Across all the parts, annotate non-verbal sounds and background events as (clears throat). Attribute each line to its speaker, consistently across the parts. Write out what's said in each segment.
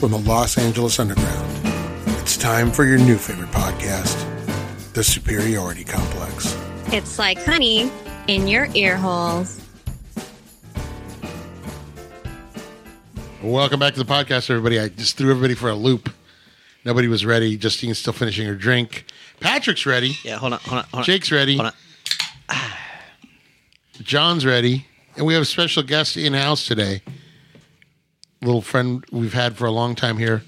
Speaker 1: from the Los Angeles Underground. It's time for your new favorite podcast, The Superiority Complex.
Speaker 2: It's like honey in your ear holes.
Speaker 3: Welcome back to the podcast, everybody. I just threw everybody for a loop. Nobody was ready. Justine's still finishing her drink. Patrick's ready.
Speaker 4: Yeah, hold on, hold on, hold on.
Speaker 3: Jake's ready.
Speaker 4: Hold on.
Speaker 3: John's ready. And we have a special guest in house today. Little friend we've had for a long time here,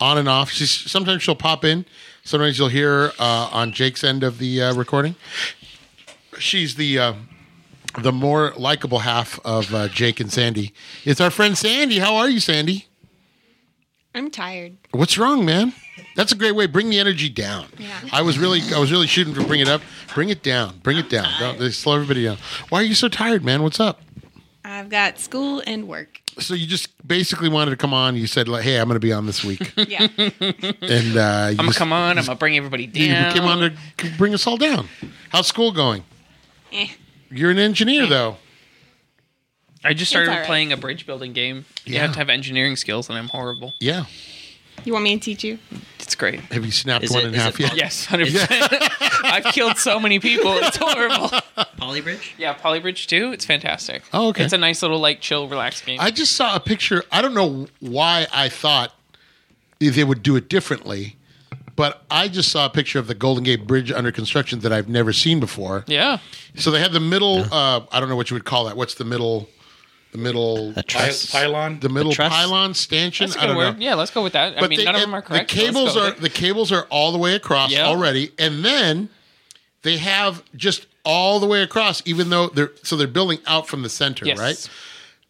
Speaker 3: on and off. She's sometimes she'll pop in. Sometimes you'll hear her, uh, on Jake's end of the uh, recording. She's the uh, the more likable half of uh, Jake and Sandy. It's our friend Sandy. How are you, Sandy?
Speaker 2: I'm tired.
Speaker 3: What's wrong, man? That's a great way. Bring the energy down. I was really, I was really shooting for bring it up. Bring it down. Bring it down. Don't, they slow everybody down. Why are you so tired, man? What's up?
Speaker 5: I've got school and work.
Speaker 3: So you just basically wanted to come on. You said, like, "Hey, I'm going to be on this week,"
Speaker 5: (laughs) Yeah.
Speaker 3: (laughs) and uh, you
Speaker 4: I'm gonna
Speaker 3: just-
Speaker 4: come on. I'm gonna bring everybody
Speaker 3: you
Speaker 4: down.
Speaker 3: came on to bring us all down. How's school going?
Speaker 5: Eh.
Speaker 3: You're an engineer, though.
Speaker 4: I just started
Speaker 5: It's all right.
Speaker 4: playing a bridge building game. You
Speaker 3: Yeah.
Speaker 4: have to have engineering skills, and I'm horrible.
Speaker 3: Yeah.
Speaker 5: You want me to teach you?
Speaker 4: It's great.
Speaker 3: Have you snapped
Speaker 6: Is
Speaker 3: one
Speaker 6: it-
Speaker 3: in
Speaker 6: is
Speaker 3: half
Speaker 6: it
Speaker 3: yet?
Speaker 6: all-
Speaker 4: Yes, hundred percent.
Speaker 3: (laughs)
Speaker 4: (laughs) I've killed so many people. It's horrible.
Speaker 6: Polybridge?
Speaker 4: Yeah, Polybridge too. It's fantastic.
Speaker 3: Oh, okay.
Speaker 4: It's a nice little like chill, relaxed game.
Speaker 3: I just saw a picture. I don't know why I thought they would do it differently, but I just saw a picture of the Golden Gate Bridge under construction that I've never seen before.
Speaker 4: yeah.
Speaker 3: So they have the middle. Uh, I don't know what you would call that. What's the middle? The middle.
Speaker 6: A truss?
Speaker 3: The middle
Speaker 6: truss?
Speaker 3: pylon stanchion.
Speaker 4: That's a
Speaker 3: I
Speaker 4: good
Speaker 3: don't
Speaker 4: word.
Speaker 3: know.
Speaker 4: Yeah, let's go with that. I mean,
Speaker 3: they-
Speaker 4: none of
Speaker 3: and
Speaker 4: them are correct.
Speaker 3: The
Speaker 4: so let's
Speaker 3: cables
Speaker 4: go
Speaker 3: are
Speaker 4: with it.
Speaker 3: the cables are all the way across
Speaker 4: Yeah.
Speaker 3: already, and then they have just all the way across. Even though they're so they're building out from the center,
Speaker 4: Yes.
Speaker 3: right?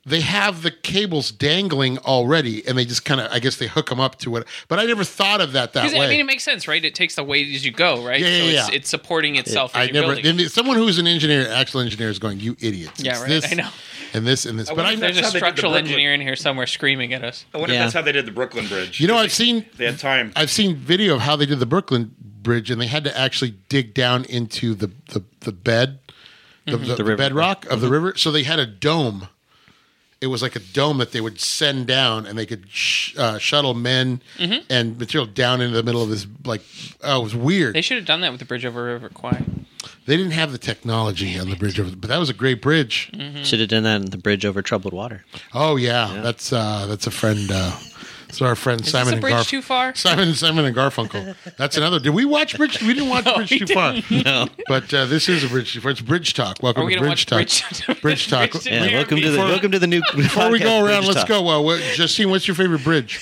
Speaker 3: They have the cables dangling already, and they just kind of I guess they hook them up to it. But I never thought of that that
Speaker 4: 'Cause,
Speaker 3: way.
Speaker 4: I mean, it makes sense, right? It takes the weight as you go, right?
Speaker 3: Yeah, yeah,
Speaker 4: so it's,
Speaker 3: yeah.
Speaker 4: it's supporting itself.
Speaker 3: I
Speaker 4: as you're
Speaker 3: never.
Speaker 4: building.
Speaker 3: then Someone who's an engineer, actual engineer, is going, "You idiots!"
Speaker 4: Yeah,
Speaker 3: It's
Speaker 4: right,
Speaker 3: This,
Speaker 4: I know.
Speaker 3: And this and this, but
Speaker 7: wonder
Speaker 3: I
Speaker 7: if
Speaker 4: There's
Speaker 7: That's
Speaker 4: a
Speaker 7: how they did the
Speaker 4: structural
Speaker 7: Brooklyn-
Speaker 4: engineer in here somewhere screaming at us.
Speaker 7: I wonder
Speaker 6: Yeah.
Speaker 7: if that's how they did the Brooklyn Bridge.
Speaker 3: You know, I've seen
Speaker 7: They had time.
Speaker 3: I've seen video of how they did the Brooklyn Bridge, and they had to actually dig down into the the, the bed, the,
Speaker 4: Mm-hmm.
Speaker 3: the, the
Speaker 6: river.
Speaker 3: bedrock of the river. So they had a dome. It was like a dome that they would send down, and they could sh- uh, shuttle men
Speaker 4: Mm-hmm.
Speaker 3: and material down into the middle of this. Like, oh, it was weird.
Speaker 4: They
Speaker 3: They,
Speaker 4: should have done that with the bridge over River Kwai.
Speaker 3: didn't have the technology on the bridge, over, but that was a great bridge.
Speaker 4: Mm-hmm.
Speaker 6: Should have done that in the bridge over troubled water.
Speaker 3: Oh yeah, that's uh, that's a friend. Uh, so our friend
Speaker 4: Is
Speaker 3: Simon
Speaker 4: this a
Speaker 3: and
Speaker 4: bridge
Speaker 3: Garf-
Speaker 4: too far?
Speaker 3: Simon, Simon and Garfunkel. That's another. Did we watch Bridge? We didn't
Speaker 4: (laughs)
Speaker 3: watch Bridge Too Far.
Speaker 6: No.
Speaker 3: But uh, this is a Bridge Too Far. It's Bridge Talk. Welcome
Speaker 4: Are we
Speaker 3: to
Speaker 4: gonna
Speaker 3: Bridge Talk.
Speaker 4: watch Bridge- (laughs)
Speaker 3: Bridge Talk.
Speaker 4: Bridge to-
Speaker 6: Yeah,
Speaker 4: Yeah,
Speaker 6: welcome to the
Speaker 4: before-
Speaker 6: welcome to the new.
Speaker 3: Before we go around, let's go. Well, what, Justine, what's your favorite
Speaker 4: (laughs)
Speaker 3: bridge?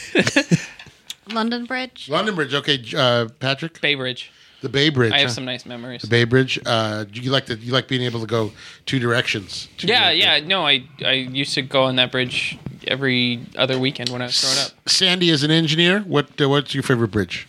Speaker 2: London Bridge.
Speaker 3: London Bridge. Okay, uh, Patrick.
Speaker 4: Bay Bridge.
Speaker 3: The Bay Bridge.
Speaker 4: I have
Speaker 3: huh?
Speaker 4: some nice memories.
Speaker 3: The Bay Bridge. Uh, do you like the, You like being able to go two directions. Two
Speaker 4: Yeah,
Speaker 3: directions.
Speaker 4: yeah. No, I I used to go on that bridge every other weekend when I was growing up.
Speaker 3: Sandy, as an engineer, what uh, what's your favorite bridge?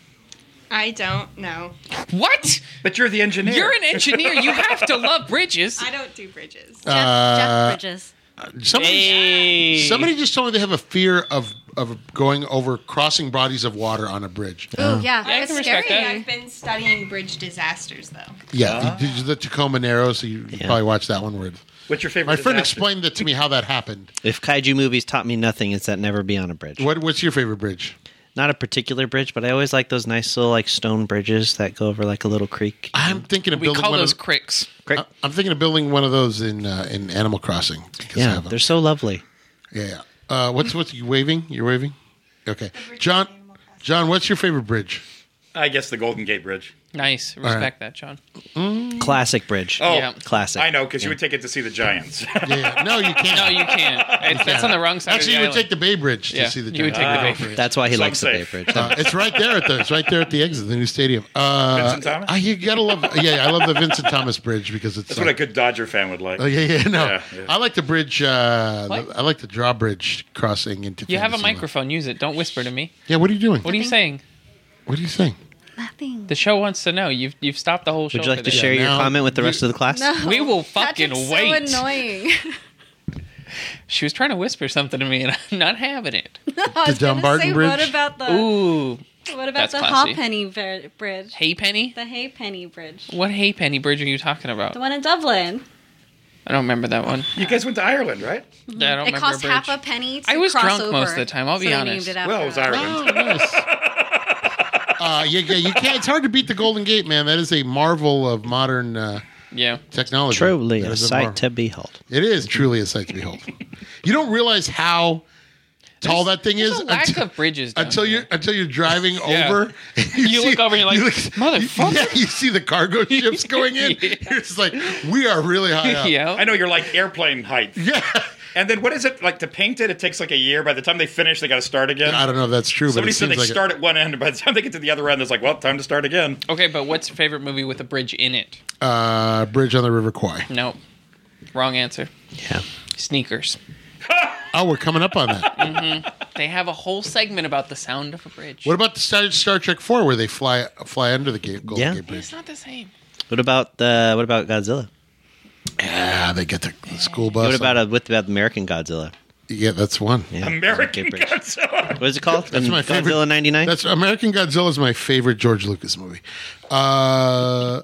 Speaker 5: I don't know.
Speaker 4: What?
Speaker 7: But you're the engineer.
Speaker 4: You're an engineer. You have to love bridges.
Speaker 5: I don't do bridges.
Speaker 2: Jeff,
Speaker 3: Uh,
Speaker 2: Jeff Bridges.
Speaker 3: Somebody,
Speaker 4: Hey.
Speaker 3: somebody just told me they have a fear of of going over crossing bodies of water on a bridge.
Speaker 2: Ooh, yeah.
Speaker 4: I
Speaker 2: it's
Speaker 4: can
Speaker 2: scary.
Speaker 4: respect that.
Speaker 5: I've been studying bridge disasters though.
Speaker 3: Yeah, you did the Tacoma Narrows. So you probably watched that one. Word.
Speaker 7: What's your favorite?
Speaker 3: My friend
Speaker 7: disaster?
Speaker 3: explained that to me how that happened.
Speaker 6: If kaiju movies taught me nothing, it's that never be on a bridge.
Speaker 3: What What's your favorite bridge?
Speaker 6: Not a particular bridge, but I always like those nice little like stone bridges that go over like a little creek.
Speaker 3: I'm thinking of
Speaker 4: we
Speaker 3: building
Speaker 4: call
Speaker 3: one
Speaker 4: those
Speaker 3: of.
Speaker 4: cricks.
Speaker 6: Great.
Speaker 3: I- I'm thinking of building one of those in uh, in Animal Crossing. 'cause I
Speaker 6: Yeah,
Speaker 3: have 'em.
Speaker 6: they're so lovely.
Speaker 3: yeah. yeah. Uh, what's what's you waving? You're waving. Okay, John. John, what's your favorite
Speaker 4: (laughs)
Speaker 3: bridge?
Speaker 7: I guess the Golden Gate Bridge.
Speaker 4: Nice. Respect that, John.
Speaker 6: Classic bridge.
Speaker 7: Oh,
Speaker 4: Yeah.
Speaker 6: classic.
Speaker 7: I know because you would take it to see the Giants. (laughs)
Speaker 3: Yeah, yeah. no, you can't.
Speaker 4: No, you can't. It's, that's on the wrong side.
Speaker 3: Actually,
Speaker 4: of
Speaker 3: you
Speaker 4: the
Speaker 3: would take the Bay Bridge to
Speaker 4: Yeah,
Speaker 3: see the.
Speaker 4: you would
Speaker 3: Giants.
Speaker 4: take the Bay Bridge.
Speaker 6: That's why he
Speaker 7: So I'm
Speaker 6: likes the Bay
Speaker 7: safe.
Speaker 6: Bridge.
Speaker 3: Uh, it's right there at the it's right there at the exit of the new stadium. Uh,
Speaker 7: Vincent Thomas?
Speaker 3: I, you gotta love yeah I love the Vincent Thomas Bridge because it's
Speaker 7: That's what a good Dodger fan would like.
Speaker 3: oh, yeah yeah no
Speaker 7: Yeah, yeah.
Speaker 3: I like the bridge uh,
Speaker 4: What?
Speaker 3: I like the drawbridge crossing into
Speaker 4: You have a
Speaker 3: Fantasyland.
Speaker 4: microphone. Use it. Don't whisper to me.
Speaker 3: yeah what are you doing
Speaker 4: What are you saying?
Speaker 3: what are you saying
Speaker 2: Nothing.
Speaker 4: The show wants to know. You've you've stopped the whole show.
Speaker 6: Would you like to
Speaker 4: today.
Speaker 6: share your
Speaker 3: now-
Speaker 6: comment with the rest of the class?
Speaker 2: No.
Speaker 4: We will fucking
Speaker 2: Patrick's
Speaker 4: wait.
Speaker 2: So
Speaker 8: (laughs)
Speaker 2: annoying.
Speaker 4: She was trying to whisper something to me, and (laughs) I'm not having it.
Speaker 2: I was
Speaker 3: The
Speaker 2: gonna
Speaker 3: Dumbarton
Speaker 2: say,
Speaker 3: Bridge?
Speaker 2: What about the
Speaker 4: Ooh,
Speaker 2: what about
Speaker 4: that's
Speaker 2: the
Speaker 4: classy.
Speaker 2: Hawpenny ver- Bridge?
Speaker 4: hey penny.
Speaker 2: The Haypenny Bridge.
Speaker 4: What hey penny bridge are you talking about?
Speaker 2: The one in Dublin.
Speaker 4: I don't remember that one.
Speaker 7: You guys went to Ireland, right?
Speaker 4: Yeah, I don't
Speaker 8: It
Speaker 4: remember
Speaker 8: cost
Speaker 4: a bridge.
Speaker 8: half a penny. To
Speaker 4: I was
Speaker 8: cross
Speaker 4: drunk
Speaker 8: over,
Speaker 4: most of the time, I'll be
Speaker 8: so they
Speaker 4: honest.
Speaker 8: Named it after
Speaker 7: Well, it was
Speaker 8: us.
Speaker 3: Oh,
Speaker 2: (laughs)
Speaker 7: Ireland.
Speaker 3: nice. Uh, yeah, yeah, you can't. It's hard to beat the Golden Gate, man. That is a marvel of modern uh,
Speaker 4: Yeah.
Speaker 3: technology.
Speaker 6: Truly
Speaker 3: That
Speaker 6: a
Speaker 3: is
Speaker 6: sight
Speaker 3: marvel.
Speaker 6: to behold.
Speaker 3: It is truly a sight to behold. you don't realize how tall that thing
Speaker 4: There's
Speaker 3: is
Speaker 4: a lack
Speaker 3: until,
Speaker 4: of bridges. down
Speaker 3: until
Speaker 4: here.
Speaker 3: you're until you're driving
Speaker 4: Yeah. (laughs)
Speaker 3: over. (laughs) and You,
Speaker 4: look over and you're
Speaker 3: (laughs)
Speaker 4: like, "Motherfucker."
Speaker 3: Yeah, you see the
Speaker 4: (laughs)
Speaker 3: cargo ships going in. You're just like, we are really high up.
Speaker 4: yeah.
Speaker 7: I know you're like airplane height.
Speaker 3: Yeah.
Speaker 7: And then what is it like to paint it? It takes like a year. By the time they finish, they got to start again.
Speaker 3: I don't know if that's true,
Speaker 7: Somebody
Speaker 3: but it
Speaker 7: said
Speaker 3: seems
Speaker 7: they
Speaker 3: like it.
Speaker 7: start at one end, and by the time they get to the other end, it's like, well, time to start again.
Speaker 4: Okay, but what's your favorite movie with a bridge in it?
Speaker 3: uh, bridge on the River Kwai.
Speaker 4: Nope. Wrong answer.
Speaker 6: Yeah.
Speaker 4: Sneakers.
Speaker 3: Oh, we're coming up on that.
Speaker 4: They have a whole segment about the sound of a bridge.
Speaker 3: what about the Star, Star Trek Four, where they fly fly under the gate, Golden
Speaker 6: Yeah.
Speaker 3: Gate
Speaker 4: It's
Speaker 3: Bridge?
Speaker 4: not the same.
Speaker 6: What about the what about Godzilla?
Speaker 3: Yeah, Ah, they get the, the school bus.
Speaker 6: What about a, with about American Godzilla?
Speaker 3: yeah, that's one.
Speaker 6: Yeah,
Speaker 7: American
Speaker 6: Golden Gate Bridge.
Speaker 7: Godzilla.
Speaker 6: What is it called?
Speaker 3: That's my favorite.
Speaker 6: Godzilla '99.
Speaker 3: That's American Godzilla is my favorite George Lucas movie.
Speaker 7: (laughs)
Speaker 3: Uh,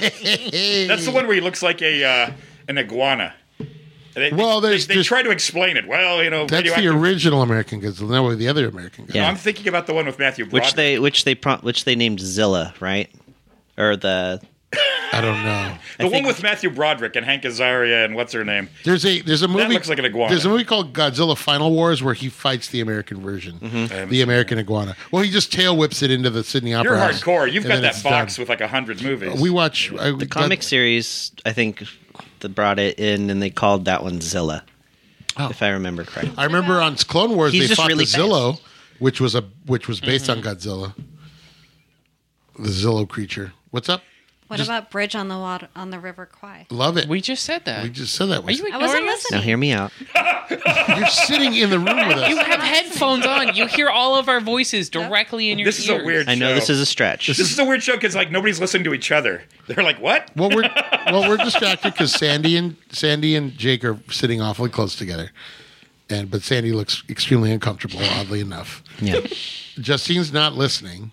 Speaker 7: That's the one where he looks like a uh, an iguana. And They,
Speaker 3: Well,
Speaker 7: they,
Speaker 3: there's-
Speaker 7: they,
Speaker 3: there's-
Speaker 7: try to explain it. Well, you know,
Speaker 3: that's the
Speaker 7: radioactive-
Speaker 3: original American Godzilla. No, the other American Godzilla.
Speaker 6: Yeah.
Speaker 7: I'm thinking about the one with Matthew Broderick.
Speaker 6: which they which they prompt which they named Zilla, right? Or the
Speaker 3: I don't know.
Speaker 7: the one
Speaker 6: think-
Speaker 7: with Matthew Broderick and Hank Azaria and what's her name?
Speaker 3: There's a there's a movie
Speaker 7: looks like an iguana.
Speaker 3: There's a movie called Godzilla Final Wars where he fights the American version, the American iguana. Well, he just tail whips it into the Sydney Opera.
Speaker 7: Mm-hmm. You're
Speaker 3: House,
Speaker 7: hardcore.
Speaker 3: and
Speaker 7: You've got
Speaker 3: then
Speaker 7: that
Speaker 3: it's
Speaker 7: box
Speaker 3: done.
Speaker 7: with like a hundred movies.
Speaker 3: We watch I,
Speaker 6: the comic series. I think that brought it in, and they called that one Zilla,
Speaker 3: Oh.
Speaker 6: if I remember correctly.
Speaker 3: I remember on Clone Wars
Speaker 6: He's
Speaker 3: they
Speaker 6: just
Speaker 3: fought
Speaker 6: really
Speaker 3: the Zillo, which was a which was based
Speaker 4: Mm-hmm.
Speaker 3: on Godzilla, the Zillo creature. What's up?
Speaker 8: What
Speaker 3: Just-
Speaker 8: about Bridge on the Water on the River Kwai?
Speaker 3: Love it.
Speaker 4: We just said that.
Speaker 3: We just said that.
Speaker 4: Are you
Speaker 8: I
Speaker 4: ignoring
Speaker 8: wasn't
Speaker 4: us?
Speaker 8: listening.
Speaker 6: Now hear me out.
Speaker 3: (laughs) You're sitting in the room with us.
Speaker 4: (laughs) You have headphones on. You hear all of our voices directly in your
Speaker 7: this is a
Speaker 4: ears.
Speaker 7: weird.
Speaker 6: I know
Speaker 7: show.
Speaker 6: this is a stretch.
Speaker 7: This is a weird show because like nobody's listening to each other. They're like, what?
Speaker 3: Well, we're well, we're distracted because Sandy and Sandy and Jake are sitting awfully close together, and but Sandy looks extremely uncomfortable. Oddly enough,
Speaker 6: yeah.
Speaker 3: Justine's not listening,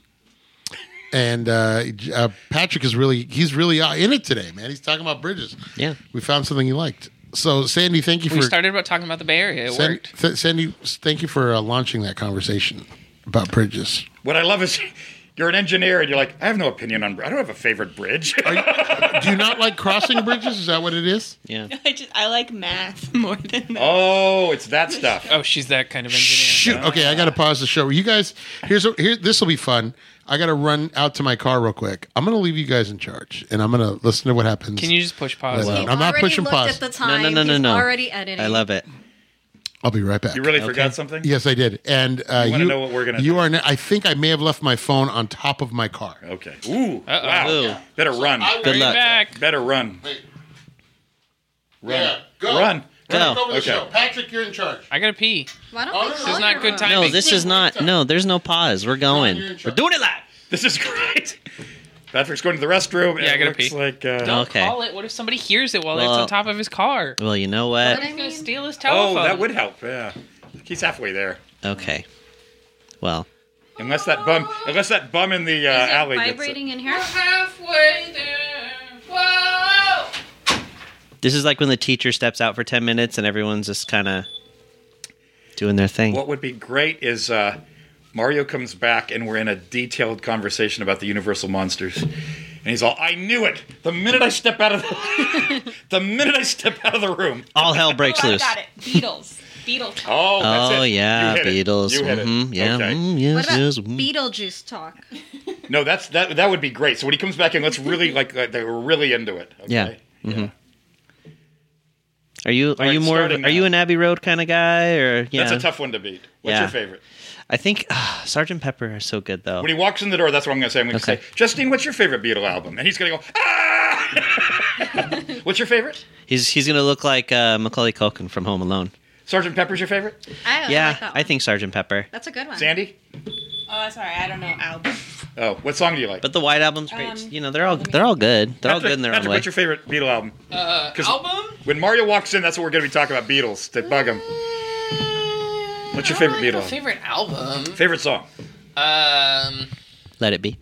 Speaker 3: and uh, J- uh, Patrick is really he's really uh, in it today, man. He's talking about bridges.
Speaker 6: Yeah.
Speaker 3: we found something he liked. So Sandy, thank you
Speaker 4: We
Speaker 3: for
Speaker 4: started about talking about the Bay Area. It
Speaker 3: Sandy,
Speaker 4: worked.
Speaker 3: th- Sandy s- thank you for uh, launching that conversation about bridges.
Speaker 7: What I love is (laughs) you're an engineer and you're like, I have no opinion on. I don't have a favorite bridge.
Speaker 3: Are you, do you not like crossing (laughs) bridges? Is that what it is?
Speaker 6: Yeah.
Speaker 5: I just I like math (laughs) more than that.
Speaker 7: (laughs) oh, it's that stuff.
Speaker 4: Oh, she's that kind of engineer.
Speaker 3: Shoot. Okay, I gotta pause the show. You guys, here's a, here. This will be fun. I gotta run out to my car real quick. I'm gonna leave you guys in charge, and I'm gonna listen to what happens.
Speaker 4: Can you just push pause?
Speaker 3: Well,
Speaker 8: He
Speaker 3: I'm not
Speaker 8: already
Speaker 3: pushing
Speaker 8: looked
Speaker 3: pause.
Speaker 8: At the
Speaker 6: No,
Speaker 8: time.
Speaker 6: no, no, no,
Speaker 8: He's
Speaker 6: no.
Speaker 8: Already editing.
Speaker 6: I love it.
Speaker 3: I'll be right back.
Speaker 7: You really forgot something?
Speaker 3: Yes, I did. And uh,
Speaker 7: You
Speaker 3: you,
Speaker 7: wanna know what we're gonna
Speaker 3: You
Speaker 7: do?
Speaker 3: are. now- I think I may have left my phone on top of my car.
Speaker 7: Okay. Ooh.
Speaker 4: Uh-oh.
Speaker 7: Wow. Better run.
Speaker 6: Good luck.
Speaker 4: Back.
Speaker 7: Better run.
Speaker 3: Run.
Speaker 7: go. Run.
Speaker 6: Go.
Speaker 3: over the
Speaker 7: Okay.
Speaker 3: show. Patrick, you're in charge.
Speaker 4: I gotta pee.
Speaker 8: Why don't
Speaker 3: Oh,
Speaker 8: we
Speaker 3: this
Speaker 8: call
Speaker 3: is
Speaker 4: not
Speaker 8: your
Speaker 4: good
Speaker 8: own?
Speaker 4: timing.
Speaker 6: No, this is not. No, there's no pause. We're going.
Speaker 3: You're in
Speaker 6: We're
Speaker 3: charge.
Speaker 6: doing it live.
Speaker 7: This is great. Patrick's going to the restroom. and
Speaker 4: Yeah, I
Speaker 7: it
Speaker 4: gotta
Speaker 7: looks
Speaker 4: pee.
Speaker 7: Like, uh,
Speaker 6: No. Okay.
Speaker 4: Call it. What if somebody hears it while it's
Speaker 6: Well-
Speaker 4: on top of his car?
Speaker 6: Well, you know what?
Speaker 8: What
Speaker 4: He's gonna
Speaker 8: mean-
Speaker 4: steal his
Speaker 7: Oh,
Speaker 4: telephone.
Speaker 7: that would help. Yeah. He's halfway there.
Speaker 6: Okay. Well,
Speaker 7: Unless that bum, unless that bum in the uh,
Speaker 8: Is it
Speaker 7: alley gets it.
Speaker 8: vibrating in here?
Speaker 4: halfway there. Whoa!
Speaker 6: this is like when the teacher steps out for ten minutes and everyone's just kind of doing their thing.
Speaker 7: What would be great is uh, Mario comes back and we're in a detailed conversation about the Universal monsters, and he's all, "I knew it. The minute I step out of the, (laughs) the minute I step out of the room.
Speaker 6: All hell
Speaker 5: Oh,
Speaker 6: breaks
Speaker 5: I
Speaker 6: loose.
Speaker 5: got it. Beatles. Beatles.
Speaker 7: Oh, that's
Speaker 6: Oh
Speaker 7: it. You
Speaker 6: yeah,
Speaker 7: hit it.
Speaker 6: Beatles.
Speaker 7: You hit it.
Speaker 6: Mhm, Yeah.
Speaker 7: Okay.
Speaker 6: mm, yes,
Speaker 8: What about
Speaker 6: yes, mm.
Speaker 8: Beetlejuice talk?
Speaker 7: No, that's that. That would be great. So when he comes back in, let's really like uh, they were really into it. Okay?
Speaker 6: Yeah. Mm-hmm. Are you are
Speaker 7: right,
Speaker 6: you more of,
Speaker 7: starting
Speaker 6: are you
Speaker 7: now.
Speaker 6: an Abbey Road kind of guy or yeah?
Speaker 7: That's a tough one to beat. What's
Speaker 6: Yeah.
Speaker 7: your favorite?
Speaker 6: I think uh, Sergeant Pepper is so good though.
Speaker 7: When he walks in the door, that's what I'm going to say. I'm going to
Speaker 6: Okay.
Speaker 7: say, Justine, what's your favorite Beatle album? And he's going to go, ah! (laughs) what's your favorite?
Speaker 6: He's he's gonna look like uh, Macaulay Culkin from Home Alone.
Speaker 7: Sergeant Pepper's your favorite?
Speaker 8: I, I,
Speaker 6: yeah,
Speaker 8: like that
Speaker 6: I
Speaker 8: one.
Speaker 6: think Sergeant Pepper.
Speaker 8: that's a good one.
Speaker 7: Sandy?
Speaker 5: Oh, sorry, I don't know album.
Speaker 7: Oh, what song do you like?
Speaker 6: But the White Album's great.
Speaker 5: Um,
Speaker 6: you know, they're all they're all good. They're all
Speaker 7: Patrick-
Speaker 6: good in their
Speaker 7: Patrick,
Speaker 6: own way.
Speaker 7: What's your favorite Beatle album?
Speaker 4: Uh,
Speaker 7: 'Cause
Speaker 4: album?
Speaker 7: When Mario walks in, that's what we're going to be talking about Beatles to bug him. What's your
Speaker 4: I don't
Speaker 7: favorite
Speaker 4: really
Speaker 7: Beatle
Speaker 4: have a
Speaker 7: album?
Speaker 4: Favorite album?
Speaker 7: Favorite song?
Speaker 4: Um.
Speaker 6: Let it be.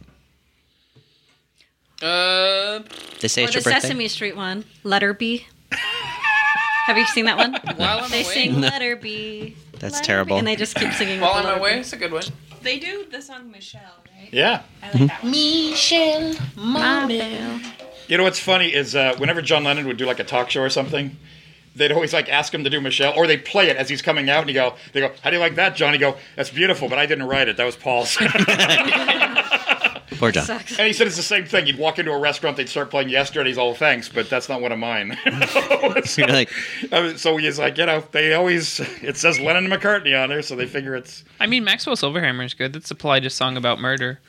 Speaker 4: Uh.
Speaker 6: They say
Speaker 8: Or
Speaker 6: it's
Speaker 8: the
Speaker 6: your birthday.
Speaker 8: Sesame Street one. Letter B. Have you seen that
Speaker 4: (laughs)
Speaker 8: one?
Speaker 4: While I'm
Speaker 8: they
Speaker 4: away.
Speaker 8: sing "Letter B."
Speaker 6: That's
Speaker 8: letter
Speaker 6: terrible.
Speaker 8: B, and they just keep singing.
Speaker 4: While
Speaker 8: the
Speaker 4: I'm
Speaker 8: letter
Speaker 4: away,
Speaker 8: B.
Speaker 4: it's a good one.
Speaker 5: They do the song Michelle, right?
Speaker 7: Yeah.
Speaker 5: I like that one.
Speaker 7: You know what's funny is uh, whenever John Lennon would do like a talk show or something, they'd always like ask him to do Michelle, or they'd play it as he's coming out, and you go, they go, "How do you like that, John?" You go, "That's beautiful," but I didn't write it. That was Paul's. (laughs) and
Speaker 6: Poor
Speaker 8: (laughs)
Speaker 6: John.
Speaker 8: Sucks.
Speaker 7: he said it's the same thing. You'd walk into a restaurant, they'd start playing Yesterday's All Thanks, but that's not one of mine. (laughs) so,
Speaker 6: You're like,
Speaker 7: I mean, so he's like, you know, they always it says Lennon and McCartney on there, so they figure it's.
Speaker 4: I mean, Maxwell Silverhammer is good. That's a Elijah song about murder.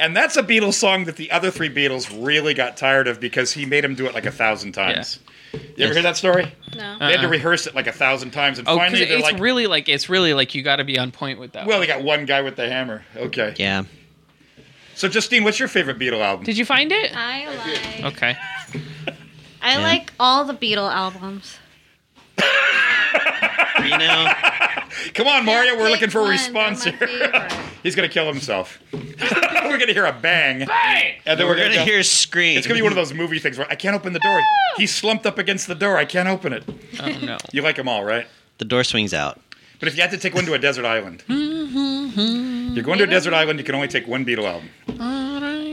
Speaker 7: And that's a Beatles song that the other three Beatles really got tired of because he made him do it like a thousand times. You ever hear that story?
Speaker 8: No.
Speaker 7: They had to
Speaker 4: Uh-uh.
Speaker 7: rehearse it like a thousand times, and
Speaker 4: Oh, 'cause
Speaker 7: finally they're
Speaker 4: it's
Speaker 7: like,
Speaker 4: really like it's really like you got to be on point with that. one.
Speaker 7: "Well, they got one guy with the hammer." Okay.
Speaker 6: yeah.
Speaker 7: So, Justine, what's your favorite Beatle album?
Speaker 4: did you find it?
Speaker 8: I like.
Speaker 4: Okay.
Speaker 8: I
Speaker 6: Yeah.
Speaker 8: like all the Beatle albums.
Speaker 6: You know,
Speaker 7: Come on, Mario, we're
Speaker 8: Pick
Speaker 7: looking for a
Speaker 8: one,
Speaker 7: response
Speaker 8: they're my
Speaker 7: here. (laughs)
Speaker 8: favorite.
Speaker 7: He's gonna kill himself. (laughs) we're gonna hear a bang, and then we're,
Speaker 6: we're gonna
Speaker 7: go-
Speaker 6: hear scream.
Speaker 7: It's gonna be one of those movie things where I can't open the door. He slumped up against the door. I can't open it.
Speaker 4: Oh no.
Speaker 7: You like them all, right?
Speaker 6: The door swings out.
Speaker 7: But if you had to take one to a desert island,
Speaker 4: Mm-hmm.
Speaker 7: you're going to a desert island. You can only take one Beatle album.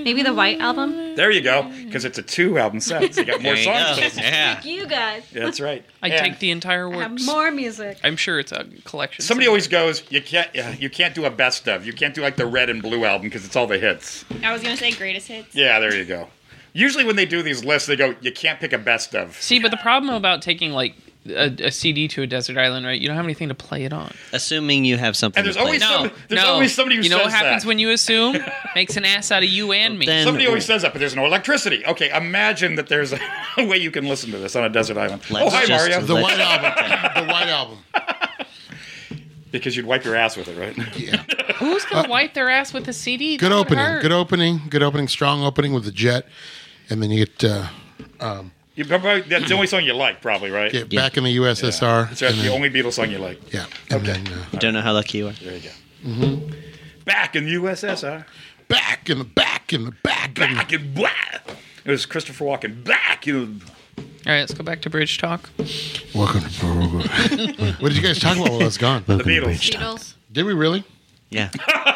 Speaker 8: Maybe the White album.
Speaker 7: There you go, because it's a two-album set. So you got more
Speaker 6: There you
Speaker 7: songs.
Speaker 6: go. Yeah.
Speaker 8: You guys
Speaker 7: (laughs) Yeah, that's right.
Speaker 4: I
Speaker 7: And-
Speaker 4: take the entire
Speaker 8: have
Speaker 4: works.
Speaker 8: more music.
Speaker 4: I'm sure it's a collection.
Speaker 7: Somebody
Speaker 4: somewhere.
Speaker 7: always goes, you can't, yeah, you can't do a best of. You can't do like the red and blue album because it's all the hits.
Speaker 5: I was gonna say greatest hits.
Speaker 7: Yeah, there you go. Usually when they do these lists, they go, you can't pick a best of.
Speaker 4: See, but the problem about taking like a, a CD to a desert island, right? You don't have anything to play it on.
Speaker 6: Assuming you have something.
Speaker 7: And there's
Speaker 6: to play.
Speaker 7: always
Speaker 4: No,
Speaker 7: some, there's
Speaker 4: no.
Speaker 7: always somebody who
Speaker 4: you know
Speaker 7: says
Speaker 4: what happens
Speaker 7: that.
Speaker 4: when you assume makes an ass out of you and me.
Speaker 6: Then-
Speaker 7: Somebody always says that, but there's no electricity. Okay, imagine that there's (laughs) a way you can listen to this on a desert island.
Speaker 6: Let's
Speaker 7: oh, hi,
Speaker 6: just-
Speaker 7: Mario.
Speaker 3: The
Speaker 6: Let's-
Speaker 3: white album. The white album.
Speaker 7: Because you'd wipe your ass with it, right? (laughs)
Speaker 3: Yeah.
Speaker 4: Who's gonna wipe their ass with a CD?
Speaker 3: uh, Good
Speaker 4: That would
Speaker 3: opening.
Speaker 4: hurt.
Speaker 3: Good opening. Good opening. Strong opening with the jet, and then you get uh,
Speaker 7: You probably, that's the only song you like, probably, right?
Speaker 3: get back in the USSR.
Speaker 7: That's right,
Speaker 3: and
Speaker 7: the
Speaker 3: then-
Speaker 7: only Beatles song you like.
Speaker 3: yeah. And
Speaker 7: Okay.
Speaker 3: then uh,
Speaker 6: You don't know how lucky you are.
Speaker 7: There you go. Mm-hmm. Back in the USSR.
Speaker 3: back in the back in the back. in the-
Speaker 7: Back in black. It was Christopher Walken. Back in
Speaker 4: All right, let's go back to bridge talk.
Speaker 3: Welcome to
Speaker 7: (laughs)
Speaker 3: Baroga. what did you guys talk about while I was gone?
Speaker 7: the Beatles.
Speaker 8: Beatles.
Speaker 3: Did we really?
Speaker 7: (laughs)
Speaker 6: Yeah.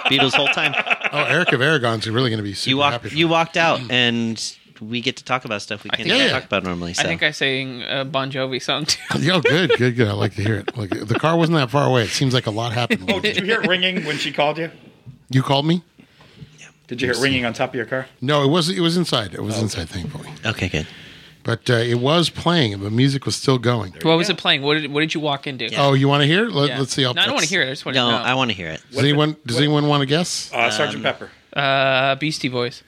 Speaker 6: Beatles whole time.
Speaker 3: Oh, Eric of Aragon's really going to be super
Speaker 6: You
Speaker 3: happy.
Speaker 6: walked.
Speaker 3: for
Speaker 6: You walked out, and we get to talk about stuff we can't
Speaker 4: think
Speaker 3: I-
Speaker 6: talk about normally. So
Speaker 4: I think I sang a Bon Jovi song too. (laughs)
Speaker 3: Yo, good, good, good. I like to hear it. Like the car wasn't that far away. It seems like a lot happened.
Speaker 7: Oh, did you hear it ringing when she called you?
Speaker 3: You called me?
Speaker 7: Did you hear it ringing on top of your car?
Speaker 3: No, it was it was inside. It was inside, thankfully.
Speaker 6: Okay. Good.
Speaker 3: But uh, it was playing. The music was still going.
Speaker 4: What was it playing? What did What did you walk into?
Speaker 6: Yeah.
Speaker 3: Oh, you want to hear? it? Let,
Speaker 4: Yeah.
Speaker 3: Let's see.
Speaker 4: No,
Speaker 3: I'll,
Speaker 4: I don't want to hear it. I just want
Speaker 6: No,
Speaker 4: to know.
Speaker 6: I want to hear it.
Speaker 3: Does anyone Does anyone want to guess?
Speaker 7: Uh, Sergeant Pepper.
Speaker 4: uh, Beastie Boys.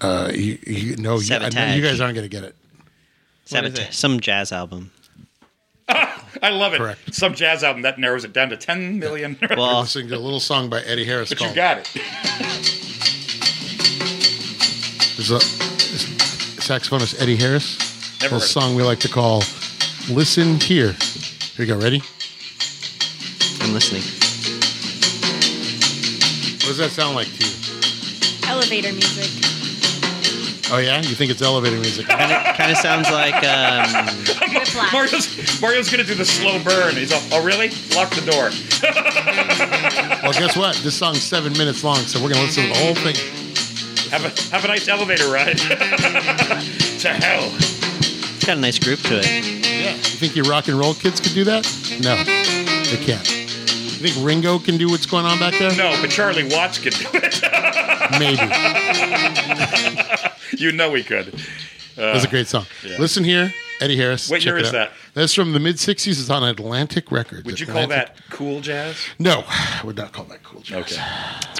Speaker 3: Uh, you, you, no, you, I know
Speaker 6: Sabotage.
Speaker 3: you guys aren't going to get it.
Speaker 6: Sabotage. Some jazz album.
Speaker 7: I love it.
Speaker 3: Correct.
Speaker 7: Some jazz album that narrows it down to 10 million.
Speaker 6: Well,
Speaker 3: Listening to a little song by Eddie Harris
Speaker 7: but you
Speaker 3: called
Speaker 7: got it.
Speaker 3: there's a, uh, saxophonist Eddie Harris.
Speaker 7: Never
Speaker 3: a
Speaker 7: heard of
Speaker 3: song we like to call "Listen Here." Here we go. Ready?
Speaker 6: I'm listening.
Speaker 3: What does that sound like to you?
Speaker 7: (laughs)
Speaker 8: Elevator music.
Speaker 3: Oh yeah, you think it's elevator music?
Speaker 6: Kind of, kind of sounds like. Um,
Speaker 8: Whiplash.
Speaker 7: Mario's, Mario's going to do the slow burn. He's all, oh, really? Lock the door.
Speaker 3: well, guess what? This song's seven minutes long, so we're gonna listen to the whole thing.
Speaker 7: Have a, have a nice elevator ride. (laughs) to hell.
Speaker 6: it's got a nice group to it.
Speaker 3: You think your rock and roll kids could do that? No, they can't. You think Ringo can do what's going on back there?
Speaker 7: No, Uh, but Charlie Watts could do it. (laughs)
Speaker 3: Maybe.
Speaker 7: you know he could.
Speaker 3: That's a great song.
Speaker 7: yeah.
Speaker 3: Listen here, Eddie Harris.
Speaker 7: What
Speaker 3: check
Speaker 7: year
Speaker 3: it
Speaker 7: is
Speaker 3: out.
Speaker 7: that?
Speaker 3: That's from the mid '60s. It's on Atlantic Records.
Speaker 7: Would you call
Speaker 3: Atlantic-
Speaker 7: that cool jazz?
Speaker 3: No, I would not call that cool. Jazz.
Speaker 7: Okay.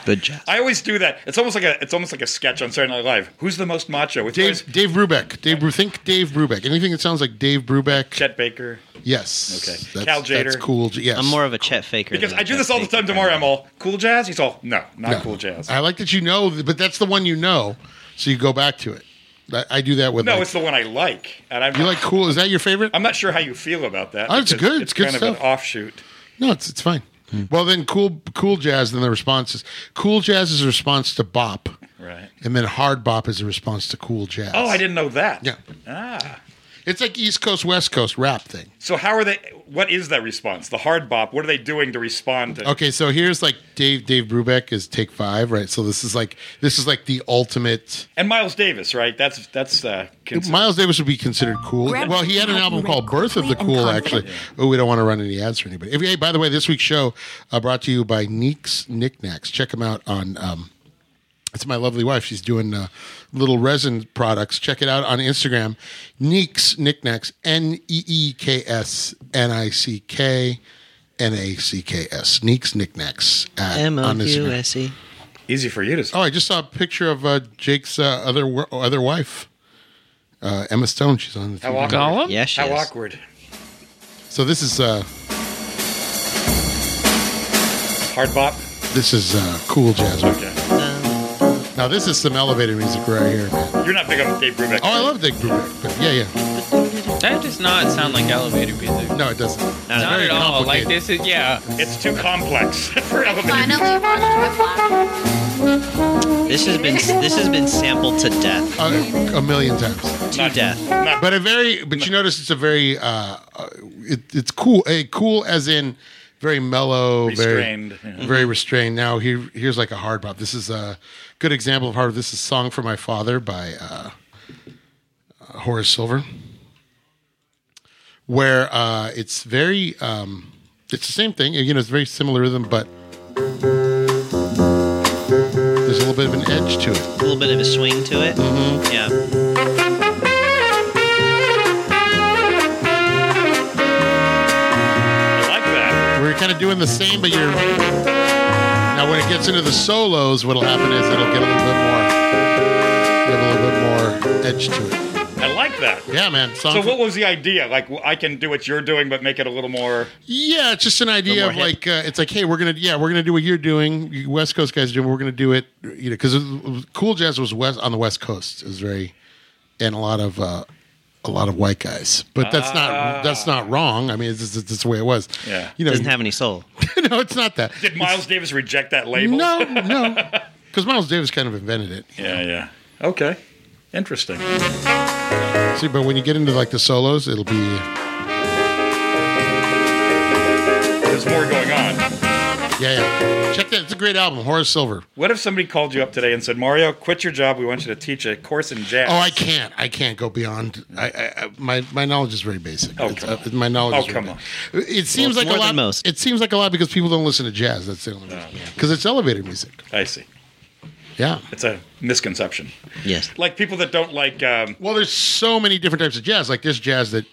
Speaker 6: Good jazz.
Speaker 7: I always do that. It's almost like a it's almost like a sketch on Saturday Night Live. Who's the most macho? It's always
Speaker 3: Dave, Dave Brubeck. Dave, Bru- think Dave Brubeck. Anything that sounds like Dave Brubeck.
Speaker 7: Chet Baker.
Speaker 3: Yes.
Speaker 7: Okay.
Speaker 3: That's,
Speaker 7: Cal Jader.
Speaker 3: That's cool. j- Yes.
Speaker 6: I'm more of a Chet Faker.
Speaker 7: Because
Speaker 6: than a
Speaker 7: I do
Speaker 6: Chet
Speaker 7: this all the
Speaker 6: Faker.
Speaker 7: time tomorrow. I'm all cool jazz. He's all no, not
Speaker 3: No.
Speaker 7: cool jazz.
Speaker 3: I like that you know, th- but that's the one you know, so you go back to it. I, I do that with.
Speaker 7: no,
Speaker 3: like-
Speaker 7: it's the one I like, and I'm
Speaker 3: you like cool. Is that your favorite?
Speaker 7: I'm not sure how you feel about that.
Speaker 3: Oh, it's
Speaker 7: because
Speaker 3: good. It's good
Speaker 7: kind of
Speaker 3: stuff.
Speaker 7: an offshoot.
Speaker 3: No, it's it's fine.
Speaker 7: Hmm.
Speaker 3: Well, then cool cool jazz. Then the response is cool jazz is a response to bop,
Speaker 7: Right.
Speaker 3: and then hard bop is a response to cool jazz.
Speaker 7: Oh, I didn't know that.
Speaker 3: Yeah.
Speaker 7: Ah.
Speaker 3: It's like East Coast West Coast rap thing.
Speaker 7: So how are they? What is that response? The hard bop. What are they doing to respond to?
Speaker 3: Okay, so here's like Dave Dave Brubeck is take five, right? So this is like this is like the ultimate.
Speaker 7: And Miles Davis, right? That's that's uh, considered-
Speaker 3: Miles Davis would be considered cool.
Speaker 9: Grab-
Speaker 3: well, he had an
Speaker 9: grab-
Speaker 3: album
Speaker 9: grab
Speaker 3: called Birth of the
Speaker 9: quickly and
Speaker 3: Cool,
Speaker 9: confident.
Speaker 3: actually. Oh, we don't want to run any ads for anybody. If, hey, by the way, this week's show uh, brought to you by Neeks Knickknacks. Check them out on. Um, it's my lovely wife. She's doing uh, little resin products. Check it out on Instagram. Neeks Knickknacks. N E E K S N I C K N A C K S. Neeks Knickknacks. at-
Speaker 6: M O
Speaker 3: on
Speaker 6: U
Speaker 3: Instagram.
Speaker 6: S E.
Speaker 7: Easy for you to say.
Speaker 3: Oh, I just saw a picture of uh, Jake's uh, other wo- other wife, uh, Emma Stone. She's on the.
Speaker 7: How
Speaker 3: TV.
Speaker 7: awkward.
Speaker 4: Gollum?
Speaker 6: Yes, she
Speaker 7: How
Speaker 6: is.
Speaker 7: awkward.
Speaker 3: So this is uh,
Speaker 7: Hard bop.
Speaker 3: this is uh, cool jazz. rock.
Speaker 7: Okay.
Speaker 3: Now this is some elevator music right here. man.
Speaker 7: You're not big on Dave Brubeck.
Speaker 3: Oh, I love Dick Brubeck, but yeah, yeah.
Speaker 4: That does not sound like elevator music.
Speaker 3: No, it doesn't.
Speaker 6: Not
Speaker 4: Not
Speaker 3: very
Speaker 4: at all. Like
Speaker 3: complicated.
Speaker 4: this is yeah.
Speaker 7: It's too complex (laughs) for elevator.
Speaker 8: Finally, Frostbite.
Speaker 6: This has been this has been sampled to death.
Speaker 3: Uh, a million times.
Speaker 6: To death.
Speaker 7: Not,
Speaker 3: But a very, but you notice it's a very, uh, uh, it, it's cool. eh, cool as in very mellow,
Speaker 7: Restrained,
Speaker 3: very,
Speaker 7: yeah.
Speaker 3: very restrained. Now here, here's like a hard bop. This is a good example of hard. This is "Song for My Father" by uh, Horace Silver, where uh, it's very, um, it's the same thing. You know, it's very similar rhythm, but there's a little bit of an edge to it.
Speaker 6: A little bit of a swing to it.
Speaker 3: Mm-hmm.
Speaker 6: Yeah.
Speaker 7: I like that.
Speaker 3: We're kind of doing the same, but you're. Now, when it gets into the solos, what'll happen is it'll get a little bit more. You have a little bit more edge to it.
Speaker 7: I like that.
Speaker 3: Yeah, man. Song
Speaker 7: So
Speaker 3: for-
Speaker 7: what was the idea? Like w- I can do what you're doing, but make it a little more.
Speaker 3: yeah, it's just an idea
Speaker 7: more
Speaker 3: of
Speaker 7: hip.
Speaker 3: like uh, it's like, hey, we're gonna yeah, we're gonna do what you're doing, you West Coast guys are doing. We're gonna do it, you know, because cool jazz was west on the West Coast. It was very and a lot of uh, a lot of white guys, but that's not that's not wrong. I mean, it's, it's, it's the way it was.
Speaker 7: Ah. Yeah.
Speaker 3: you know, (laughs)
Speaker 6: Doesn't have any soul.
Speaker 3: no, it's not that.
Speaker 7: Did Miles Davis reject that label?
Speaker 3: No,
Speaker 7: (laughs)
Speaker 3: no. Because Miles Davis kind of invented it.
Speaker 7: Yeah, yeah. Okay. Interesting.
Speaker 3: See, but when you get into like the solos, it'll be
Speaker 7: There's more going on.
Speaker 3: yeah, yeah. Check that. It's a great album, Horace Silver.
Speaker 7: What if somebody called you up today and said, "Mario, quit your job. We want you to teach a course in jazz."
Speaker 3: Oh, I can't. I can't go beyond. I, I, I my my knowledge is very basic.
Speaker 7: Oh,
Speaker 3: It's-
Speaker 7: come on.
Speaker 3: uh, my knowledge.
Speaker 7: Oh,
Speaker 3: is very
Speaker 7: come on.
Speaker 3: basic. It seems
Speaker 6: Well,
Speaker 3: like
Speaker 6: it's
Speaker 3: a
Speaker 6: more
Speaker 3: lot.
Speaker 6: than most.
Speaker 3: It seems like a lot because people don't listen to jazz. That's the only reason. Because it's elevator music.
Speaker 7: I see.
Speaker 3: Yeah.
Speaker 7: It's a misconception.
Speaker 6: Yes.
Speaker 7: Like people that don't like. Um,
Speaker 3: Well, there's so many different types of jazz. Like this jazz that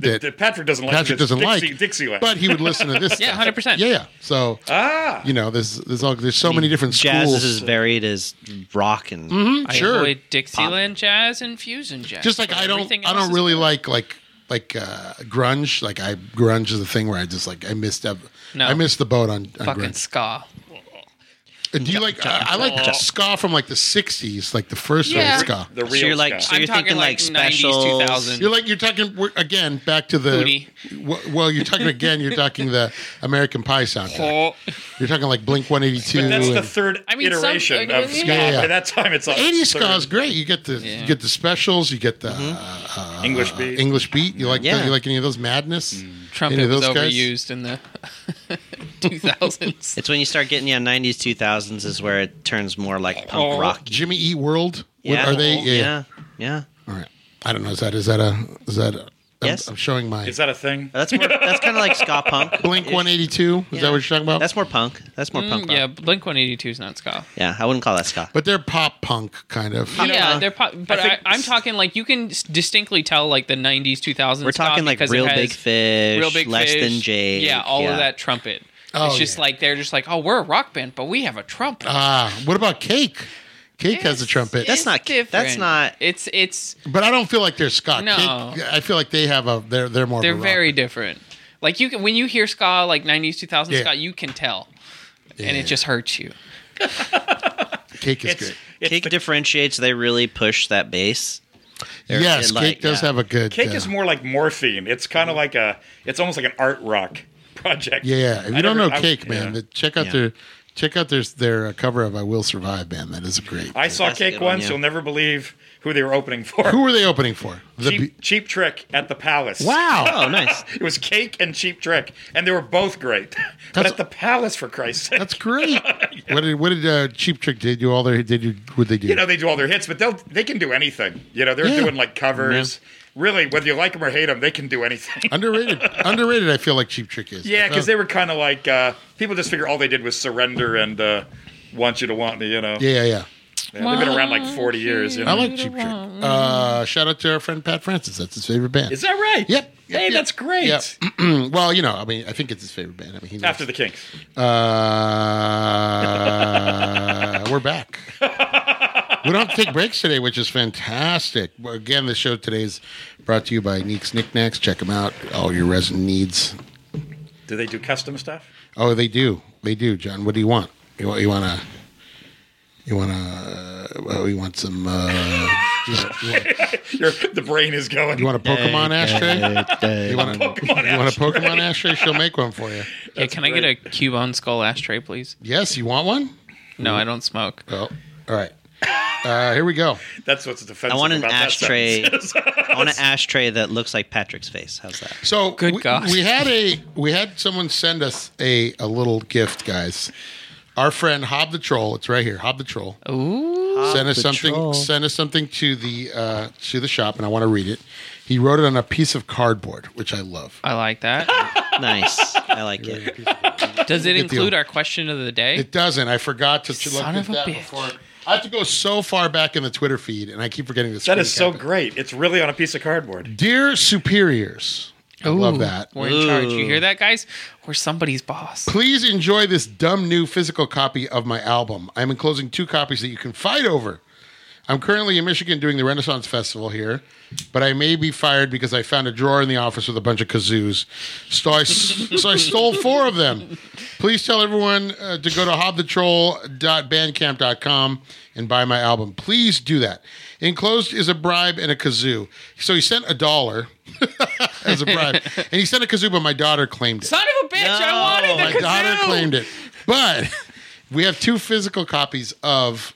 Speaker 3: that,
Speaker 7: that Patrick doesn't like.
Speaker 3: Patrick
Speaker 7: because
Speaker 3: doesn't
Speaker 7: Dixie,
Speaker 3: like.
Speaker 7: Dixieland.
Speaker 3: But he would listen to
Speaker 6: (laughs)
Speaker 3: this.
Speaker 4: Yeah,
Speaker 3: stuff.
Speaker 4: 100%.
Speaker 3: Yeah, yeah. So
Speaker 7: ah,
Speaker 3: you know, there's there's all there's so many different
Speaker 6: Jazz
Speaker 3: schools. Mm-hmm.
Speaker 6: is as varied as rock and
Speaker 4: I
Speaker 3: sure.
Speaker 4: avoid Dixieland jazz and fusion jazz.
Speaker 3: just like
Speaker 4: but
Speaker 3: I don't
Speaker 4: everything
Speaker 3: I
Speaker 4: else
Speaker 3: don't
Speaker 4: is
Speaker 3: really
Speaker 4: good.
Speaker 3: like like like uh grunge like I grunge is the thing where I just like I missed up
Speaker 4: No.
Speaker 3: I missed the boat on, on
Speaker 4: fucking
Speaker 3: grunge.
Speaker 4: ska.
Speaker 3: Uh, Do you like I, I like
Speaker 6: Ja.
Speaker 3: ska from like the 60s like the first wave
Speaker 4: Yeah.
Speaker 3: ska.
Speaker 7: the real.
Speaker 6: So you're like,
Speaker 7: Scott.
Speaker 6: so you're
Speaker 4: I'm talking
Speaker 6: thinking like,
Speaker 4: like 90s,
Speaker 6: specials.
Speaker 4: 2000.
Speaker 3: You're like you're talking we're, again back to the
Speaker 4: Hootie.
Speaker 3: w- well you're talking again you're talking the American Pie soundtrack.
Speaker 4: Oh,
Speaker 3: You're talking like Blink 182
Speaker 7: But that's
Speaker 3: and
Speaker 7: the third
Speaker 4: I mean, some-
Speaker 7: iteration
Speaker 4: I
Speaker 7: of
Speaker 4: mean,
Speaker 7: ska.
Speaker 3: yeah.
Speaker 7: By that time, it's like
Speaker 3: 80s
Speaker 7: third
Speaker 3: ska is great. You get the you get the specials, you get the uh, uh,
Speaker 7: English beat.
Speaker 3: English beat. You like
Speaker 6: Yeah.
Speaker 3: you like any of those madness?
Speaker 4: trumpet
Speaker 3: Any of
Speaker 4: was
Speaker 3: those guys?
Speaker 4: overused in the 2000s.
Speaker 6: It's when you start getting yeah, 90s, 2000s is where it turns more like punk
Speaker 4: Oh.
Speaker 6: rock.
Speaker 3: Jimmy Eat World? What
Speaker 6: Yeah.
Speaker 3: are they?
Speaker 6: Yeah. Yeah.
Speaker 3: All right. I don't know. Is that is that a is that a,
Speaker 6: Yes.
Speaker 3: I'm, I'm showing my
Speaker 7: Is that a thing?
Speaker 6: That's more, that's kind of like ska punk.
Speaker 3: Blink 182. Is that what you're talking about?
Speaker 6: That's more punk. That's more punk.
Speaker 4: (laughs) Mm,
Speaker 6: Rock.
Speaker 4: yeah, Blink 182 is not ska.
Speaker 6: Yeah, I wouldn't call that ska.
Speaker 3: but they're pop punk kind of.
Speaker 4: yeah,
Speaker 6: punk.
Speaker 4: they're pop, but
Speaker 7: I
Speaker 4: I
Speaker 7: think-
Speaker 4: I, am talking like you can s- distinctly tell like the 90s, 2000s.
Speaker 6: We're
Speaker 4: ska
Speaker 6: talking like
Speaker 4: because it
Speaker 6: real
Speaker 4: has
Speaker 6: big fish,
Speaker 4: Real Big
Speaker 6: less
Speaker 4: Fish,
Speaker 6: than Jake.
Speaker 4: Yeah, all of that trumpet.
Speaker 3: Oh,
Speaker 4: it's just
Speaker 3: yeah.
Speaker 4: like they're just like, oh, we're a rock band, but we have a trumpet.
Speaker 6: Uh,
Speaker 3: Ah, what about Cake? Cake has a trumpet,
Speaker 6: That's
Speaker 4: It's
Speaker 6: not-
Speaker 4: different.
Speaker 6: that's not-
Speaker 4: It's it's
Speaker 3: but I don't feel like they're Scott.
Speaker 4: No.
Speaker 3: Cake, I feel like they have a. They're they're more. of a
Speaker 4: they're
Speaker 3: rock.
Speaker 4: very different. Like you can when you hear ska like 90s, 2000s
Speaker 3: Yeah.
Speaker 4: ska, you can tell, and
Speaker 3: Yeah.
Speaker 4: it just hurts you.
Speaker 3: Cake is
Speaker 7: It's,
Speaker 3: good.
Speaker 7: it's
Speaker 6: Cake
Speaker 7: the-
Speaker 6: differentiates. They really push that bass. They're-
Speaker 3: Yes,
Speaker 6: it, like,
Speaker 3: Cake does
Speaker 6: yeah.
Speaker 3: have a good.
Speaker 7: Cake
Speaker 3: uh,
Speaker 7: is more like morphine. It's kind of like a. It's almost like an art rock (laughs) project.
Speaker 3: Yeah, yeah. If you
Speaker 7: I
Speaker 3: don't know
Speaker 7: never- I-
Speaker 3: Cake, man,
Speaker 7: yeah.
Speaker 3: then check out
Speaker 6: Yeah.
Speaker 3: their Check out their their uh, cover of "I Will Survive" band. That is great.
Speaker 7: I saw
Speaker 6: That's a
Speaker 7: Cake
Speaker 6: good one,
Speaker 7: once.
Speaker 6: yeah.
Speaker 7: You'll never believe who they were opening for.
Speaker 3: Who were they opening for? The
Speaker 7: cheap,
Speaker 3: Be-
Speaker 7: cheap Trick at the Palace.
Speaker 3: wow,
Speaker 6: Oh, nice.
Speaker 7: It was Cake and Cheap Trick, and they were both great. (laughs) but
Speaker 3: That's-
Speaker 7: at the Palace, for Christ's sake.
Speaker 3: that's great. (laughs) What did what did uh, Cheap Trick did? You all their did you what they do?
Speaker 7: you know they do all their hits, but they will they can do anything. You know they're
Speaker 3: Yeah.
Speaker 7: doing like covers. Really, whether you like them or hate them, they can do anything. (laughs)
Speaker 3: underrated, underrated. I feel like Cheap Trick is.
Speaker 7: yeah, because
Speaker 3: were.
Speaker 7: they were kind of like uh, people just figure all they did was surrender and uh, want you to want me. You know,
Speaker 3: Yeah, yeah, yeah.
Speaker 7: Yeah, they've been around like forty years. You
Speaker 3: I
Speaker 7: know?
Speaker 3: like Cheap Trick. Uh, shout out to our friend Pat Francis. That's his favorite band.
Speaker 7: Is that right?
Speaker 3: Yep.
Speaker 7: Hey,
Speaker 3: Yep.
Speaker 7: that's great.
Speaker 3: Yep. (clears throat) well, you know, I mean, I think it's his favorite band. I mean, he
Speaker 7: After the
Speaker 3: loves-
Speaker 7: Kinks.
Speaker 3: uh, (laughs) we're
Speaker 7: (laughs)
Speaker 3: back. We don't have to take breaks today, which is fantastic. Well, Again, the show today is brought to you by Neek's Knickknacks. Check them out. All your resin needs.
Speaker 7: Do they do custom stuff? (laughs)
Speaker 3: Oh, they do. They do, John. What do you want? You want you want to you want to well, you want some uh, you want- you want-
Speaker 7: Your, the brain is going.
Speaker 3: you want a Pokemon ashtray? You want a
Speaker 7: Pokemon
Speaker 3: You want a Pokemon ashtray? She'll make one for you.
Speaker 4: Hey, can I get a Cubone skull ashtray, please?
Speaker 3: Yes, you want one?
Speaker 4: No, I don't smoke.
Speaker 3: Oh, all right. Uh, here we go.
Speaker 7: That's what's defensive.
Speaker 6: I want an
Speaker 7: about that
Speaker 6: ashtray.
Speaker 7: sentence. (laughs)
Speaker 6: I want an ashtray that looks like Patrick's face. How's that?
Speaker 3: So
Speaker 4: Good
Speaker 3: we,
Speaker 4: God.
Speaker 3: we had a we had someone send us a a little gift, guys. Our friend Hob the Troll. It's right here. Hob the Troll.
Speaker 4: Ooh.
Speaker 3: sent us
Speaker 6: the
Speaker 3: something.
Speaker 6: troll.
Speaker 3: Sent us something to the uh, to the shop, and I want to read it. He wrote it on a piece of cardboard, which I love.
Speaker 4: I
Speaker 3: (laughs)
Speaker 4: like that.
Speaker 6: Nice. I like it.
Speaker 4: Does it
Speaker 3: Good deal.
Speaker 4: include our question of the day?
Speaker 3: It doesn't. I forgot to, to look
Speaker 4: Son
Speaker 3: at
Speaker 4: of a
Speaker 3: that
Speaker 4: bitch.
Speaker 3: before. I have to go so far back in the Twitter feed, and I keep forgetting this.
Speaker 7: that is so great. It's really on a piece of cardboard.
Speaker 3: Dear superiors, I love
Speaker 4: Ooh,
Speaker 3: that.
Speaker 4: We're in charge. You
Speaker 6: Ooh.
Speaker 4: hear that, guys? We're somebody's boss.
Speaker 3: Please enjoy this dumb new physical copy of my album. I'm enclosing two copies that you can fight over. I'm currently in Michigan doing the Renaissance Festival here, but I may be fired because I found a drawer in the office with a bunch of kazoos. So I, (laughs) so I stole four of them. Please tell everyone uh, to go to hobthetroll.bandcamp.com and buy my album. Please do that. Enclosed is a bribe and a kazoo. So he sent a dollar (laughs) as a bribe, and he sent a kazoo, but my daughter claimed it
Speaker 4: Son of a bitch! I
Speaker 6: No.
Speaker 4: wanted the
Speaker 3: my
Speaker 4: kazoo.
Speaker 3: daughter claimed it. But we have two physical copies of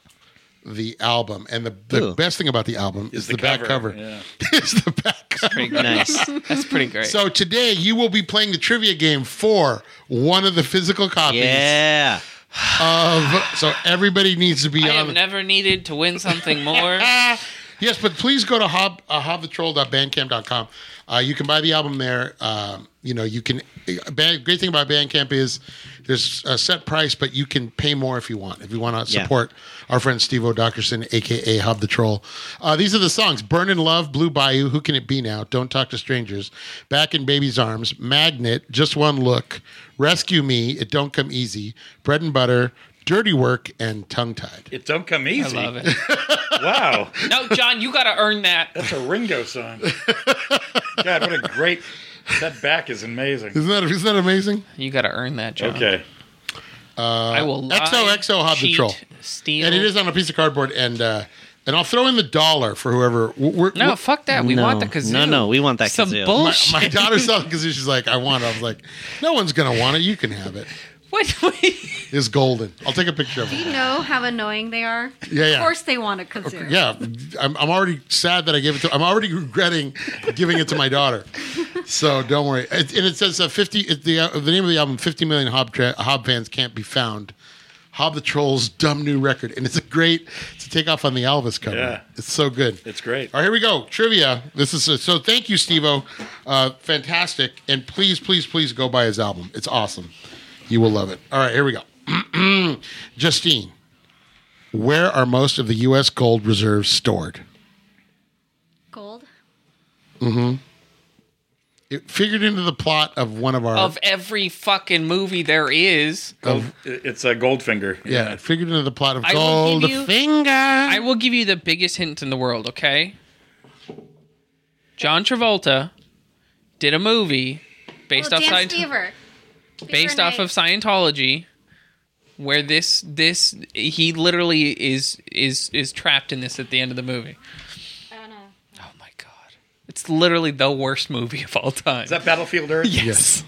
Speaker 3: the album, and the, the
Speaker 6: Ooh.
Speaker 3: best thing about the album is, the, back cover. (laughs)
Speaker 7: Yeah.
Speaker 3: Is the back cover.
Speaker 6: Nice.
Speaker 4: That's pretty great.
Speaker 3: So today you will be playing the trivia game for one of the physical copies
Speaker 6: Yeah.
Speaker 3: of. So everybody needs to be
Speaker 4: I
Speaker 3: on.
Speaker 4: have never needed to win something (laughs) more.
Speaker 3: Yes, but please go to hob, uh, hobthetroll.bandcamp.com. Uh, you can buy the album there. Um, you know, you can. uh, Band, great thing about Bandcamp is there's a set price, but you can pay more if you want. If you want to
Speaker 6: Yeah.
Speaker 3: support our friend Steve O'Dockerson, aka Hob the Troll. Uh, these are the songs: "Burn in Love," "Blue Bayou," "Who Can It Be Now," "Don't Talk to Strangers," "Back in Baby's Arms," "Magnet," "Just One Look," "Rescue Me," "It Don't Come Easy," "Bread and Butter," "Dirty Work," and "Tongue Tied."
Speaker 7: It don't come
Speaker 4: I
Speaker 7: easy.
Speaker 4: love it.
Speaker 7: Wow.
Speaker 4: No, John, you got to earn that.
Speaker 7: That's a Ringo song. God, what a great. That back is amazing.
Speaker 3: Isn't that isn't that amazing?
Speaker 4: You got to earn that, John.
Speaker 7: Okay.
Speaker 4: I will
Speaker 3: Uh,
Speaker 4: lie,
Speaker 3: XOXO Hob the
Speaker 4: cheat,
Speaker 3: Troll.
Speaker 4: Steal.
Speaker 3: and it is on a piece of cardboard and uh and i'll throw in the dollar for whoever we're, we're-
Speaker 4: No, fuck that. We
Speaker 6: no.
Speaker 4: want the kazoo.
Speaker 6: No, no, we want that
Speaker 4: Some
Speaker 6: kazoo.
Speaker 3: my,
Speaker 4: bullshit.
Speaker 8: (laughs)
Speaker 3: my daughter saw it because she's like i want it i was like no one's gonna want it you can have it
Speaker 4: (laughs) what?
Speaker 3: it's golden i'll take a picture of
Speaker 8: Do
Speaker 3: it
Speaker 8: you know how annoying they are?
Speaker 3: Yeah, yeah.
Speaker 8: Of course they want a kazoo.
Speaker 3: yeah I'm, I'm already sad that i gave it to i'm already regretting giving it to my daughter so don't worry it, and it says uh, 50 it, the, uh, the name of the album 50 million hob, tra- hob fans can't be found hob the troll's dumb new record and it's a great to take off on the elvis cover
Speaker 7: Yeah.
Speaker 3: it's so good
Speaker 7: It's great.
Speaker 3: All right, here we go. Trivia. This is uh, so. Thank you, Stevo. Uh, fantastic. And please, please, please go buy his album. It's awesome. You will love it. All right, here we go. (clears throat) Justine, where are most of the U.S. gold reserves stored?
Speaker 8: Gold.
Speaker 3: It figured into the plot of one of our.
Speaker 4: of every fucking movie there is.
Speaker 7: Gold, it's a Goldfinger.
Speaker 3: yeah, it figured into the plot of
Speaker 4: I will give you-
Speaker 3: Goldfinger.
Speaker 4: I will give you the biggest hint in the world, okay? John Travolta did a movie based
Speaker 8: oh,
Speaker 4: off
Speaker 8: Dan
Speaker 4: Scient-
Speaker 8: Stever.
Speaker 4: based off of Scientology where this this he literally is is is trapped in this at the end of the movie.
Speaker 8: I don't know.
Speaker 4: Oh my god. It's literally the worst movie of all time.
Speaker 7: Is that Battlefield Earth?
Speaker 4: yes.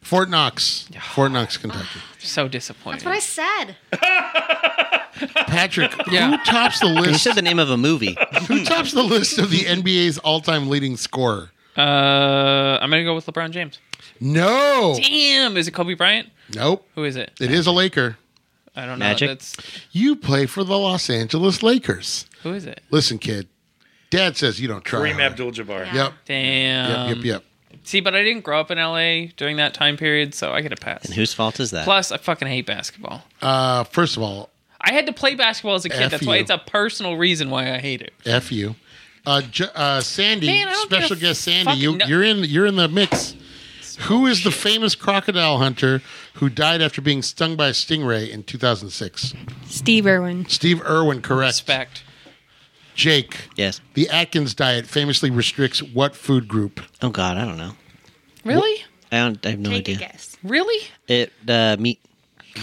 Speaker 3: Fort Knox, Fort Knox,
Speaker 4: (laughs)
Speaker 3: Kentucky.
Speaker 4: So disappointed.
Speaker 8: That's what I said.
Speaker 3: Patrick, who
Speaker 4: Yeah.
Speaker 3: tops the
Speaker 6: You
Speaker 3: list?
Speaker 6: said the name of a movie. (laughs)
Speaker 3: who tops the list of the NBA's all-time leading scorer?
Speaker 4: uh, I'm gonna go with LeBron James.
Speaker 3: No,
Speaker 4: Damn, is it Kobe Bryant?
Speaker 3: nope.
Speaker 4: Who is it?
Speaker 3: It is a Laker.
Speaker 4: I don't know.
Speaker 6: Magic?
Speaker 4: That's
Speaker 3: You play for the Los Angeles Lakers.
Speaker 4: who is it?
Speaker 3: Listen, kid. Dad says you don't try.
Speaker 7: Kareem
Speaker 3: hard.
Speaker 7: Abdul-Jabbar.
Speaker 3: Yep.
Speaker 4: Damn.
Speaker 3: Yep. Yep. Yep.
Speaker 4: See, but I didn't grow up in LA during that time period, so I get a pass.
Speaker 6: And whose fault is that?
Speaker 4: Plus, I fucking hate basketball.
Speaker 3: Uh, first of all,
Speaker 4: I had to play basketball as a kid.
Speaker 3: F
Speaker 4: That's why
Speaker 3: you.
Speaker 4: it's a personal reason why I hate it.
Speaker 3: f you. Uh, J- uh, Sandy,
Speaker 4: Man, I don't give
Speaker 3: special
Speaker 4: a
Speaker 3: guest Sandy,
Speaker 4: fucking
Speaker 3: you,
Speaker 4: no-
Speaker 3: you're in. You're in the mix. Who is the famous crocodile hunter who died after being stung by a stingray in 2006?
Speaker 2: Steve Irwin.
Speaker 3: Steve Irwin, correct.
Speaker 4: Respect.
Speaker 3: Jake,
Speaker 6: yes.
Speaker 3: the Atkins diet famously restricts what food group?
Speaker 6: Oh God, I don't know.
Speaker 4: Really?
Speaker 6: I don't. I have no
Speaker 5: Take a
Speaker 6: idea.
Speaker 8: (laughs)
Speaker 5: guess.
Speaker 4: Really?
Speaker 6: It uh, meat.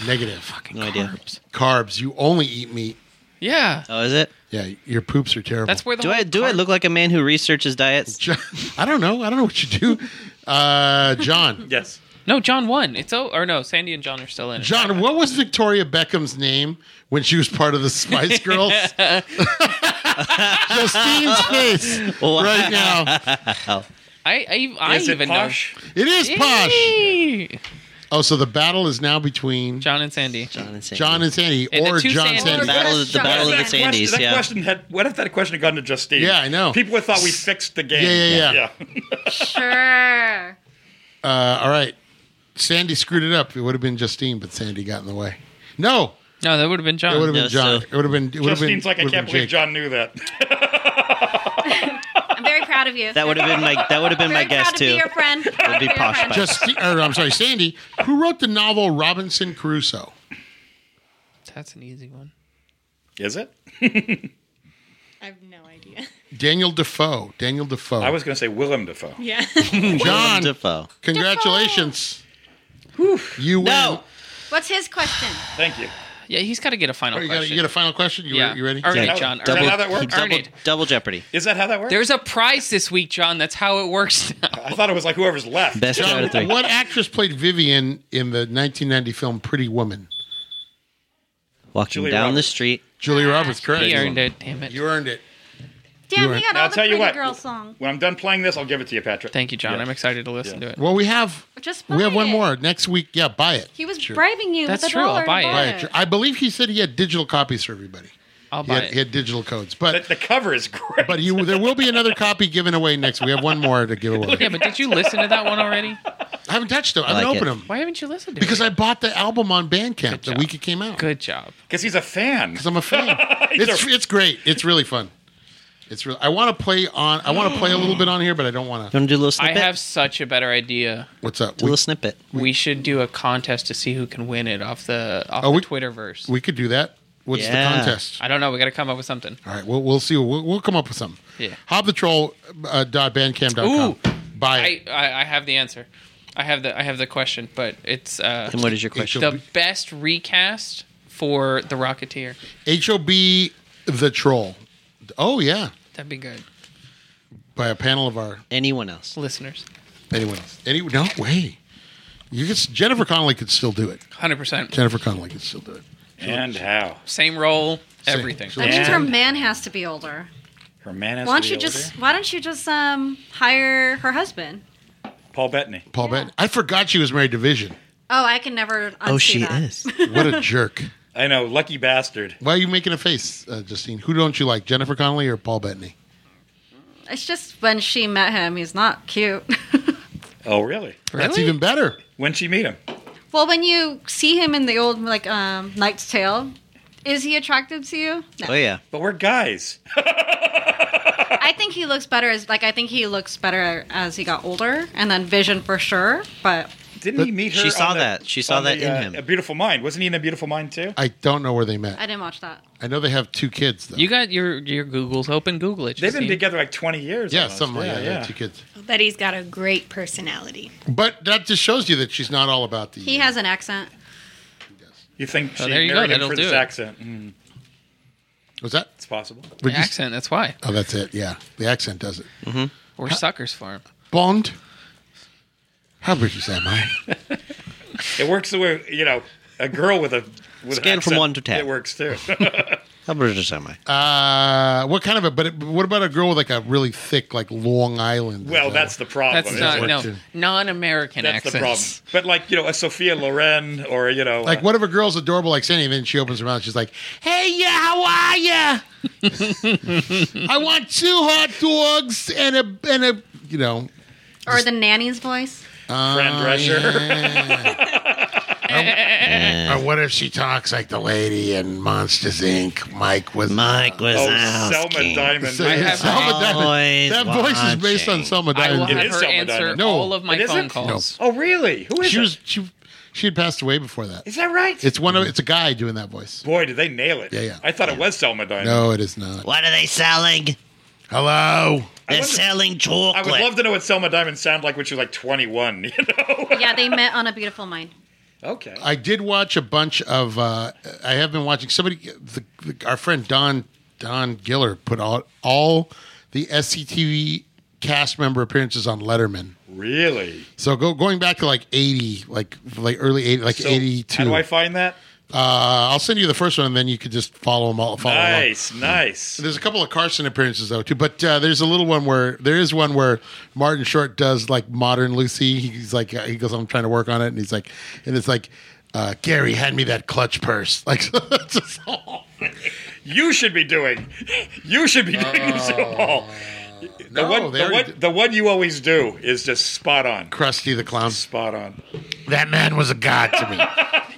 Speaker 3: Negative.
Speaker 6: No idea.
Speaker 3: Carbs. You only eat meat.
Speaker 4: Yeah.
Speaker 6: Oh, is it?
Speaker 3: Yeah, your poops are terrible.
Speaker 4: That's where the
Speaker 6: Do I
Speaker 4: whole
Speaker 6: do I
Speaker 4: car-
Speaker 6: look like a man who researches diets?
Speaker 3: John, (laughs) I don't know. I don't know what you do. Uh, John.
Speaker 7: Yes.
Speaker 4: No, John won. It's oh or no, Sandy and John are still in it.
Speaker 3: John, what was Victoria Beckham's name when she was part of the Spice
Speaker 4: (laughs)
Speaker 3: Girls? Justine's face right now.
Speaker 4: I I, I
Speaker 7: is it
Speaker 4: even
Speaker 7: posh?
Speaker 3: It is
Speaker 4: know.
Speaker 3: posh.
Speaker 4: Yay!
Speaker 3: Oh, so the battle is now between John,
Speaker 4: John and Sandy.
Speaker 6: John and Sandy.
Speaker 3: and Sandy
Speaker 4: And the
Speaker 3: or
Speaker 4: two
Speaker 3: John
Speaker 4: Sandys.
Speaker 6: the
Speaker 3: Sandy.
Speaker 6: battle,
Speaker 8: Yes,
Speaker 6: the
Speaker 8: John
Speaker 6: battle of the
Speaker 8: and
Speaker 7: Question-
Speaker 6: Sandys.
Speaker 7: that
Speaker 6: yeah.
Speaker 7: question had. What if that question had gone to Justine?
Speaker 3: Yeah, I know.
Speaker 7: People would thought we fixed the game.
Speaker 3: Yeah, yeah, yeah.
Speaker 8: Sure.
Speaker 3: Uh, all right. Sandy screwed it up. It would have been Justine, but Sandy got in the way. No,
Speaker 4: No, that would have been
Speaker 3: it would
Speaker 4: John.
Speaker 3: have been
Speaker 6: No,
Speaker 3: John.
Speaker 6: so-
Speaker 3: it would have been. It would have been.
Speaker 7: Justine's like, I
Speaker 3: would have
Speaker 7: can't
Speaker 3: been
Speaker 7: believe
Speaker 3: Jake.
Speaker 7: John knew that.
Speaker 8: I'm very proud of you.
Speaker 6: That would have been my that would have been
Speaker 8: very
Speaker 6: my guess
Speaker 8: proud to
Speaker 6: too.
Speaker 8: be your friend. Proud to
Speaker 6: be
Speaker 8: your
Speaker 6: posh
Speaker 8: friend.
Speaker 6: by-
Speaker 3: Justi- or, I'm sorry, Sandy. Who wrote the novel Robinson Crusoe?
Speaker 4: That's an easy one.
Speaker 7: Is it?
Speaker 5: I have no idea. (laughs)
Speaker 3: Daniel Defoe. Daniel Defoe.
Speaker 7: I was going to say Willem Dafoe.
Speaker 5: Yeah.
Speaker 3: John.
Speaker 6: Defoe.
Speaker 3: Congratulations. You win.
Speaker 6: No.
Speaker 8: What's his question?
Speaker 7: Thank you.
Speaker 4: Yeah, he's got to get a final
Speaker 3: Oh, you, got a,
Speaker 4: question.
Speaker 3: you got a final question? You,
Speaker 4: yeah,
Speaker 3: you ready?
Speaker 4: Earn
Speaker 6: Yeah,
Speaker 4: it, John.
Speaker 7: double-
Speaker 4: Earn
Speaker 7: how
Speaker 4: it.
Speaker 7: that works?
Speaker 4: Earn
Speaker 6: Double,
Speaker 4: it.
Speaker 6: double Jeopardy.
Speaker 7: Is that how that works?
Speaker 4: There's a prize this week, John. That's how it works (laughs) now.
Speaker 7: I thought it was like whoever's left.
Speaker 6: Best out
Speaker 3: John,
Speaker 6: of three.
Speaker 3: what actress played Vivian in the 1990 film Pretty Woman?
Speaker 6: Walking
Speaker 7: Julia
Speaker 6: down the
Speaker 7: Roberts.
Speaker 6: street.
Speaker 3: Julie Roberts, correct.
Speaker 4: He earned it. Damn it.
Speaker 3: You earned it. You
Speaker 8: Damn,
Speaker 3: were-
Speaker 8: Ah, we got
Speaker 7: Now,
Speaker 8: all
Speaker 7: I'll
Speaker 8: the
Speaker 7: tell you
Speaker 8: pretty
Speaker 7: what.
Speaker 8: girl song.
Speaker 7: When I'm done playing this, I'll give it to you, Patrick.
Speaker 4: Thank you, John. I'm excited to listen to it.
Speaker 3: Well, we have
Speaker 8: Just buy
Speaker 3: we have one
Speaker 8: it.
Speaker 3: more next week. Yeah, buy it.
Speaker 8: He was bribing you
Speaker 4: That's
Speaker 8: with a
Speaker 4: true, I'll
Speaker 8: dollar. to
Speaker 4: buy it.
Speaker 3: Buy it. I believe he said he had digital copies for everybody.
Speaker 4: I'll
Speaker 3: He
Speaker 4: buy
Speaker 3: had, he
Speaker 4: it.
Speaker 3: had digital codes,
Speaker 7: The,
Speaker 3: but
Speaker 7: the cover is great.
Speaker 3: but you, there will be another copy given away next. We have one more to give away.
Speaker 4: Yeah, but did you listen to that one already?
Speaker 3: I haven't touched them. I,
Speaker 6: like
Speaker 3: haven't
Speaker 6: it.
Speaker 3: opened them
Speaker 4: Why haven't you listened to
Speaker 3: because
Speaker 4: it?
Speaker 3: I bought the album on Bandcamp the
Speaker 4: job.
Speaker 3: week it came out.
Speaker 4: Good job.
Speaker 7: Because he's a fan.
Speaker 3: because I'm a
Speaker 4: (laughs)
Speaker 3: fan. it's it's great. It's really fun. It's real. I want to play on. I want to play a little bit on here, but I don't want
Speaker 6: You
Speaker 3: to.
Speaker 6: want to do a little
Speaker 4: I
Speaker 6: snippet?
Speaker 4: have such a better idea.
Speaker 3: What's up?
Speaker 6: a
Speaker 3: We,
Speaker 6: little snippet.
Speaker 4: We should do a contest to see who can win it off the off
Speaker 3: Oh,
Speaker 4: the
Speaker 3: we-
Speaker 4: Twitterverse.
Speaker 3: we could do that. What's
Speaker 6: Yeah.
Speaker 3: the contest?
Speaker 4: I don't know. We got to come up with something.
Speaker 3: All right, we'll we'll see. We'll, we'll come up with something.
Speaker 4: Yeah.
Speaker 3: Hob the troll uh, dot bandcamp.com.
Speaker 4: Ooh.
Speaker 3: Buy
Speaker 4: I,
Speaker 3: it.
Speaker 4: I I have the answer. I have the I have the question, but it's uh,
Speaker 6: And what is your question?
Speaker 4: the best recast for the Rocketeer.
Speaker 3: H O B the troll. Oh yeah,
Speaker 4: That'd be good,
Speaker 3: by a panel of our
Speaker 6: Anyone else?
Speaker 4: listeners.
Speaker 3: anyone else. Any no way. You could s- Jennifer Connelly could still do it.
Speaker 4: Hundred percent.
Speaker 3: Jennifer Connelly could still do it.
Speaker 7: and how?
Speaker 4: Same role. Everything.
Speaker 3: Sure.
Speaker 8: That means her
Speaker 7: And-
Speaker 8: man has to be older.
Speaker 7: Her man has to
Speaker 8: Why don't
Speaker 7: be
Speaker 8: you
Speaker 7: over
Speaker 8: just Why don't you just um hire her husband?
Speaker 7: there. Paul Bettany.
Speaker 3: Paul Bettany. I forgot she was married to Vision.
Speaker 8: Oh, I can never. Unsee
Speaker 6: Oh, she
Speaker 8: that.
Speaker 6: is.
Speaker 3: What a jerk.
Speaker 7: I know, lucky bastard.
Speaker 3: Why are you making a face, uh, Justine? Who don't you like, Jennifer Connelly or Paul Bettany?
Speaker 8: It's just when she met him, he's not cute. (laughs)
Speaker 7: Oh, really?
Speaker 3: That's even better.
Speaker 7: When'd she meet him?
Speaker 8: well, when you see him in the old like um Knight's Tale, is he attractive to you? No.
Speaker 6: Oh yeah.
Speaker 7: But we're guys.
Speaker 8: I think he looks better as like I think he looks better as he got older, and then Vision for sure. But
Speaker 7: Didn't he meet her?
Speaker 6: She saw
Speaker 7: on the-
Speaker 6: that. She saw
Speaker 7: on
Speaker 6: that
Speaker 7: the,
Speaker 6: in
Speaker 7: uh,
Speaker 6: him.
Speaker 7: A Beautiful Mind. Wasn't he in A Beautiful Mind too?
Speaker 3: I don't know where they met.
Speaker 8: I didn't watch that.
Speaker 3: I know they have two kids though.
Speaker 4: You got your your Google's open. Google it.
Speaker 7: They've been
Speaker 4: Justine.
Speaker 7: together like 20 years.
Speaker 3: yeah,
Speaker 7: almost.
Speaker 3: something like that.
Speaker 7: yeah.
Speaker 3: yeah, Two kids.
Speaker 5: But he's got a great personality.
Speaker 3: But that just shows you that she's not all about the.
Speaker 8: He has an accent.
Speaker 7: You think
Speaker 4: Oh,
Speaker 7: she
Speaker 4: there you go.
Speaker 7: married him
Speaker 4: That'll
Speaker 7: for
Speaker 4: do
Speaker 7: this
Speaker 4: it.
Speaker 7: accent? Mm,
Speaker 3: Was that?
Speaker 7: it's possible.
Speaker 3: would
Speaker 4: The
Speaker 3: you-
Speaker 4: accent. That's why
Speaker 3: oh, that's it. Yeah, the accent does it.
Speaker 4: we're suckers for him.
Speaker 3: Bond. How British am I?
Speaker 7: It works the way you know a girl with a with an
Speaker 6: Scale from
Speaker 7: accent,
Speaker 6: one to ten.
Speaker 7: It
Speaker 6: (laughs)
Speaker 7: works too.
Speaker 6: How British am I?
Speaker 3: Uh, what kind of a? But it, what about a girl with like a really thick, like Long Island?
Speaker 7: well, that's the problem.
Speaker 4: That's
Speaker 7: It's
Speaker 4: not
Speaker 7: like-
Speaker 4: no
Speaker 3: too.
Speaker 4: non-American
Speaker 7: that's the problem.
Speaker 4: accents.
Speaker 7: But like you know, a Sophia Loren or you know,
Speaker 3: like
Speaker 7: uh,
Speaker 3: what if a girl's adorable like Sandy, and then she opens her mouth, she's like, "Hey, yeah, how are ya? (laughs) I want two hot dogs and a and a you know."
Speaker 8: Or the nanny's voice.
Speaker 7: friend
Speaker 6: uh,
Speaker 7: Drescher. uh,
Speaker 3: Or what if she talks like the lady in Monsters Inc. Mike was (laughs)
Speaker 6: Mike
Speaker 7: Oh,
Speaker 6: Wazowski.
Speaker 7: Selma Diamond.
Speaker 3: So it's
Speaker 4: have-
Speaker 3: Selma
Speaker 6: Always
Speaker 3: Diamond. That voice is based on
Speaker 6: watching.
Speaker 3: Selma
Speaker 4: I will
Speaker 3: Diamond.
Speaker 4: have
Speaker 7: is
Speaker 4: her
Speaker 7: Selma
Speaker 4: answer
Speaker 7: Diamond.
Speaker 3: No.
Speaker 4: all of my
Speaker 7: It
Speaker 4: phone
Speaker 7: isn't?
Speaker 4: calls.
Speaker 7: oh, really? Who is
Speaker 3: she
Speaker 7: it?
Speaker 3: was she she had passed away before that.
Speaker 7: Is that right?
Speaker 3: It's one of it's a guy doing that voice.
Speaker 7: Boy, did they nail it!
Speaker 3: Yeah, yeah.
Speaker 7: I thought it was Selma Diamond.
Speaker 3: No, it is not.
Speaker 6: What are they selling?
Speaker 3: Hello.
Speaker 6: They're
Speaker 7: wonder-
Speaker 6: selling
Speaker 7: I
Speaker 6: chocolate.
Speaker 7: would love to know what Selma Diamond sounded like when she was like 21. (laughs) You know?
Speaker 8: Yeah, they met on A Beautiful Mind.
Speaker 7: Okay.
Speaker 3: I did watch a bunch of. Uh, I have been watching somebody. The, the, our friend Don Don Giller put out all the SCTV cast member appearances on Letterman.
Speaker 7: really?
Speaker 3: So go going back to like eighty, like like early eighty, like
Speaker 7: So,
Speaker 3: eighty two.
Speaker 7: How do
Speaker 3: I
Speaker 7: I find that?
Speaker 3: uh, I'll send you the first one, and then you could just follow them all. Follow along.
Speaker 7: Nice, nice.
Speaker 3: There's a couple of Carson appearances though too, but uh, there's a little one where there is one where Martin Short does like modern Lucy. He's like uh, he goes, I'm trying to work on it, and he's like, and it's like, uh, Gary, hand me that clutch purse. (laughs) Like, so it's just, oh,
Speaker 7: You should be doing. (laughs) You should be doing this (laughs) all. The
Speaker 3: Oh, No,
Speaker 7: one,
Speaker 3: they
Speaker 7: the
Speaker 3: already
Speaker 7: one,
Speaker 3: did.
Speaker 7: the one you always do is just spot on.
Speaker 3: Krusty the Clown.
Speaker 7: Spot on.
Speaker 3: That man was a god to me.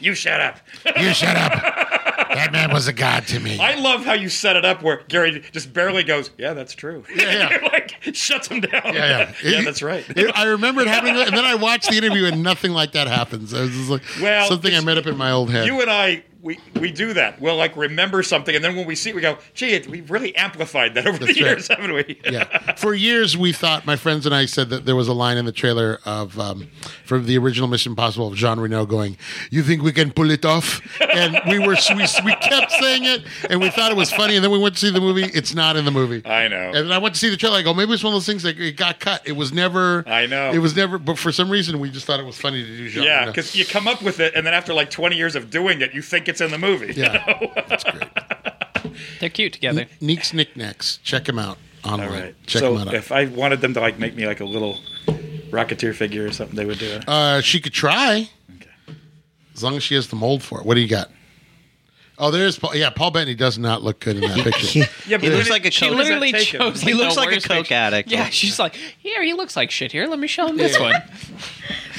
Speaker 7: You shut up.
Speaker 3: You shut up. That man was a god to me.
Speaker 7: I love how you set it up where Gary just barely goes, "Yeah, that's true." (laughs)
Speaker 3: yeah.
Speaker 7: You're like shuts him down. (laughs)
Speaker 3: yeah, yeah. It-
Speaker 7: that's right.
Speaker 3: it- I remember it happening, and then I watched the interview, and nothing like that happens. I was just like,
Speaker 7: Well,
Speaker 3: something I
Speaker 7: this-
Speaker 3: made up in my old head.
Speaker 7: you and I, we, we do that. We'll like remember something, and then when we see it, we go, gee, it, we've really amplified that over
Speaker 3: That's
Speaker 7: the
Speaker 3: right.
Speaker 7: years, haven't we?
Speaker 3: yeah. For years, we thought my friends and I said that there was a line in the trailer of um, from the original Mission Impossible of Jean Reno going, "You think we can pull it off?" And we were we, we kept saying it, and we thought it was funny. And then we went to see the movie. It's not in the movie.
Speaker 7: (laughs) I know.
Speaker 3: And I went to see the trailer. I go, maybe it's one of those things that it got cut. It was never.
Speaker 7: I know.
Speaker 3: It was never. But for some reason, we just thought it was funny to do Jean.
Speaker 7: Yeah,
Speaker 3: Reno.
Speaker 7: because you come up with it, and then after like 20 years of doing it, you think it's in the movie.
Speaker 3: yeah.
Speaker 4: They're cute together.
Speaker 3: Neeks Knickknacks. Check them out
Speaker 7: (laughs) All
Speaker 3: online.
Speaker 7: right.
Speaker 3: Check
Speaker 7: so
Speaker 3: them out.
Speaker 7: if I wanted them to like make me like a little rocketeer figure or something, they would do it.
Speaker 3: Uh, she could try. As long as she has the mold for it. What do you got? Oh, there is Paul. Yeah, Paul Bettany does not look good
Speaker 8: (laughs)
Speaker 3: in that picture.
Speaker 7: yeah,
Speaker 6: he looks
Speaker 7: then
Speaker 6: like a
Speaker 7: it-
Speaker 6: She
Speaker 4: She
Speaker 6: Coke-
Speaker 7: does that
Speaker 4: literally
Speaker 7: take him?
Speaker 4: chose.
Speaker 6: He
Speaker 4: like,
Speaker 6: looks
Speaker 4: the
Speaker 6: like a
Speaker 4: worst
Speaker 6: Coke
Speaker 4: picture.
Speaker 6: addict.
Speaker 4: Yeah, she's like, here he looks like shit. Here, let me show him this
Speaker 3: Yeah.
Speaker 4: one.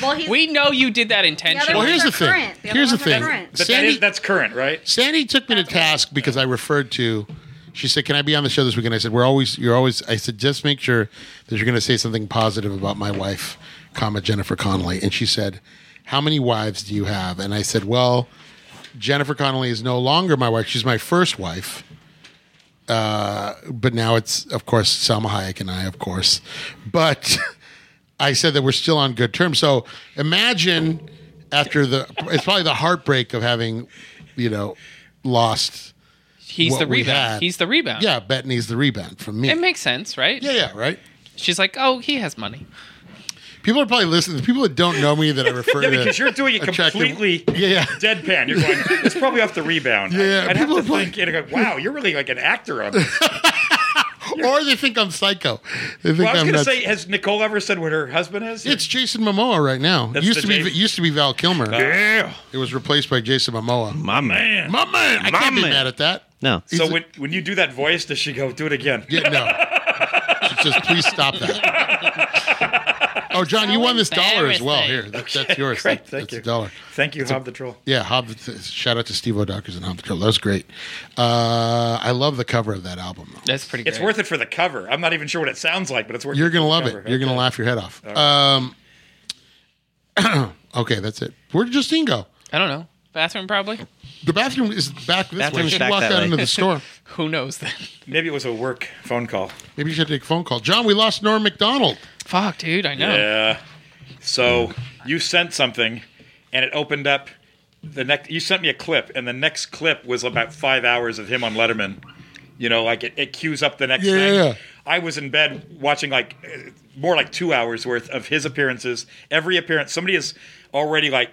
Speaker 8: Well,
Speaker 4: (laughs)
Speaker 8: he's
Speaker 4: We know you did that
Speaker 8: the other
Speaker 4: intentionally.
Speaker 3: Well,
Speaker 8: ones
Speaker 3: here's
Speaker 8: are
Speaker 3: the thing.
Speaker 8: current. other
Speaker 3: Here's the
Speaker 8: ones are
Speaker 3: thing.
Speaker 8: current.
Speaker 7: But that
Speaker 3: Sandy-
Speaker 7: is, that's current, right?
Speaker 3: Sandy took me to task because I referred to. She said, "Can I be on the show this weekend?" I said, "We're always. You're always." I said, "Just make sure that you're going to say something positive about my wife, comma Jennifer Connolly." And she said, "How many wives do you have?" And I said, "Well, Jennifer Connolly is no longer my wife. She's my first wife." Uh, but now it's, of course, Selma Hayek and I, of course. But I said that we're still on good terms. So imagine after the, it's probably the heartbreak of having, you know, lost.
Speaker 4: He's
Speaker 3: what
Speaker 4: the
Speaker 3: we
Speaker 4: rebound.
Speaker 3: had.
Speaker 4: He's the rebound.
Speaker 3: Yeah, Bettany's the rebound from me.
Speaker 4: It makes sense, right?
Speaker 3: yeah, yeah, right.
Speaker 4: She's like, oh, he has money.
Speaker 3: People are probably listening. The people that don't know me that I refer
Speaker 7: (laughs) Yeah,
Speaker 3: to
Speaker 7: because you're doing it
Speaker 3: attractive-
Speaker 7: completely
Speaker 3: Yeah, yeah.
Speaker 7: (laughs) deadpan. You're going, it's probably off the rebound.
Speaker 3: Yeah, yeah.
Speaker 7: I'd
Speaker 3: People
Speaker 7: have to
Speaker 3: are
Speaker 7: think, you know, wow, you're really like an
Speaker 3: (laughs)
Speaker 7: actor on this.
Speaker 3: Or they think I'm psycho. They think
Speaker 7: Well, I was
Speaker 3: I'm
Speaker 7: going to
Speaker 3: nuts.
Speaker 7: say, has Nicole ever said what her husband is?
Speaker 3: It's Jason Momoa right now.
Speaker 7: That's
Speaker 3: used
Speaker 7: the
Speaker 3: to be
Speaker 7: Jason-
Speaker 3: used to be Val Kilmer.
Speaker 7: yeah.
Speaker 3: It was replaced by Jason Momoa.
Speaker 6: my man.
Speaker 3: My man, I
Speaker 6: My
Speaker 3: can't be
Speaker 6: man.
Speaker 3: mad at that.
Speaker 6: No.
Speaker 7: So
Speaker 3: He's a-
Speaker 7: when, when you do that voice, does she go, do it again?
Speaker 3: Yeah, no. She says, please stop that.
Speaker 7: (laughs)
Speaker 3: Oh, John, you won this dollar as well. Here, that, that's yours.
Speaker 7: Great,
Speaker 3: That-
Speaker 7: thank
Speaker 3: that's
Speaker 7: you.
Speaker 3: a dollar.
Speaker 7: Thank you, Hob the Troll.
Speaker 3: Yeah, Hob, shout out to Steve O'Dockers and Hob the Troll. That was great. Uh, I love the cover of that album. Though.
Speaker 4: That's pretty.
Speaker 7: It's
Speaker 4: great.
Speaker 7: worth it for the cover. I'm not even sure what it sounds like, but it's worth
Speaker 3: You're
Speaker 7: going to
Speaker 3: love it. You're going to laugh your head off. Um, (clears throat) okay, that's it. Where did Justine go?
Speaker 4: I don't know. Bathroom probably.
Speaker 3: The bathroom is back this way.
Speaker 6: Bathroom's
Speaker 3: She
Speaker 6: back
Speaker 3: walked
Speaker 6: that
Speaker 3: out
Speaker 6: way.
Speaker 3: into (laughs) the
Speaker 4: (laughs)
Speaker 3: store.
Speaker 4: Who knows then?
Speaker 7: Maybe it was a work phone call.
Speaker 3: Maybe you should take a phone call. John, we lost Norm McDonald.
Speaker 4: Fuck, dude. I know.
Speaker 7: Yeah. So you sent something, and it opened up the next. You sent me a clip, and the next clip was about five hours of him on Letterman. You know, like it, it cues up the next
Speaker 3: Yeah,
Speaker 7: thing.
Speaker 3: yeah, yeah.
Speaker 7: I was in bed watching like uh, more like two hours worth of his appearances. Every appearance, somebody has already like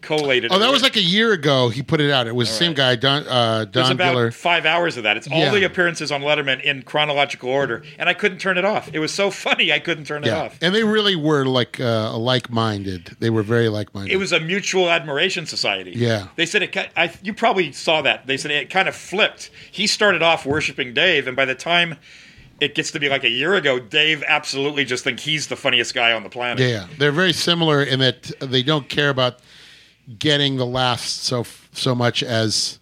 Speaker 7: collated.
Speaker 3: Oh, that
Speaker 7: it.
Speaker 3: was like a year ago. He put it out. It was the same guy, Don uh,
Speaker 7: There's
Speaker 3: Don
Speaker 7: about
Speaker 3: Giller.
Speaker 7: five hours of that. It's all
Speaker 3: Yeah.
Speaker 7: the appearances on Letterman in chronological order, and I couldn't turn it off. It was so (laughs) funny, I couldn't turn it
Speaker 3: Yeah,
Speaker 7: off.
Speaker 3: and they really were like uh, like-minded. They were very like-minded.
Speaker 7: It was a mutual admiration society.
Speaker 3: Yeah.
Speaker 7: they said it. ki- I, you probably saw that. They said it kind of flipped. He started off worshiping Dave, and by the time it gets to be like a year ago, Dave absolutely just think he's the funniest guy on the planet.
Speaker 3: Yeah, yeah. they're very similar in that they don't care about getting the laughs so so much as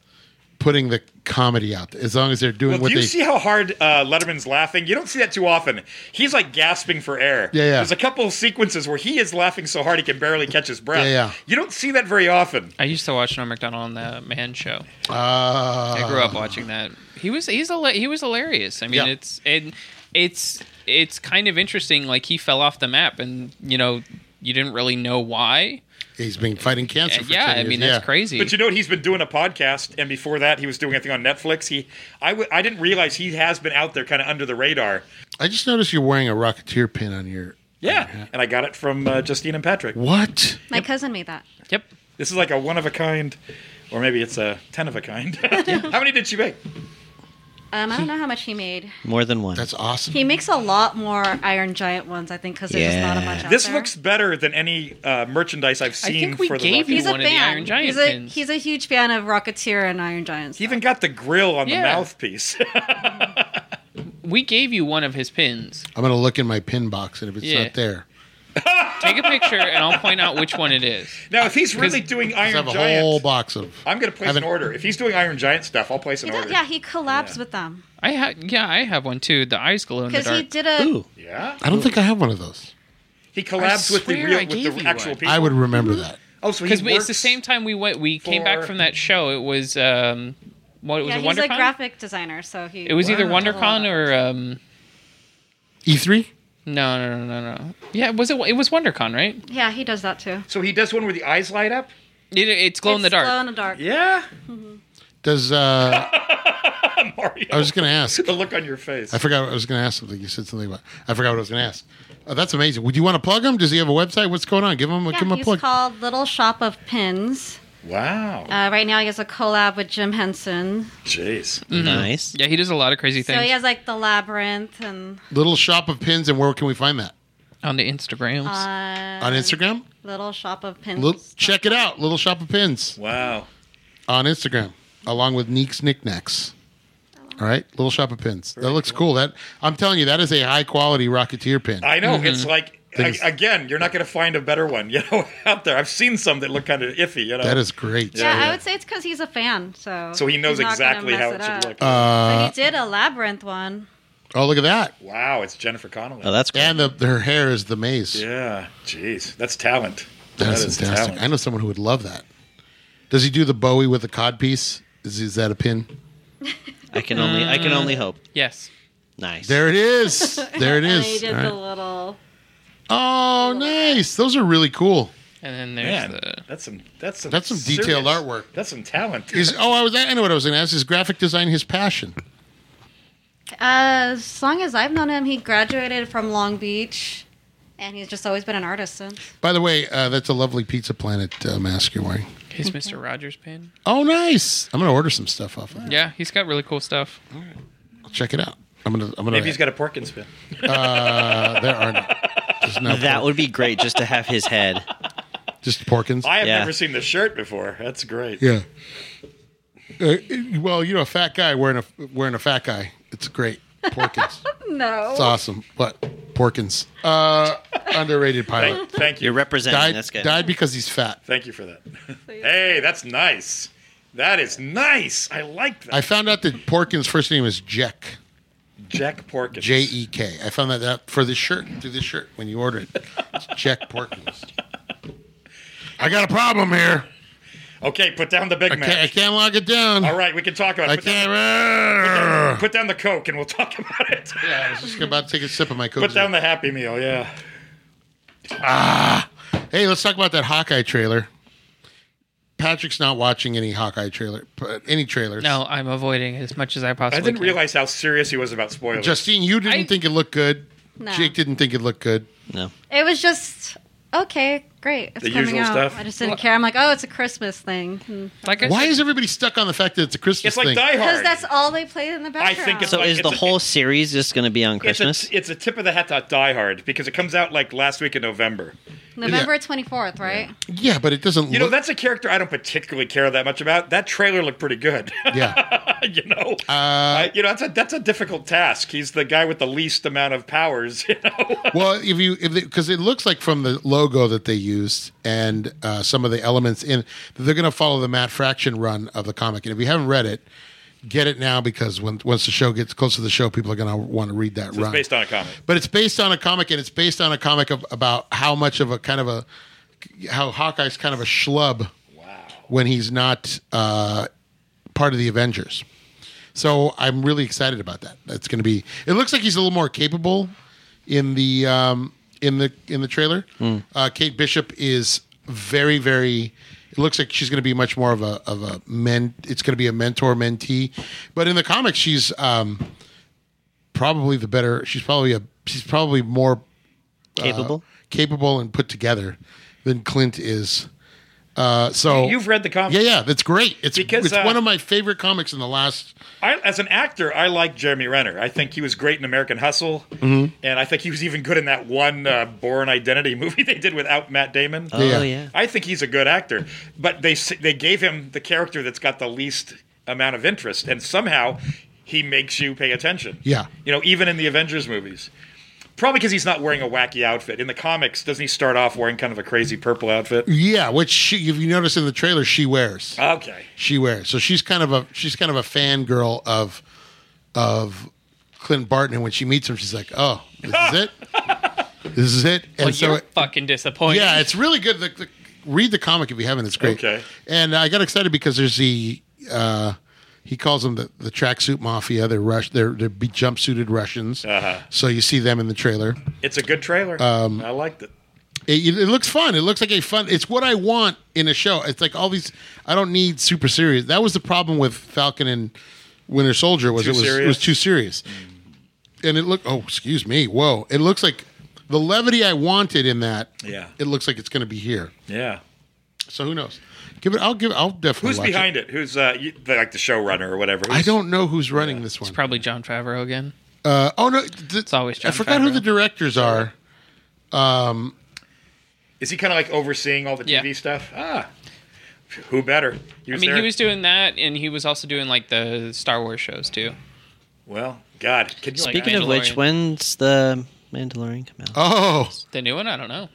Speaker 3: putting the comedy out. As long as they're doing
Speaker 7: Well,
Speaker 3: what
Speaker 7: do you
Speaker 3: they
Speaker 7: see how hard uh, Letterman's laughing? You don't see that too often. He's like gasping for air.
Speaker 3: Yeah, yeah.
Speaker 7: There's a couple of sequences where he is laughing so hard he can barely catch his breath.
Speaker 3: Yeah, yeah.
Speaker 7: You don't see that very often.
Speaker 4: I used to watch Norm Macdonald on the Man Show.
Speaker 3: uh,
Speaker 4: I grew up watching that. He was he's hila- he was hilarious. I mean,
Speaker 3: Yeah.
Speaker 4: it's it, it's it's kind of interesting. Like he fell off the map, and you know you didn't really know why.
Speaker 3: He's been fighting cancer.
Speaker 4: And
Speaker 3: for
Speaker 4: yeah,
Speaker 3: 10
Speaker 4: I mean
Speaker 3: years.
Speaker 4: that's
Speaker 3: Yeah.
Speaker 4: crazy.
Speaker 7: But you know what? He's been doing a podcast, and before that, he was doing a thing on Netflix. He, I, w- I didn't realize he has been out there, kind of under the radar.
Speaker 3: I just noticed you're wearing a Rocketeer pin on your.
Speaker 7: Yeah, and I got it from uh, Justine and Patrick.
Speaker 3: What?
Speaker 8: My cousin made that.
Speaker 4: yep.
Speaker 7: This is like a one of a kind, or maybe it's a ten of
Speaker 4: (laughs)
Speaker 7: a kind. How many did she make?
Speaker 8: Um, I don't know how much he made.
Speaker 6: More than one.
Speaker 3: That's awesome.
Speaker 8: He makes a lot more Iron Giant ones, I think, because there's just not a
Speaker 6: Yeah.
Speaker 8: bunch out
Speaker 7: This
Speaker 8: there.
Speaker 7: looks better than any uh, merchandise I've seen.
Speaker 4: think we
Speaker 7: for the
Speaker 4: gave
Speaker 7: Rocky
Speaker 4: you
Speaker 8: He's a
Speaker 4: one of the Iron
Speaker 8: fan.
Speaker 4: Giant
Speaker 8: he's a
Speaker 4: pins.
Speaker 8: he's a huge fan of Rocketeer and Iron Giant.
Speaker 7: He
Speaker 8: stuff.
Speaker 7: even got the grill on
Speaker 4: Yeah.
Speaker 7: the mouthpiece. (laughs)
Speaker 4: We gave you one of his pins.
Speaker 3: I'm gonna look in my pin box, and if it's
Speaker 4: Yeah.
Speaker 3: not there,
Speaker 4: Take a picture, and I'll point out which one it is.
Speaker 7: now,
Speaker 4: (laughs)
Speaker 7: if he's really doing
Speaker 3: I
Speaker 7: Iron
Speaker 3: have a
Speaker 7: Giant,
Speaker 3: whole box of.
Speaker 7: I'm going to place
Speaker 3: have
Speaker 7: an order. If he's doing Iron Giant stuff, I'll place
Speaker 8: He
Speaker 7: an
Speaker 8: does-
Speaker 7: order.
Speaker 8: yeah, he collabs with them
Speaker 4: I ha- yeah, I have one too. The eyes glow in the
Speaker 8: because
Speaker 4: dark.
Speaker 8: he did a.
Speaker 6: Ooh,
Speaker 7: Yeah?
Speaker 3: I don't think I have one of those.
Speaker 7: He collabs with the
Speaker 4: swear
Speaker 7: real,
Speaker 4: I
Speaker 7: with
Speaker 4: gave
Speaker 7: the
Speaker 4: you
Speaker 7: actual
Speaker 4: one.
Speaker 7: people.
Speaker 3: I would remember that.
Speaker 7: Oh, so he
Speaker 4: because
Speaker 7: works.
Speaker 4: it's the same time we went. We came back
Speaker 7: for-
Speaker 4: from that show. It was um, what it was
Speaker 8: Yeah,
Speaker 4: a
Speaker 8: he's a
Speaker 4: WonderCon.
Speaker 8: graphic designer, so he.
Speaker 4: it was either
Speaker 8: Wow.
Speaker 4: WonderCon or um,
Speaker 3: E3.
Speaker 4: no, no, no, no, no. Yeah, was it? It was WonderCon, right?
Speaker 8: Yeah, he does that too.
Speaker 7: So he does one where the eyes light up.
Speaker 4: It, it's glow in the
Speaker 8: It's
Speaker 4: dark.
Speaker 8: Glow in the dark.
Speaker 7: Yeah,
Speaker 3: Does uh,
Speaker 7: (laughs) Mario.
Speaker 3: I was just gonna ask.
Speaker 7: the look on your face.
Speaker 3: I forgot I was going to ask something. You said something about. I forgot what I was going to ask. Oh, that's amazing. Would you want to plug him? Does he have a website? What's going on? Give him. a give him
Speaker 8: Yeah,
Speaker 3: a
Speaker 8: he's
Speaker 3: plug.
Speaker 8: called Little Shop of Pins.
Speaker 7: Wow.
Speaker 8: Uh, right now, he has a collab with Jim Henson.
Speaker 7: Jeez.
Speaker 3: Mm.
Speaker 6: nice.
Speaker 4: Yeah, he does a lot of crazy
Speaker 8: So
Speaker 4: things
Speaker 8: he has like the labyrinth and
Speaker 3: Little shop of pins, and where can we find that
Speaker 4: on the Instagrams.
Speaker 8: uh,
Speaker 3: on Instagram?
Speaker 8: Little Shop of Pins.
Speaker 3: Little, check it out. Little shop of pins
Speaker 7: Wow.
Speaker 3: on Instagram, along with Neek's knickknacks.
Speaker 8: Oh.
Speaker 3: All right, little shop of pins. that looks cool. That I'm telling you, that is a high quality Rocketeer pin.
Speaker 7: I know. It's
Speaker 3: Mm-hmm.
Speaker 7: like I,
Speaker 3: Things-
Speaker 7: again, you're not going to find a better one, (laughs) you know, out there. I've seen some that look kind of iffy, you know.
Speaker 3: that is great.
Speaker 8: Yeah, I would say it's because he's a fan. So
Speaker 7: So he knows
Speaker 8: he's not gonna
Speaker 7: exactly
Speaker 8: mess
Speaker 7: how it should
Speaker 8: up.
Speaker 7: look.
Speaker 8: So
Speaker 3: Uh,
Speaker 8: he did a labyrinth one.
Speaker 3: oh, look at that!
Speaker 7: wow, it's Jennifer Connelly.
Speaker 6: Oh, that's cool.
Speaker 3: And the, her hair is the maze.
Speaker 7: yeah. Jeez, that's talent.
Speaker 3: That's
Speaker 7: That is
Speaker 3: fantastic. I know someone who would love that. Does he do the Bowie with the codpiece? Is, is that a pin?
Speaker 6: I can only I can only hope.
Speaker 4: yes,
Speaker 6: Nice.
Speaker 3: There it
Speaker 7: (laughs)
Speaker 3: is. There it
Speaker 8: And he
Speaker 3: is.
Speaker 8: did
Speaker 3: All right.
Speaker 8: the little.
Speaker 3: Oh, nice. Those are really cool.
Speaker 4: and then there's
Speaker 7: Man,
Speaker 4: the
Speaker 7: that's some that's some
Speaker 3: That's some
Speaker 7: serious-
Speaker 3: detailed artwork.
Speaker 7: That's some talent.
Speaker 3: Is oh, I was. I know what I was going to ask. Is graphic design his passion?
Speaker 8: Uh, as long as I've known him, he graduated from Long Beach, and he's just always been an artist since.
Speaker 3: By the way, uh, that's a lovely Pizza Planet uh, mask you're wearing.
Speaker 4: his
Speaker 8: (laughs)
Speaker 4: Mr. Rogers pin.
Speaker 3: Oh, nice. I'm going to order some stuff off of it.
Speaker 4: Yeah, he's got really cool stuff.
Speaker 3: Check it out. I'm going to. I'm going to.
Speaker 7: Maybe he's got a Porkins spin.
Speaker 3: Uh, there aren't. Just
Speaker 7: (laughs)
Speaker 3: no.
Speaker 6: that would be great just to have his head.
Speaker 3: just Porkins.
Speaker 7: I have
Speaker 6: Yeah.
Speaker 7: never seen the shirt before. That's great.
Speaker 3: yeah. Uh, well, you know, a fat guy wearing a wearing a fat guy. It's great. Porkins.
Speaker 8: No.
Speaker 3: It's awesome. What? Porkins. Uh, underrated pilot.
Speaker 7: Thank, thank
Speaker 6: You're
Speaker 7: you.
Speaker 6: representing.
Speaker 3: Died,
Speaker 6: that's good.
Speaker 3: died because he's fat.
Speaker 7: Thank you for that. hey, that's nice. That is nice. I like that.
Speaker 3: I found out that Porkins' first name is Jack.
Speaker 7: Jack Porkins.
Speaker 3: J E K. I found that out for this shirt, through this shirt when you order it. It's Jack Porkins. I got a problem here.
Speaker 7: Okay, put down the Big
Speaker 3: I
Speaker 7: Mac.
Speaker 3: can't, I can't lock it down.
Speaker 7: All right, we can talk about
Speaker 3: I
Speaker 7: it. Put down,
Speaker 3: can't. Yeah,
Speaker 7: put down the Coke and we'll talk (laughs) about it.
Speaker 3: I was just about to take a sip of my Coke.
Speaker 7: Put down the Happy Meal, yeah.
Speaker 3: Hey, let's talk about that Hawkeye trailer. Patrick's not watching any Hawkeye trailer, but any trailers.
Speaker 4: No, I'm avoiding it as much as I possibly.
Speaker 7: I didn't
Speaker 4: can.
Speaker 7: realize how serious he was about spoilers.
Speaker 3: Justine, you didn't
Speaker 4: I-
Speaker 3: think it looked good.
Speaker 8: No.
Speaker 3: Jake didn't think it looked good.
Speaker 6: No.
Speaker 8: It was just okay, great. It's
Speaker 7: The
Speaker 8: coming
Speaker 7: usual
Speaker 8: out.
Speaker 7: stuff.
Speaker 8: I just didn't care. I'm like, oh, it's a Christmas thing because
Speaker 4: Like I
Speaker 3: Why
Speaker 4: said,
Speaker 3: is everybody stuck on the fact that it's a Christmas
Speaker 7: it's like
Speaker 3: thing?
Speaker 7: Die Hard.
Speaker 8: that's all they played in the
Speaker 7: I
Speaker 8: background.
Speaker 7: think it's
Speaker 6: So
Speaker 7: like-
Speaker 6: is the
Speaker 7: a-
Speaker 6: whole series just going to be on
Speaker 7: it's
Speaker 6: Christmas?
Speaker 7: A, it's a tip of the hat to Die Hard because it comes out like last week in November.
Speaker 8: November 24th, right?
Speaker 3: yeah, but it doesn't.
Speaker 7: You know,
Speaker 3: look,
Speaker 7: that's a character I don't particularly care that much about. That trailer looked pretty good. (laughs)
Speaker 3: yeah.
Speaker 7: you know,
Speaker 3: Uh,
Speaker 7: I- you know that's a that's a difficult task. He's the guy with the least amount of powers. (laughs) You know,
Speaker 3: Well, if you if because it looks like from the logo that they used and uh, some of the elements in, that they're going to follow the Matt Fraction run of the comic. And if you haven't read it, get it now because when once the show gets close to the show, people are going to want to read that
Speaker 7: it's
Speaker 3: run.
Speaker 7: based on a comic.
Speaker 3: but it's based on a comic, and it's based on a comic of, about how much of a kind of a how Hawkeye's kind of a schlub when he's not uh, part of the Avengers. So I'm really excited about that. That's going to be. It looks like he's a little more capable in the um, in the in the trailer. Uh, Kate Bishop is very very. It looks like she's going to be much more of a of a men. It's going to be a mentor mentee, but in the comics she's um, probably the better. She's probably a she's probably more
Speaker 6: Capable?
Speaker 3: capable and put together than Clint is. Uh, so
Speaker 7: You've read the comic.
Speaker 3: yeah, yeah, that's great. It's
Speaker 7: Because,
Speaker 3: it's
Speaker 7: uh,
Speaker 3: one of my favorite comics in the last.
Speaker 7: I, as an actor, I like Jeremy Renner. I think he was great in American Hustle,
Speaker 3: Mm-hmm.
Speaker 7: and I think he was even good in that one uh, Born Identity (laughs) movie they did without Matt Damon.
Speaker 6: oh
Speaker 3: Yeah.
Speaker 6: yeah.
Speaker 7: I think he's a good actor, but they s- they gave him the character that's got the least amount of interest, and somehow he makes you pay attention.
Speaker 3: Yeah.
Speaker 7: you know, even in the Avengers movies, probably because he's not wearing a wacky outfit. In the comics, doesn't he start off wearing kind of a crazy purple outfit?
Speaker 3: Yeah, which she, if you notice in the trailer, she wears.
Speaker 7: Okay,
Speaker 3: she wears. So she's kind of a she's kind of a fangirl of of Clint Barton. And when she meets him, she's like, "Oh, this is
Speaker 7: (laughs)
Speaker 3: it. this is it." And
Speaker 4: well,
Speaker 3: so
Speaker 4: you're
Speaker 3: it-
Speaker 4: fucking disappointed.
Speaker 3: yeah, it's really good. The, the, read the comic if you haven't. It's great.
Speaker 7: Okay.
Speaker 3: And I got excited because there's the uh, he calls them the, the tracksuit mafia. They're rush. They're they're be jumpsuited Russians. Uh-huh. So you see them in the trailer.
Speaker 7: it's a good trailer.
Speaker 3: Um,
Speaker 7: I liked it.
Speaker 3: It, it looks fun. It looks like a fun. It's what I want in a show. It's like all these. I don't need super serious. That was the problem with Falcon and Winter Soldier was
Speaker 7: Too
Speaker 3: it was it was
Speaker 7: serious?
Speaker 3: too serious. And it looked. Oh, excuse me. Whoa! It looks like the levity I wanted in that.
Speaker 7: Yeah.
Speaker 3: It looks like it's going to be here.
Speaker 7: Yeah.
Speaker 3: So who knows? Give it. I'll give. I'll definitely.
Speaker 7: Who's
Speaker 3: watch
Speaker 7: behind it? Who's uh, you, the, like the showrunner or whatever?
Speaker 3: I
Speaker 7: Who's-
Speaker 3: don't know who's running this one.
Speaker 4: probably John Favreau again.
Speaker 3: Uh, oh no! th-
Speaker 4: It's always
Speaker 3: I
Speaker 4: John
Speaker 3: forgot who
Speaker 4: Favreau.
Speaker 3: the directors are.
Speaker 7: Is he kind of like overseeing all the
Speaker 4: Yeah.
Speaker 7: TV stuff? Ah, who better? He
Speaker 4: I
Speaker 7: was
Speaker 4: mean,
Speaker 7: there.
Speaker 4: he was doing that, and he was also doing like the Star Wars shows too.
Speaker 7: well, God. Can you
Speaker 6: Speaking
Speaker 7: imagine?
Speaker 6: of which,
Speaker 4: Mandalorian.
Speaker 6: when's the Mandalorian come out?
Speaker 3: Oh,
Speaker 4: The new one, I don't know.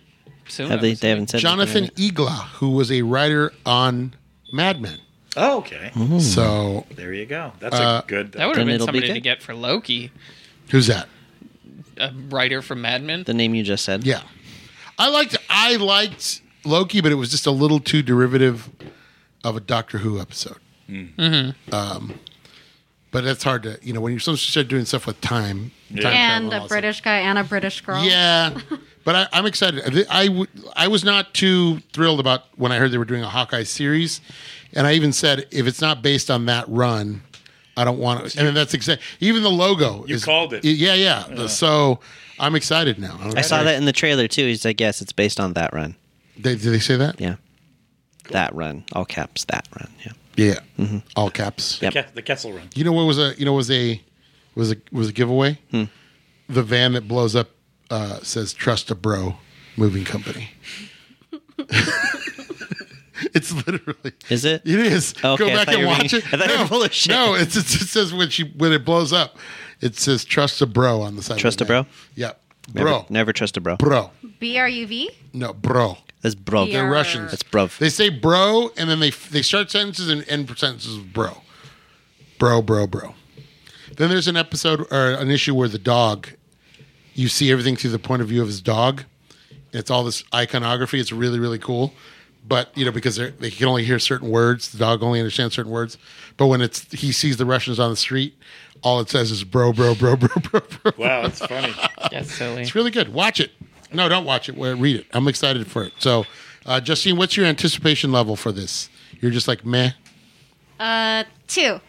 Speaker 4: Soon,
Speaker 6: Have
Speaker 4: I'm
Speaker 6: they, they
Speaker 4: assuming.
Speaker 6: haven't said
Speaker 3: Jonathan
Speaker 6: anything
Speaker 3: Igla, who was a writer on Mad Men.
Speaker 7: Oh, okay.
Speaker 3: So
Speaker 7: There you go. That's
Speaker 3: Uh,
Speaker 7: a good.
Speaker 4: That would
Speaker 6: Then
Speaker 4: have been
Speaker 6: it'll be
Speaker 4: somebody to
Speaker 6: good.
Speaker 4: get for Loki,
Speaker 3: who's that?
Speaker 4: a writer from Mad Men.
Speaker 6: yet. The name you just said.
Speaker 3: Yeah, I liked I liked Loki, but it was just a little too derivative of a Doctor Who episode. Um,
Speaker 7: Hmm.
Speaker 4: Mm-hmm.
Speaker 3: but that's hard to you know when you're supposed to start doing stuff with time. time travel
Speaker 8: And
Speaker 3: all
Speaker 8: a
Speaker 3: that stuff.
Speaker 8: British guy and a British girl.
Speaker 3: Yeah, but I, I'm excited. I thi- I, w- I was not too thrilled about when I heard they were doing a Hawkeye series, and I even said if it's not based on that run, I don't want it. And that's exact. Even the logo,
Speaker 7: You
Speaker 3: is-
Speaker 7: called it.
Speaker 3: Yeah, yeah. so I'm excited now. I'm
Speaker 6: I saw
Speaker 3: excited.
Speaker 6: that in the trailer too. He's like, yes, it's based on that run.
Speaker 3: They, did they say that?
Speaker 6: Yeah. That run. All caps, that run. Yeah.
Speaker 3: Yeah.
Speaker 6: Mm-hmm.
Speaker 3: All caps.
Speaker 6: Yep.
Speaker 7: uh, Ke- the Kessel Run.
Speaker 3: You know what was a you know was a was a was a giveaway?
Speaker 6: Hmm.
Speaker 3: The van that blows up uh, says "Trust a Bro Moving Company." (laughs) it's literally
Speaker 6: Is it?
Speaker 3: It is.
Speaker 6: Okay,
Speaker 3: Go
Speaker 6: I
Speaker 3: back
Speaker 6: thought
Speaker 3: and
Speaker 6: you were
Speaker 3: watch
Speaker 6: being-
Speaker 3: it.
Speaker 6: I thought you were full of shit.
Speaker 3: No, it's, it's, it says when she when it blows up, it says "Trust a Bro" on the side.
Speaker 6: Trust
Speaker 3: of
Speaker 6: a
Speaker 3: the van.
Speaker 6: bro?
Speaker 3: Yep,
Speaker 6: Never,
Speaker 3: bro,
Speaker 6: never trust a bro.
Speaker 3: bro.
Speaker 8: B R U V.
Speaker 3: No, bro.
Speaker 6: That's bro.
Speaker 8: They're Russians.
Speaker 6: That's bro.
Speaker 3: They say bro, and then they they start sentences and end sentences with bro, bro, bro, bro. Then there's an episode or an issue where the dog, you see everything through the point of view of his dog. It's all this iconography. It's really really cool, but you know because they're- they can only hear certain words, the dog only understands certain words. But when it's he sees the Russians on the street, all it says is bro, bro, bro, bro, bro, bro.
Speaker 7: Wow,
Speaker 3: (laughs)
Speaker 7: that's funny.
Speaker 4: That's silly.
Speaker 3: It's really good. Watch it. No, don't watch it. Well, Read it. I'm excited for it. So, uh, Justine, what's your anticipation level for this? Your You're just like meh.
Speaker 8: Uh, two.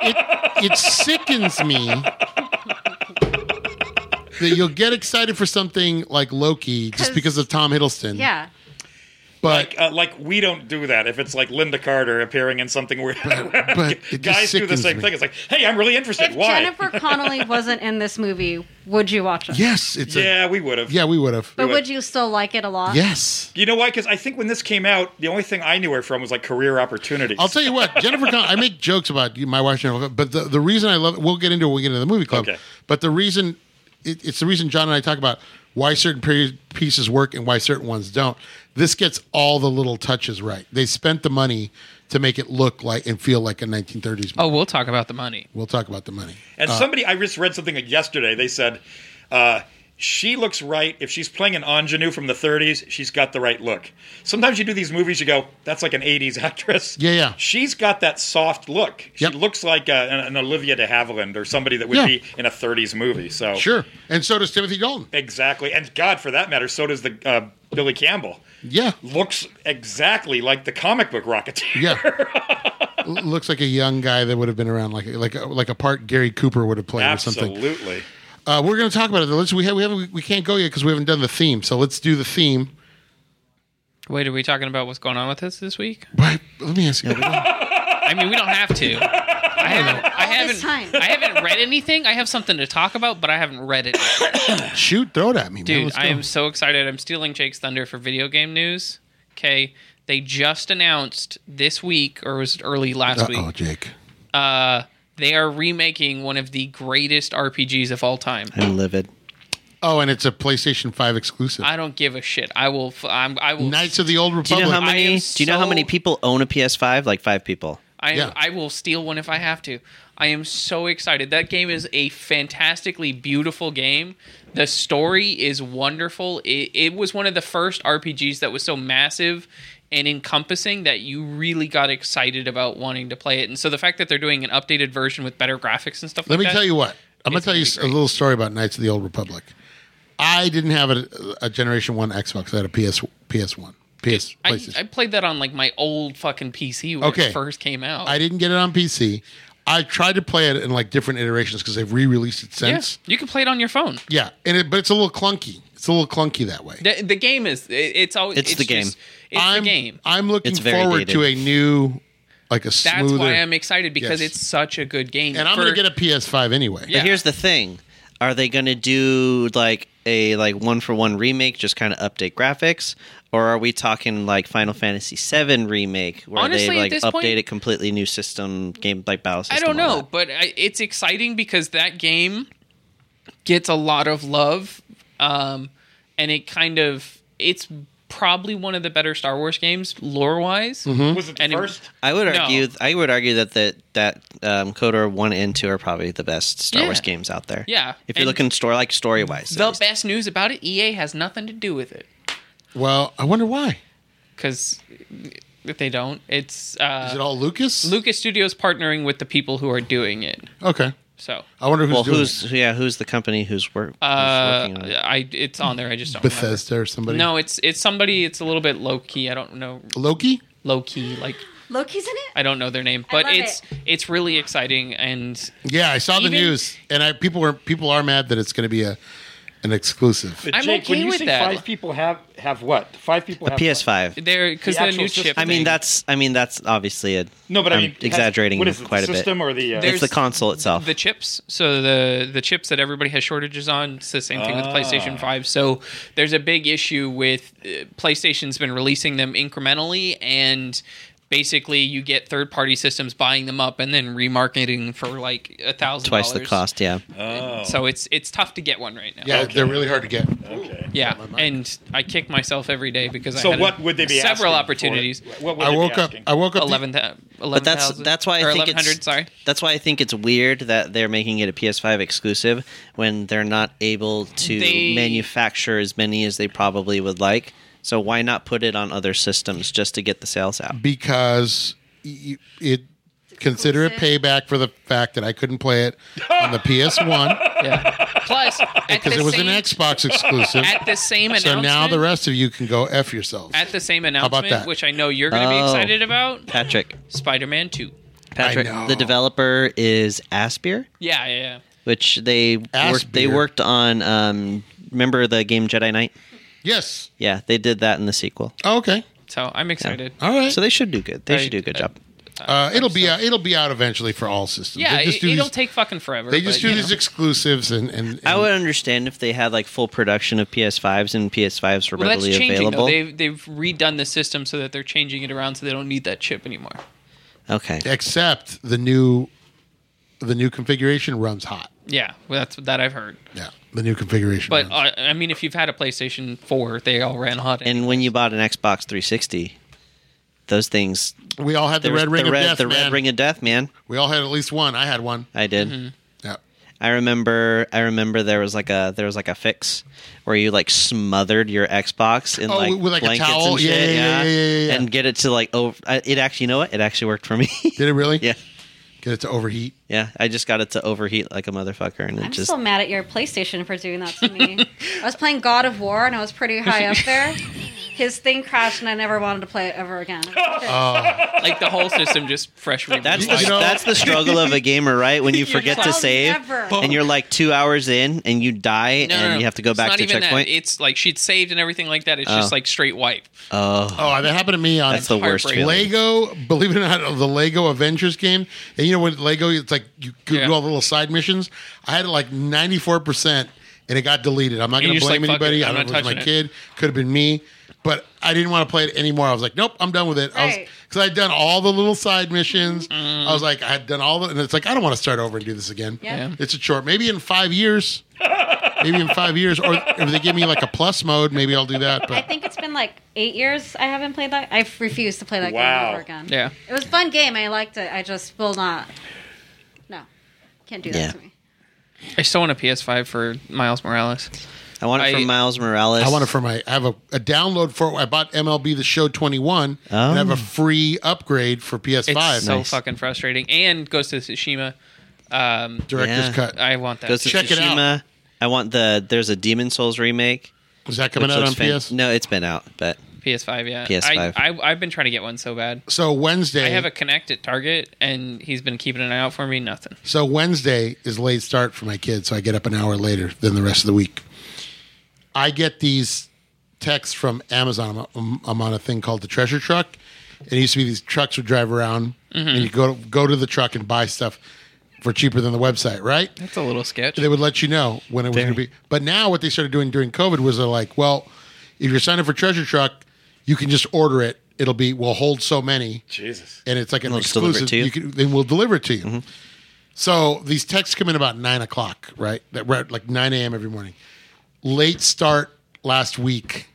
Speaker 3: It sickens me that you'll get excited for something like Loki just
Speaker 8: 'Cause-
Speaker 3: because of Tom Hiddleston.
Speaker 8: Yeah.
Speaker 3: but
Speaker 7: Like, uh, like we don't do that. If it's like Linda Carter appearing in something where (laughs)
Speaker 3: but it just
Speaker 7: guys do the
Speaker 3: sickens
Speaker 7: same
Speaker 3: me.
Speaker 7: thing, it's like, hey, I'm really interested.
Speaker 8: If
Speaker 7: Why? (laughs)
Speaker 8: Jennifer Connolly wasn't in this movie, would you watch it?
Speaker 3: yes, it's a
Speaker 7: yeah, we would have.
Speaker 3: yeah. We would have.
Speaker 8: But uh,
Speaker 7: would.
Speaker 8: would you still like it a lot?
Speaker 3: Yes.
Speaker 7: You know why? Because I think when this came out, the only thing I knew her from was like career opportunities.
Speaker 3: I'll tell you what, Jennifer. Con- I make jokes about you- my wife, Jennifer, but the, the reason I love it, we'll get into it when we get into the movie club.
Speaker 7: Okay.
Speaker 3: But the reason it, it's the reason John and I talk about why certain pe- pieces work and why certain ones don't. This gets all the little touches right. They spent the money to make it look like and feel like a 1930s. Movie.
Speaker 4: Oh, we'll talk about the money.
Speaker 3: We'll talk about the money.
Speaker 7: and somebody, I just read something yesterday. They said, uh, she looks right. If she's playing an ingenue from the 30s, she's got the right look. Sometimes you do these movies, you go, that's like an 80s (laughs) actress.
Speaker 3: Yeah, yeah.
Speaker 7: She's got that soft look. She
Speaker 3: Yep.
Speaker 7: looks like a, an, an Olivia de Havilland or somebody that would
Speaker 3: Yeah.
Speaker 7: be in a 30s movie. So
Speaker 3: Sure. And so does Timothy Dalton.
Speaker 7: Exactly. And God, for that matter, so does the uh, Billy Campbell.
Speaker 3: Yeah.
Speaker 7: Looks exactly like the comic book Rocketeer. (laughs)
Speaker 3: Yeah. L- looks like a young guy that would have been around like like a- like a part Gary Cooper would have played or something.
Speaker 7: (laughs) Absolutely.
Speaker 3: Uh, we're going to talk about it. though. Let's, we have, we haven't we can't go yet because we haven't done the theme. So let's do the theme.
Speaker 4: Wait, are we talking about what's going on with us this week?
Speaker 3: But let me ask (laughs) you.
Speaker 4: I mean, we don't have to. I haven't. I
Speaker 8: All this
Speaker 4: haven't.
Speaker 8: time.
Speaker 4: I haven't read anything. I have something to talk about, but I haven't read it.
Speaker 3: Shoot, throw it at me, man.
Speaker 4: Dude,
Speaker 3: Let's
Speaker 4: I
Speaker 3: go.
Speaker 4: am so excited. I'm stealing Jake's thunder for video game news. Okay. They just announced this week, or was it early last
Speaker 3: Uh-oh,
Speaker 4: week?
Speaker 3: Oh, Jake.
Speaker 4: Uh, they are remaking one of the greatest RPGs of all time.
Speaker 6: I'm livid.
Speaker 3: Oh, and it's a PlayStation 5 exclusive.
Speaker 4: I don't give a shit. I will. f- I'm, I will.
Speaker 3: Knights of the Old
Speaker 6: Do you
Speaker 3: Republic.
Speaker 6: know how
Speaker 4: I am
Speaker 6: many? Do you know how many
Speaker 4: so-
Speaker 6: people own a PS5? Like five people.
Speaker 4: I,
Speaker 3: Yeah.
Speaker 4: I will steal one if I have to. I am so excited. That game is a fantastically beautiful game. The story is wonderful. It, it was one of the first RPGs that was so massive and encompassing that you really got excited about wanting to play it. And so the fact that they're doing an updated version with better graphics and stuff
Speaker 3: Let
Speaker 4: like
Speaker 3: me
Speaker 4: that.
Speaker 3: tell you what. I'm going to
Speaker 4: It's
Speaker 3: tell you
Speaker 4: gonna be
Speaker 3: s- a
Speaker 4: great.
Speaker 3: little story about Knights of the Old Republic. I didn't have a, a Generation 1 Xbox. I had a PS, PS1. PS,
Speaker 4: I,
Speaker 3: PlayStation.
Speaker 4: I played that on like my old fucking PC when
Speaker 3: Okay.
Speaker 4: it first came out.
Speaker 3: I didn't get it on PC. I tried to play it in like different iterations because they've re-released it
Speaker 4: yeah,
Speaker 3: since.
Speaker 4: you can play it on your phone.
Speaker 3: Yeah, and it, but it's a little clunky. It's a little clunky that way.
Speaker 4: The, the game is it, it's always
Speaker 6: It's the game.
Speaker 4: just- it's
Speaker 3: I'm,
Speaker 4: the game.
Speaker 3: I'm looking
Speaker 6: It's very
Speaker 3: forward to a
Speaker 6: dated.
Speaker 3: new, like a
Speaker 4: That's
Speaker 3: smoother.
Speaker 4: why I'm excited because
Speaker 3: Yes.
Speaker 4: it's such a good game.
Speaker 3: and I'm
Speaker 4: For-
Speaker 3: going to get a PS5 anyway.
Speaker 4: Yeah.
Speaker 6: But here's the thing: Are they going to do like a like one for one remake, just kind of update graphics, or are we talking like Final Fantasy VII remake, where
Speaker 4: Honestly,
Speaker 6: they
Speaker 4: at
Speaker 6: like
Speaker 4: this
Speaker 6: update
Speaker 4: point-
Speaker 6: a completely new system, game like battle
Speaker 4: I
Speaker 6: system?
Speaker 4: don't
Speaker 6: all
Speaker 4: know,
Speaker 6: that?
Speaker 4: but I, it's exciting because that game gets a lot of love, um, and it kind of it's probably one of the better Star Wars games lore wise.
Speaker 3: Mm-hmm.
Speaker 7: Was it the
Speaker 4: And it-
Speaker 7: first?
Speaker 6: I would
Speaker 4: No.
Speaker 6: argue. I would argue that that that um, Kotor one and two are probably the best Star
Speaker 4: Yeah.
Speaker 6: Wars games out there.
Speaker 4: Yeah,
Speaker 6: if you're
Speaker 4: and-
Speaker 6: looking story like story wise,
Speaker 4: The best news about it, EA has nothing to do with it
Speaker 3: Well, I wonder why.
Speaker 4: because if they don't, it's uh,
Speaker 3: Is it all Lucas?
Speaker 4: Lucas Studios partnering with the people who are doing it.
Speaker 3: okay.
Speaker 4: So
Speaker 3: I wonder who's
Speaker 6: well,
Speaker 3: doing
Speaker 6: who's
Speaker 3: it.
Speaker 6: yeah, who's the company who's, wor- who's
Speaker 4: uh,
Speaker 6: working on it?
Speaker 4: I it's on there. I just don't. remember.
Speaker 3: Bethesda or somebody.
Speaker 4: No, it's it's somebody. It's a little bit low key. I don't know
Speaker 3: Loki.
Speaker 4: low key like
Speaker 8: Loki's in it?
Speaker 4: I don't know their name,
Speaker 8: I
Speaker 4: but
Speaker 8: love
Speaker 4: it's it's really exciting and
Speaker 3: Yeah, I saw the
Speaker 4: Even-
Speaker 3: news, and I people were people are mad that it's going to be a an exclusive.
Speaker 7: But
Speaker 4: I'm
Speaker 7: Jake, when
Speaker 4: okay
Speaker 7: you
Speaker 4: with
Speaker 7: say
Speaker 4: that.
Speaker 7: five people have have what? Five people have what?
Speaker 6: PS5.
Speaker 4: they're because
Speaker 7: The
Speaker 4: the,
Speaker 7: actual
Speaker 4: new
Speaker 7: system.
Speaker 4: chip.
Speaker 6: I mean,
Speaker 4: thing.
Speaker 6: that's I mean that's obviously a
Speaker 7: No, but I
Speaker 6: I'm
Speaker 7: mean, has-
Speaker 6: exaggerating
Speaker 7: what is it, the
Speaker 6: quite a
Speaker 7: system
Speaker 6: bit.
Speaker 7: or the? Uh,
Speaker 6: It's
Speaker 4: There's-
Speaker 6: the console itself.
Speaker 4: the chips. So the the chips that everybody has shortages on. It's the same thing
Speaker 6: Ah.
Speaker 4: with PlayStation Five. So there's a big issue with uh, PlayStation's been releasing them incrementally and. Basically, you get third-party systems buying them up and then remarketing for like a thousand
Speaker 6: Twice the cost, yeah.
Speaker 7: Oh.
Speaker 4: So it's it's tough to get one right now.
Speaker 3: yeah,
Speaker 7: okay.
Speaker 3: they're really hard to get.
Speaker 7: okay.
Speaker 4: yeah. And I kick myself every day because I
Speaker 7: So
Speaker 4: had
Speaker 7: what would they be?
Speaker 4: several
Speaker 7: asking for?
Speaker 4: opportunities.
Speaker 7: What would
Speaker 3: I
Speaker 7: they be
Speaker 3: woke up.
Speaker 7: asking?
Speaker 3: I woke up. the-
Speaker 4: Eleven thousand.
Speaker 6: But that's that's why I
Speaker 4: or
Speaker 6: think
Speaker 4: eleven hundred.
Speaker 6: it's
Speaker 4: Sorry.
Speaker 6: That's why I think it's weird that they're making it a PS5 exclusive when they're not able to
Speaker 4: They-
Speaker 6: manufacture as many as they probably would like. So why not put it on other systems just to get the sales out?
Speaker 3: because y- y- it Consider it payback for the fact that I couldn't play it on the
Speaker 4: (laughs)
Speaker 3: PS1
Speaker 4: (laughs) Yeah. Plus, at
Speaker 3: because
Speaker 4: the
Speaker 3: it was
Speaker 4: same,
Speaker 3: an Xbox exclusive.
Speaker 4: At the same
Speaker 3: so
Speaker 4: announcement,
Speaker 3: now the rest of you can go f yourselves.
Speaker 4: at the same
Speaker 3: about
Speaker 4: announcement,
Speaker 3: that?
Speaker 4: which I know you're going to be
Speaker 6: Oh.
Speaker 4: excited about,
Speaker 6: Patrick.
Speaker 4: Spider-Man Two.
Speaker 6: Patrick,
Speaker 3: know.
Speaker 6: the developer is Aspir,
Speaker 4: Yeah, yeah, yeah.
Speaker 6: which they worked, they
Speaker 3: Aspyr.
Speaker 6: worked on. Um, remember the game Jedi Knight?
Speaker 3: yes.
Speaker 6: Yeah, they did that in the sequel.
Speaker 3: Oh, okay.
Speaker 4: So I'm excited.
Speaker 3: All right.
Speaker 6: So they should do good. They
Speaker 4: I-
Speaker 6: should do a good
Speaker 4: I-
Speaker 6: job.
Speaker 3: uh, it'll be out, it'll be out eventually for all systems.
Speaker 4: Yeah,
Speaker 3: They
Speaker 4: it,
Speaker 3: just do
Speaker 4: it'll
Speaker 3: these-
Speaker 4: take fucking forever.
Speaker 3: They just
Speaker 4: but,
Speaker 3: do
Speaker 4: you
Speaker 3: these
Speaker 4: know.
Speaker 3: exclusives and, and, and
Speaker 6: I would understand if they had like full production of PS5s and PS5s were
Speaker 4: Well, that's
Speaker 6: readily
Speaker 4: changing
Speaker 6: available.
Speaker 4: though. They've they've redone the system so that they're changing it around so they don't need that chip anymore.
Speaker 6: okay.
Speaker 3: except the new the new configuration runs hot.
Speaker 4: Yeah, well, that's that I've heard.
Speaker 3: Yeah, the new configuration.
Speaker 4: But
Speaker 3: runs.
Speaker 4: uh, I mean, if you've had a PlayStation Four, they all ran hot. And
Speaker 6: And when you bought an Xbox 360, those things
Speaker 3: we all had the
Speaker 6: there was
Speaker 3: red ring
Speaker 6: the
Speaker 3: of
Speaker 6: red,
Speaker 3: death.
Speaker 6: the
Speaker 3: man.
Speaker 6: red ring of death, man.
Speaker 3: We all had at least one. I had one.
Speaker 6: I did.
Speaker 4: Mm-hmm.
Speaker 3: Yeah.
Speaker 6: I remember I remember there was like a there was like a fix where you like smothered your Xbox in
Speaker 3: Oh,
Speaker 6: like
Speaker 3: with, like, a
Speaker 6: blankets
Speaker 3: towel?
Speaker 6: and
Speaker 3: Yeah,
Speaker 6: shit,
Speaker 3: yeah, yeah, yeah, yeah.
Speaker 6: and get it to like oh it actually you know what it actually worked for me
Speaker 3: Did it really?
Speaker 6: (laughs) yeah
Speaker 3: Get it to overheat.
Speaker 6: yeah I just got it to overheat like a motherfucker and it
Speaker 8: I'm
Speaker 6: just
Speaker 8: still mad at your PlayStation for doing that to me. I was playing God of War and I was pretty high up
Speaker 6: (laughs)
Speaker 8: there. His thing crashed and I never wanted to play it ever again.
Speaker 4: like the whole system just fresh.
Speaker 6: that's the
Speaker 3: You know-
Speaker 6: that's the struggle of a gamer right
Speaker 4: (laughs)
Speaker 6: when you (laughs) forget to
Speaker 8: Well,
Speaker 6: save
Speaker 8: never.
Speaker 6: and you're like "Oh, two hours in and you die and you have to go
Speaker 4: it's
Speaker 6: back
Speaker 4: not
Speaker 6: to
Speaker 4: even that.
Speaker 6: checkpoint
Speaker 4: It's like she'd saved and everything like that. It's just like straight wipe.
Speaker 3: Oh, that happened to me on
Speaker 6: that's the worst
Speaker 4: heartbreaking.
Speaker 6: feeling.
Speaker 3: Lego. Believe it or not, of the Lego Avengers game. And you know when Lego, it's like you could
Speaker 4: Yeah.
Speaker 3: do all the little side missions. I had like ninety four percent, and it got deleted. I'm not
Speaker 4: you're
Speaker 3: going to
Speaker 4: just
Speaker 3: blame
Speaker 4: like, fuck it,
Speaker 3: anybody.
Speaker 4: I'm
Speaker 3: I don't
Speaker 4: not
Speaker 3: know if it was my
Speaker 4: touching
Speaker 3: kid. Could have been me. But I didn't want to play it anymore. I was like, nope, I'm done with it. I was
Speaker 8: Right.
Speaker 3: because I'd done all the little side missions.
Speaker 4: Mm-hmm.
Speaker 3: I was like, I had done all the, and it's like I don't want to start over and do this again.
Speaker 8: Yeah. Yeah.
Speaker 3: it's a chore. Maybe in five years. maybe in five years, or if they give me like a plus mode, maybe I'll do that.
Speaker 8: I
Speaker 3: But
Speaker 8: think it's been like eight years I haven't played that. I've refused to play that
Speaker 7: Wow.
Speaker 8: game ever again.
Speaker 4: Yeah.
Speaker 8: It was a fun game. I liked it. I just will not. No. Can't do that
Speaker 6: Yeah.
Speaker 8: to me.
Speaker 4: I still want a PS5 for Miles Morales.
Speaker 6: I want it
Speaker 4: I-
Speaker 6: from Miles Morales
Speaker 3: I want it for my. I have a, a download for. I bought MLB The Show 21, and I have
Speaker 6: Oh.
Speaker 3: a free upgrade for PS5.
Speaker 4: It's so
Speaker 6: Nice.
Speaker 4: fucking frustrating. And Ghost of Tsushima. Um,
Speaker 3: Director's
Speaker 6: Yeah.
Speaker 3: cut.
Speaker 4: I want that.
Speaker 6: Ghost to
Speaker 3: Check it out.
Speaker 6: Tsushima. I want the there's a Demon Souls remake.
Speaker 3: Is that coming
Speaker 6: which
Speaker 3: out
Speaker 6: looks
Speaker 3: on
Speaker 6: fan-
Speaker 3: PS?
Speaker 6: No, it's been out, but
Speaker 4: PS5, yeah.
Speaker 6: PS5.
Speaker 4: I, I, I've been trying to get one so bad.
Speaker 3: So Wednesday.
Speaker 4: I have a Connect at Target, and he's been keeping an eye out for me. Nothing.
Speaker 3: so Wednesday is late start for my kids, so I get up an hour later than the rest of the week. I get these texts from Amazon. I'm, I'm on a thing called the Treasure Truck. It used to be these trucks would drive around,
Speaker 4: Mm-hmm.
Speaker 3: and you go go to the truck and buy stuff for cheaper than the website, right?
Speaker 4: That's a little sketch.
Speaker 3: they would let you know when it was going to be. But now what they started doing during COVID was they're like, well, if you're signing for Treasure Truck, you can just order it. It'll be we'll hold so many,
Speaker 7: Jesus.
Speaker 3: and it's like an
Speaker 6: We'll just deliver it
Speaker 3: exclusive.
Speaker 6: to you. Mm-hmm.
Speaker 3: You can, then we'll deliver it to you. So these texts come in about nine o'clock, right? That right, like nine a.m. every morning. Late start last week.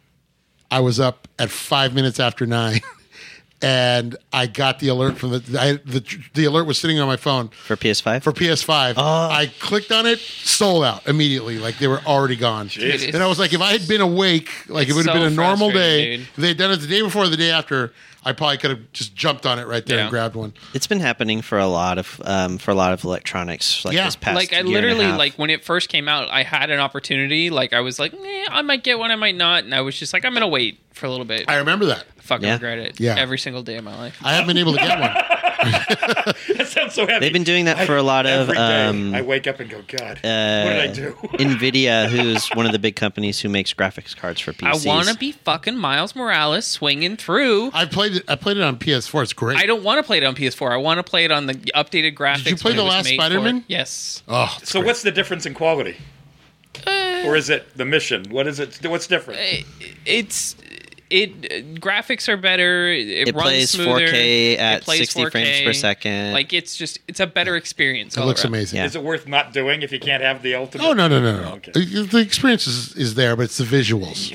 Speaker 3: I was up at five minutes after nine, (laughs) and I got the alert from the I, the the alert was sitting on my phone
Speaker 6: for PS5.
Speaker 3: for PS5. I clicked on it, sold out immediately. Like they were already gone.
Speaker 4: Jeez.
Speaker 3: And I was like, if I had been awake, like it
Speaker 4: It's
Speaker 3: would have
Speaker 4: so
Speaker 3: been a normal day.
Speaker 4: frustrating, dude.
Speaker 3: If they had done it the day before, or the day after, I probably could have just jumped on it right there
Speaker 4: Yeah.
Speaker 3: and grabbed one.
Speaker 6: it's been happening for a lot of um, for a lot of electronics like
Speaker 3: Yeah.
Speaker 6: this past
Speaker 4: like I
Speaker 6: year and a
Speaker 4: literally
Speaker 6: half.
Speaker 4: like when it first came out, I had an opportunity. Like I was like, eh, I might get one, I might not, and I was just like, I'm gonna wait for a little bit.
Speaker 3: I
Speaker 4: I
Speaker 3: remember that.
Speaker 4: fucking
Speaker 6: Yeah.
Speaker 4: regret it.
Speaker 3: Yeah.
Speaker 4: every single day of my life.
Speaker 3: I haven't been able to get one.
Speaker 7: (laughs) That sounds so heavy.
Speaker 6: They've been doing that for a lot of,
Speaker 7: Every day,
Speaker 6: um, uh,
Speaker 7: I wake up and go, God, what did I
Speaker 3: (laughs)
Speaker 7: do?
Speaker 6: Nvidia, who's one of the big companies who makes graphics cards for PCs.
Speaker 4: I want to be fucking Miles Morales swinging through.
Speaker 3: I played it. I played it on PS4. It's great.
Speaker 4: I don't want to play it on PS4. I want to play it on the updated graphics.
Speaker 3: you play
Speaker 4: when
Speaker 3: the
Speaker 4: it was
Speaker 3: last
Speaker 4: made for it.
Speaker 3: Spider-Man?
Speaker 4: Yes.
Speaker 3: Oh, it's
Speaker 7: so
Speaker 3: great.
Speaker 7: what's the difference in quality?
Speaker 4: Uh,
Speaker 7: or is it the mission? What is it? What's different?
Speaker 4: it's it graphics are better. It,
Speaker 6: It
Speaker 4: runs
Speaker 6: plays
Speaker 4: smoother,
Speaker 6: 4K
Speaker 4: it
Speaker 6: at
Speaker 4: plays
Speaker 6: 60 frames per second.
Speaker 4: Like it's just it's a better experience.
Speaker 3: It
Speaker 4: all
Speaker 3: looks
Speaker 4: around.
Speaker 3: amazing.
Speaker 6: Yeah.
Speaker 7: Is it worth not doing if you can't have the ultimate?
Speaker 3: Oh no no no no!
Speaker 7: Okay.
Speaker 3: The experience is, is there, but it's the visuals.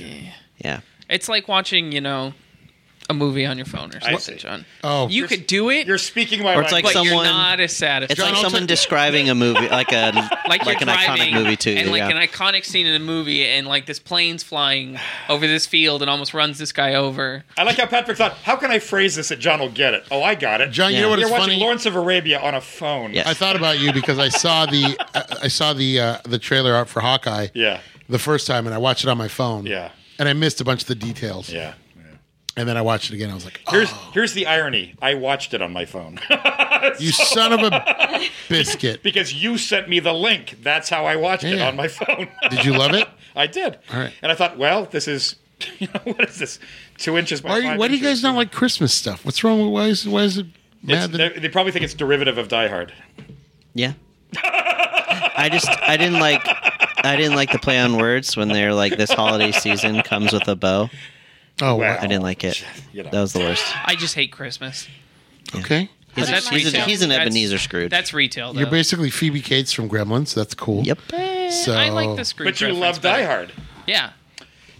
Speaker 6: Yeah,
Speaker 4: It's like watching you know a movie on your phone or
Speaker 7: I
Speaker 4: something,
Speaker 7: see.
Speaker 4: John.
Speaker 3: Oh.
Speaker 4: you
Speaker 7: You're-
Speaker 4: could do it,
Speaker 7: You're speaking my
Speaker 6: Or it's
Speaker 7: language.
Speaker 4: but
Speaker 6: someone-
Speaker 4: you're not as
Speaker 6: It's
Speaker 4: satisfied.
Speaker 6: like
Speaker 3: I'll
Speaker 6: someone
Speaker 3: take-
Speaker 6: describing a movie, like a like,
Speaker 4: (laughs) like, you're
Speaker 6: an iconic
Speaker 4: driving
Speaker 6: movie too.
Speaker 4: and like
Speaker 6: yeah.
Speaker 4: an iconic scene in a movie, and like this plane's flying over this field and almost runs this guy over.
Speaker 7: I like how Patrick thought. How can I phrase this that John will get it? Oh, I got it.
Speaker 3: John, you
Speaker 6: Yeah.
Speaker 3: know what
Speaker 7: you're
Speaker 3: is
Speaker 7: watching
Speaker 3: funny?
Speaker 7: Lawrence of Arabia on a phone.
Speaker 6: Yes.
Speaker 3: I thought about you because I saw
Speaker 4: (laughs)
Speaker 3: the I- I saw the uh, the trailer art for Hawkeye.
Speaker 7: Yeah.
Speaker 3: The first time, and I watched it on my phone.
Speaker 7: Yeah.
Speaker 3: And I missed a bunch of the details.
Speaker 7: Yeah.
Speaker 3: And then I watched it again. I was like, oh,
Speaker 7: Here's here's the irony. I watched it on my phone (laughs)
Speaker 3: you son of a biscuit.
Speaker 7: because you sent me the link. That's how I watched it
Speaker 3: Yeah.
Speaker 7: on my phone. (laughs)
Speaker 3: Did you love it?
Speaker 7: I did.
Speaker 3: All right.
Speaker 7: And I thought, well, this is (laughs) you know, what is this? Two inches by
Speaker 3: Why, are you-
Speaker 7: five
Speaker 3: why do you
Speaker 7: inches.
Speaker 3: guys not like Christmas stuff? What's wrong with why is why is it
Speaker 7: It's-
Speaker 3: mad?
Speaker 7: they,
Speaker 3: That,
Speaker 7: they probably think it's derivative of Die Hard.
Speaker 3: (laughs)
Speaker 6: yeah. I just I didn't like I didn't like the play on words when they're like this holiday season comes with a bow.
Speaker 3: oh,
Speaker 7: Well,
Speaker 3: wow.
Speaker 6: I didn't like it.
Speaker 7: You know.
Speaker 6: That was the worst.
Speaker 4: I just hate Christmas.
Speaker 3: okay.
Speaker 6: He's,
Speaker 4: But that's
Speaker 6: he's, a-
Speaker 4: retail.
Speaker 6: he's an
Speaker 4: That's-
Speaker 6: Ebenezer Scrooge.
Speaker 4: That's retail. Though.
Speaker 3: You're basically Phoebe Cates from Gremlins. That's cool.
Speaker 6: yep.
Speaker 3: So
Speaker 4: I like the Scrooge.
Speaker 7: But you
Speaker 4: reference
Speaker 7: love Die
Speaker 4: better.
Speaker 7: Hard
Speaker 4: yeah,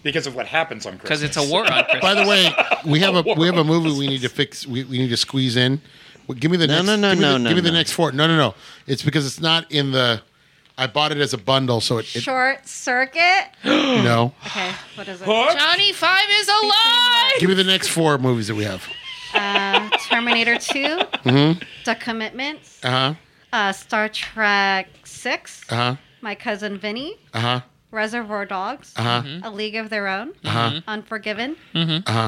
Speaker 7: because of what happens on Christmas.
Speaker 4: because
Speaker 7: (laughs)
Speaker 4: it's a war on Christmas.
Speaker 3: By the way, we have a we have a movie we need to fix. We, we need to squeeze in. Well, give me the
Speaker 6: No,
Speaker 3: next.
Speaker 6: no, no,
Speaker 3: give me
Speaker 6: no,
Speaker 3: the,
Speaker 6: no,
Speaker 3: Give me the
Speaker 6: no.
Speaker 3: next four. No, no, no. It's because it's not in the. I bought it as a bundle, so it, it
Speaker 8: Short circuit.
Speaker 4: (laughs)
Speaker 3: no.
Speaker 8: Okay,
Speaker 6: (laughs)
Speaker 8: what is it?
Speaker 7: Hook?
Speaker 4: Johnny Five is alive.
Speaker 3: Give me the next four movies that we have.
Speaker 8: Uh, Terminator 2,
Speaker 6: Mm-hmm.
Speaker 8: The Commitments,
Speaker 3: Uh huh.
Speaker 8: uh, Star Trek 6,
Speaker 6: Uh-huh.
Speaker 3: Uh huh.
Speaker 8: My Cousin Vinny,
Speaker 3: Uh huh.
Speaker 8: Reservoir Dogs,
Speaker 7: Mm-hmm.
Speaker 8: A League of Their Own, Unforgiven,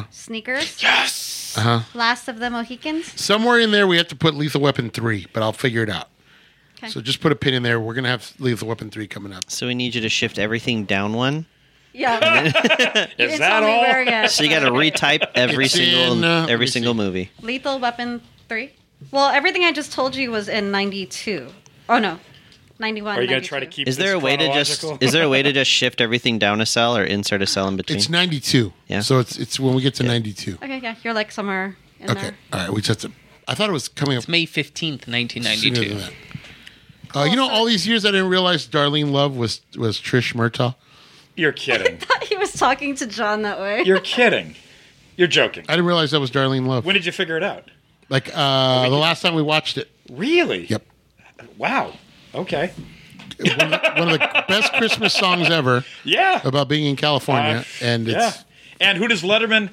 Speaker 8: Sneakers,
Speaker 7: Yes.
Speaker 8: Last of the Mohicans.
Speaker 3: Somewhere in there, we have to put Lethal Weapon three, but I'll figure it out.
Speaker 8: Okay.
Speaker 3: So just put a pin in there. We're gonna have Lethal Weapon three coming up.
Speaker 6: So we need you to shift everything down one.
Speaker 8: Yeah,
Speaker 7: (laughs)
Speaker 8: (laughs) you
Speaker 7: Is
Speaker 8: didn't
Speaker 7: that
Speaker 8: tell me
Speaker 7: all?
Speaker 8: where yet,
Speaker 6: So you got to
Speaker 8: but-
Speaker 6: retype every
Speaker 3: It's
Speaker 6: single
Speaker 3: in, uh, let me
Speaker 6: every single
Speaker 3: see.
Speaker 6: movie.
Speaker 8: Lethal Weapon 3. Well, everything I just told you was in 92. Oh, no. 91.
Speaker 7: Are you going to try to keep?
Speaker 6: Is there a
Speaker 7: this
Speaker 6: way to just
Speaker 7: chronological?
Speaker 6: is there a way to just shift everything down a cell or insert a cell in between?
Speaker 3: It's ninety two.
Speaker 6: Yeah.
Speaker 3: So it's it's when we get to ninety two.
Speaker 8: Okay, yeah, you're like somewhere in
Speaker 3: Okay.
Speaker 8: there. (laughs)
Speaker 3: All right. We just. I thought it was coming up
Speaker 4: May fifteenth, nineteen
Speaker 3: sooner
Speaker 4: ninety-two.
Speaker 3: than that. Uh, you know, all these years I didn't realize Darlene Love was was Trish Murtaugh.
Speaker 7: You're kidding.
Speaker 8: he was talking to John that way.
Speaker 7: You're kidding. You're joking.
Speaker 3: I didn't realize that was Darlene Love.
Speaker 7: When did you figure it out?
Speaker 3: like uh, the last time we watched it.
Speaker 7: Really?
Speaker 3: Yep.
Speaker 7: Wow. Okay.
Speaker 3: One of, the, one of the best Christmas songs ever
Speaker 7: (laughs) Yeah.
Speaker 3: about being in California,
Speaker 7: Uh,
Speaker 3: and
Speaker 7: yeah.
Speaker 3: it's
Speaker 7: And who does Letterman?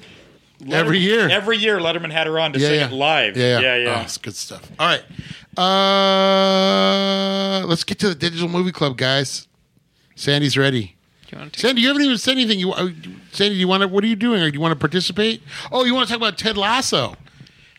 Speaker 7: Letterman-
Speaker 3: Every year.
Speaker 7: Every year, Letterman had her on to
Speaker 3: yeah,
Speaker 7: sing
Speaker 3: yeah,
Speaker 7: it live.
Speaker 3: Yeah,
Speaker 7: yeah.
Speaker 3: yeah, Oh, it's good stuff. All right, uh, let's get to the digital movie club, guys. Sandy's ready.
Speaker 4: Do you want to take
Speaker 3: Sandy, you haven't even said anything. You, uh, Sandy, do you want to? What are you doing? Or do you want to participate? Oh, you want to talk about Ted Lasso?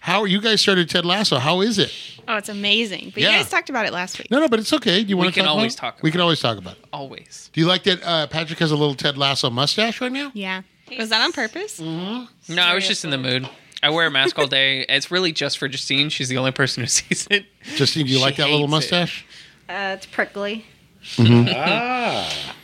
Speaker 3: How you guys started Ted Lasso? How is it?
Speaker 5: Oh, it's amazing. But
Speaker 3: Yeah.
Speaker 5: you guys talked about it last week.
Speaker 3: No, no, but it's okay. Do you want
Speaker 4: We
Speaker 3: to?
Speaker 4: can
Speaker 3: talk
Speaker 4: always
Speaker 3: about
Speaker 4: talk
Speaker 3: It? We
Speaker 4: about
Speaker 3: can always talk about it.
Speaker 4: always?
Speaker 3: Do you like that uh, Patrick has a little Ted Lasso mustache right now?
Speaker 5: Yeah. Was that on purpose?
Speaker 4: No, I was just in the mood. I wear a mask all day. It's really just for Justine. She's the only person who (laughs) sees it.
Speaker 3: Justine, do you
Speaker 4: She
Speaker 3: like that little
Speaker 4: hates it.
Speaker 3: mustache?
Speaker 8: Uh, it's prickly.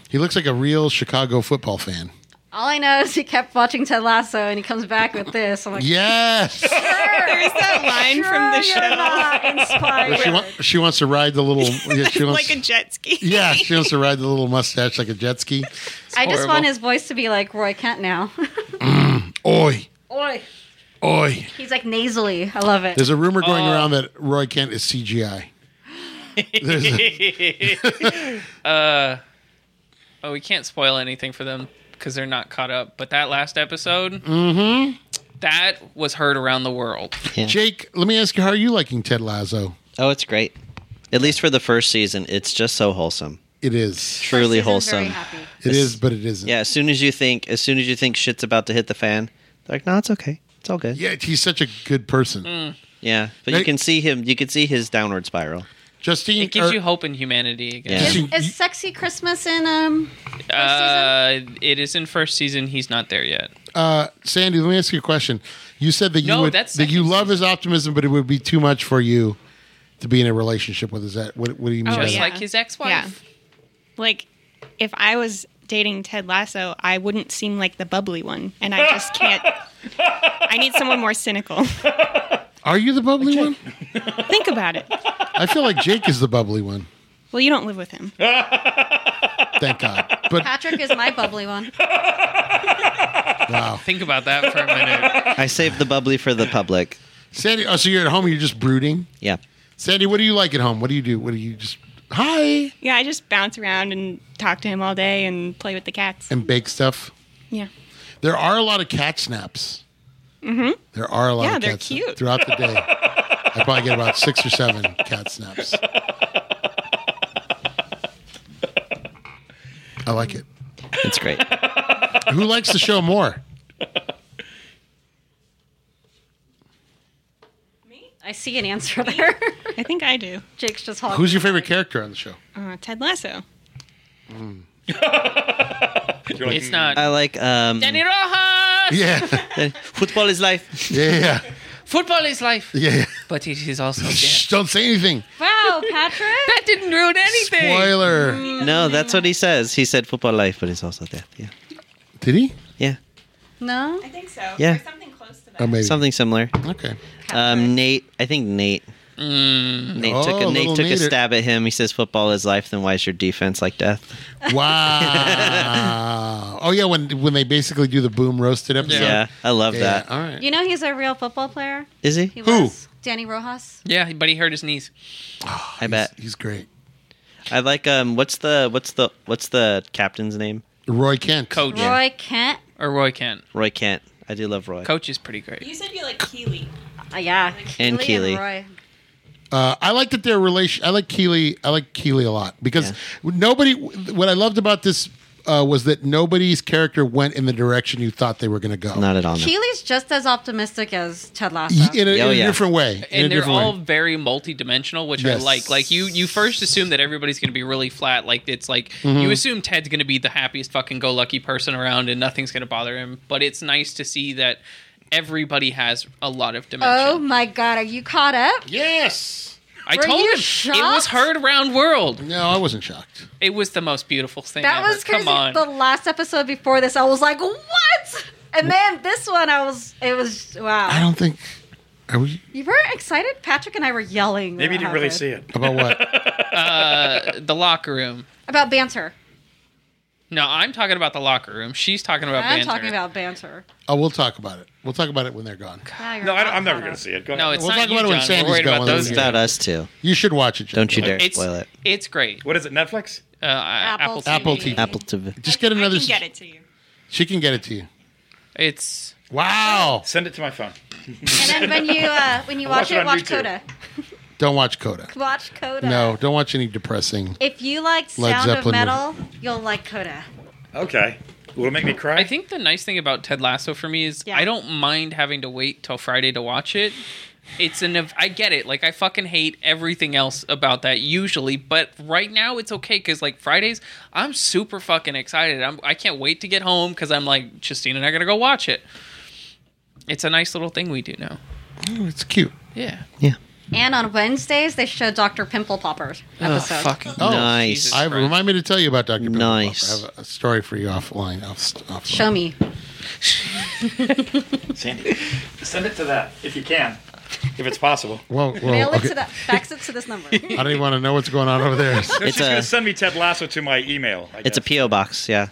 Speaker 3: He looks like a real Chicago football fan.
Speaker 8: All I know is he kept watching Ted Lasso and he comes back with this. I'm like,
Speaker 4: (laughs)
Speaker 3: Yes,
Speaker 5: There's that line from the
Speaker 8: "Sure, you're
Speaker 5: show.
Speaker 8: not inspired.
Speaker 3: she, wa- she wants to ride the
Speaker 4: (laughs)
Speaker 3: little. Yeah, she wants,
Speaker 5: like a jet ski.
Speaker 3: (laughs) yeah, she wants to ride the little mustache like a jet ski.
Speaker 8: I just want
Speaker 4: horrible.
Speaker 8: his voice to be like Roy Kent now.
Speaker 3: Oi,
Speaker 8: Oi.
Speaker 3: oi.
Speaker 8: He's like nasally. I love it.
Speaker 3: There's a rumor
Speaker 4: Oh.
Speaker 3: going around that Roy Kent is CGI. There's
Speaker 4: (laughs)
Speaker 3: a-
Speaker 4: Uh, Oh, we can't spoil anything for them because they're not caught up. But that last episode, that was heard around the world.
Speaker 3: Jake, let me ask you, how are you liking Ted Lasso?
Speaker 6: Oh, it's great. At least for the first season, it's just so wholesome.
Speaker 3: It is.
Speaker 6: Truly
Speaker 8: Season's
Speaker 6: wholesome.
Speaker 8: Very happy.
Speaker 3: It is, but it isn't.
Speaker 6: Yeah, as soon as you think as soon as you think shit's about to hit the fan, they're like, no, it's okay. It's all good. Yeah.
Speaker 3: Yeah, he's such a good person.
Speaker 4: Mm.
Speaker 6: But
Speaker 3: They-
Speaker 6: you can see him you can see his downward spiral.
Speaker 3: Justine, er,
Speaker 4: It gives
Speaker 3: or-
Speaker 4: you hope in humanity
Speaker 6: Yeah.
Speaker 4: again.
Speaker 8: Is,
Speaker 3: So you-
Speaker 8: is sexy Christmas in um?
Speaker 4: Uh, it is in first season. He's not there yet.
Speaker 3: uh, Sandy, let me ask you a question. You said that you
Speaker 4: No,
Speaker 3: would,
Speaker 4: that's
Speaker 3: that you
Speaker 4: second
Speaker 3: love his optimism, but it would be too much for you to be in a relationship with. Is that what? What do you mean?
Speaker 5: Oh,
Speaker 3: by
Speaker 4: Just
Speaker 5: yeah.
Speaker 3: that?
Speaker 4: like his ex-wife.
Speaker 5: Yeah. Like, if I was dating Ted Lasso, I wouldn't seem like the bubbly one. And I just can't. I need someone more (laughs) cynical.
Speaker 3: Are you the bubbly one?
Speaker 5: Think about it.
Speaker 3: I feel like Jake is the bubbly one.
Speaker 5: Well, you don't live with him.
Speaker 3: Thank God. But
Speaker 8: Patrick is my bubbly one.
Speaker 3: wow,
Speaker 4: Think about that for a
Speaker 6: (laughs)
Speaker 4: minute.
Speaker 6: I saved the bubbly for the public.
Speaker 3: Sandy. Oh, so you're at home. You're just brooding.
Speaker 6: Yeah.
Speaker 3: Sandy, what do you like at home? What do you do? What do you just hi
Speaker 5: Yeah, I just bounce around and talk to him all day and play with the cats.
Speaker 3: and bake stuff?
Speaker 5: Yeah.
Speaker 3: There are a lot of cat snaps. Mm-hmm. There are a lot
Speaker 5: Yeah,
Speaker 3: of
Speaker 5: they're
Speaker 3: cat snaps
Speaker 5: cute.
Speaker 3: throughout the day. I probably get about six or seven cat snaps. I like it.
Speaker 6: It's great.
Speaker 3: Who likes the show more?
Speaker 8: I see an answer there. (laughs)
Speaker 5: I think I do.
Speaker 8: Jake's just hogging.
Speaker 3: Who's your favorite character on the show?
Speaker 5: Uh, Ted Lasso.
Speaker 7: You're like,
Speaker 4: It's not. Uh,
Speaker 6: I like um
Speaker 4: Danny Rojas!
Speaker 3: Yeah,
Speaker 6: football is life.
Speaker 3: yeah, yeah,
Speaker 4: Football is life,
Speaker 3: yeah. yeah.
Speaker 4: but it is also
Speaker 5: (laughs)
Speaker 3: Shh,
Speaker 4: death.
Speaker 3: don't say anything.
Speaker 8: Wow, Patrick.
Speaker 4: That didn't ruin anything.
Speaker 5: Mm.
Speaker 3: Spoiler.
Speaker 6: No, that's what he says. He said football life, but it's also death. Yeah.
Speaker 3: Did he?
Speaker 6: Yeah.
Speaker 8: No.
Speaker 5: I think so.
Speaker 6: Yeah. Or
Speaker 5: something close to
Speaker 3: Or
Speaker 5: that.
Speaker 3: Oh, maybe.
Speaker 6: Something similar.
Speaker 3: Okay.
Speaker 6: Um Nate, I think Nate. Nate took
Speaker 3: Oh,
Speaker 6: a Nate
Speaker 3: little
Speaker 6: took a
Speaker 3: Nater.
Speaker 6: stab at him. He says football is life, then why is your defense like death?
Speaker 3: Wow. oh yeah, when when they basically do the boom roasted episode.
Speaker 6: Yeah, I love
Speaker 3: Yeah, uh,
Speaker 6: that.
Speaker 3: All right.
Speaker 8: You know he's a real football player.
Speaker 6: Is he?
Speaker 8: He
Speaker 3: Who?
Speaker 8: was. Danny Rojas.
Speaker 4: Yeah, but he hurt his knees.
Speaker 6: I bet.
Speaker 3: He's great.
Speaker 6: I like um what's the what's the what's the captain's name?
Speaker 3: Roy Kent.
Speaker 4: Coach
Speaker 8: Roy Kent.
Speaker 4: or Roy Kent.
Speaker 6: Roy Kent. I do love Roy.
Speaker 4: Coach is pretty great.
Speaker 5: said you like Keeley.
Speaker 8: Uh, yeah.
Speaker 6: And Keeley.
Speaker 8: Roy.
Speaker 3: Uh, I like that their relation. I like Keeley. I like Keeley a lot because nobody. What I loved about this uh, was that nobody's character went in the direction you thought they were going to go.
Speaker 6: Not at all. No.
Speaker 8: Keeley's just as optimistic as Ted
Speaker 3: Y-
Speaker 8: Lasso.
Speaker 3: in a, in
Speaker 6: Oh,
Speaker 3: a
Speaker 6: yeah.
Speaker 3: different way. in a
Speaker 4: And they're
Speaker 3: different
Speaker 4: all
Speaker 3: way.
Speaker 4: very multidimensional, which
Speaker 3: Yes.
Speaker 4: I like. Like you, you first assume that everybody's going to be really flat. Like it's like
Speaker 3: Mm-hmm.
Speaker 4: you assume Ted's going to be the happiest fucking go lucky person around, and nothing's going to bother him. But it's nice to see that everybody has a lot of
Speaker 8: oh
Speaker 4: dimension.
Speaker 8: my God, are you caught up?
Speaker 3: Yes.
Speaker 4: I
Speaker 8: were
Speaker 4: told
Speaker 8: you
Speaker 4: him
Speaker 8: shocked?
Speaker 4: it was heard around world.
Speaker 3: No, I wasn't shocked.
Speaker 4: It was the most beautiful thing.
Speaker 8: That
Speaker 4: ever.
Speaker 8: was crazy.
Speaker 4: Come on.
Speaker 8: The last episode before this, I was like, what? And then this one, I was, it was,
Speaker 3: I
Speaker 8: wow.
Speaker 3: don't think. Are we
Speaker 8: You were excited? Patrick and I were yelling.
Speaker 7: maybe you didn't really see
Speaker 8: it.
Speaker 7: it.
Speaker 3: about what?
Speaker 6: (laughs)
Speaker 4: Uh, the locker room.
Speaker 8: About banter.
Speaker 4: No, I'm talking about the locker room. She's talking about.
Speaker 8: I'm
Speaker 4: banter.
Speaker 8: talking about banter.
Speaker 3: oh, we'll talk about it. We'll talk about it when they're gone.
Speaker 8: Wow, you're
Speaker 7: No, I,
Speaker 8: not
Speaker 7: am never
Speaker 8: caught
Speaker 7: going
Speaker 8: up.
Speaker 7: to see it. Go
Speaker 4: No,
Speaker 7: ahead.
Speaker 4: it's
Speaker 3: We'll
Speaker 4: not
Speaker 3: talk
Speaker 4: you,
Speaker 3: about it when
Speaker 4: John.
Speaker 3: Sandy's
Speaker 4: We're worried about
Speaker 3: gone.
Speaker 4: those.
Speaker 6: It's
Speaker 3: Yeah.
Speaker 4: guys.
Speaker 6: about us too.
Speaker 3: You should watch it. Jen.
Speaker 6: Don't you dare
Speaker 4: It's
Speaker 6: spoil it.
Speaker 4: it's great.
Speaker 7: What is it? Netflix?
Speaker 4: Uh, Apple,
Speaker 8: Apple
Speaker 4: TV.
Speaker 3: Apple TV.
Speaker 6: Apple TV.
Speaker 3: Just get another.
Speaker 5: I can get it to you.
Speaker 3: She can get it to you.
Speaker 4: It's
Speaker 3: Wow.
Speaker 7: Send it to my phone.
Speaker 8: And then when you uh, when you
Speaker 7: Watch
Speaker 8: watch,
Speaker 7: it
Speaker 8: it,
Speaker 7: on
Speaker 8: watch
Speaker 7: YouTube.
Speaker 8: Coda.
Speaker 3: Don't watch Coda.
Speaker 8: Watch Coda.
Speaker 3: No, don't watch any depressing.
Speaker 8: If you like
Speaker 3: Led
Speaker 8: Sound of
Speaker 3: Zeppelin
Speaker 8: Metal, you'll like Coda.
Speaker 7: Okay. Will it make me cry?
Speaker 4: I think the nice thing about Ted Lasso for me is
Speaker 8: Yeah.
Speaker 4: I don't mind having to wait till Friday to watch it. It's an ev- I get it. Like I fucking hate everything else about that usually, but right now it's okay because like Fridays, I'm super fucking excited. I'm I can't wait to get home because I'm like Justine and I gotta go watch it. It's a nice little thing we do now.
Speaker 3: Oh, it's cute.
Speaker 4: Yeah.
Speaker 6: Yeah.
Speaker 8: And on Wednesdays, they show Dr. Pimple Poppers episode.
Speaker 4: Ugh, fucking
Speaker 3: Oh,
Speaker 6: nice.
Speaker 4: Jesus
Speaker 3: I
Speaker 4: Christ.
Speaker 3: remind me to tell you about Dr. Pimple
Speaker 6: Nice.
Speaker 3: Popper. I have a story for you offline. Off, off,
Speaker 8: Show me.
Speaker 7: Sandy, send it to that if you can, if it's possible.
Speaker 3: Well,
Speaker 8: Mail
Speaker 3: well
Speaker 8: it
Speaker 3: Oh, okay.
Speaker 8: to that. Fax it to this number.
Speaker 3: (laughs) I don't even want to know what's going on over there.
Speaker 7: No,
Speaker 6: It's
Speaker 7: she's going
Speaker 6: a-
Speaker 7: to send me Ted Lasso to my email. I
Speaker 6: It's a
Speaker 7: guess.
Speaker 6: PO box. Yeah.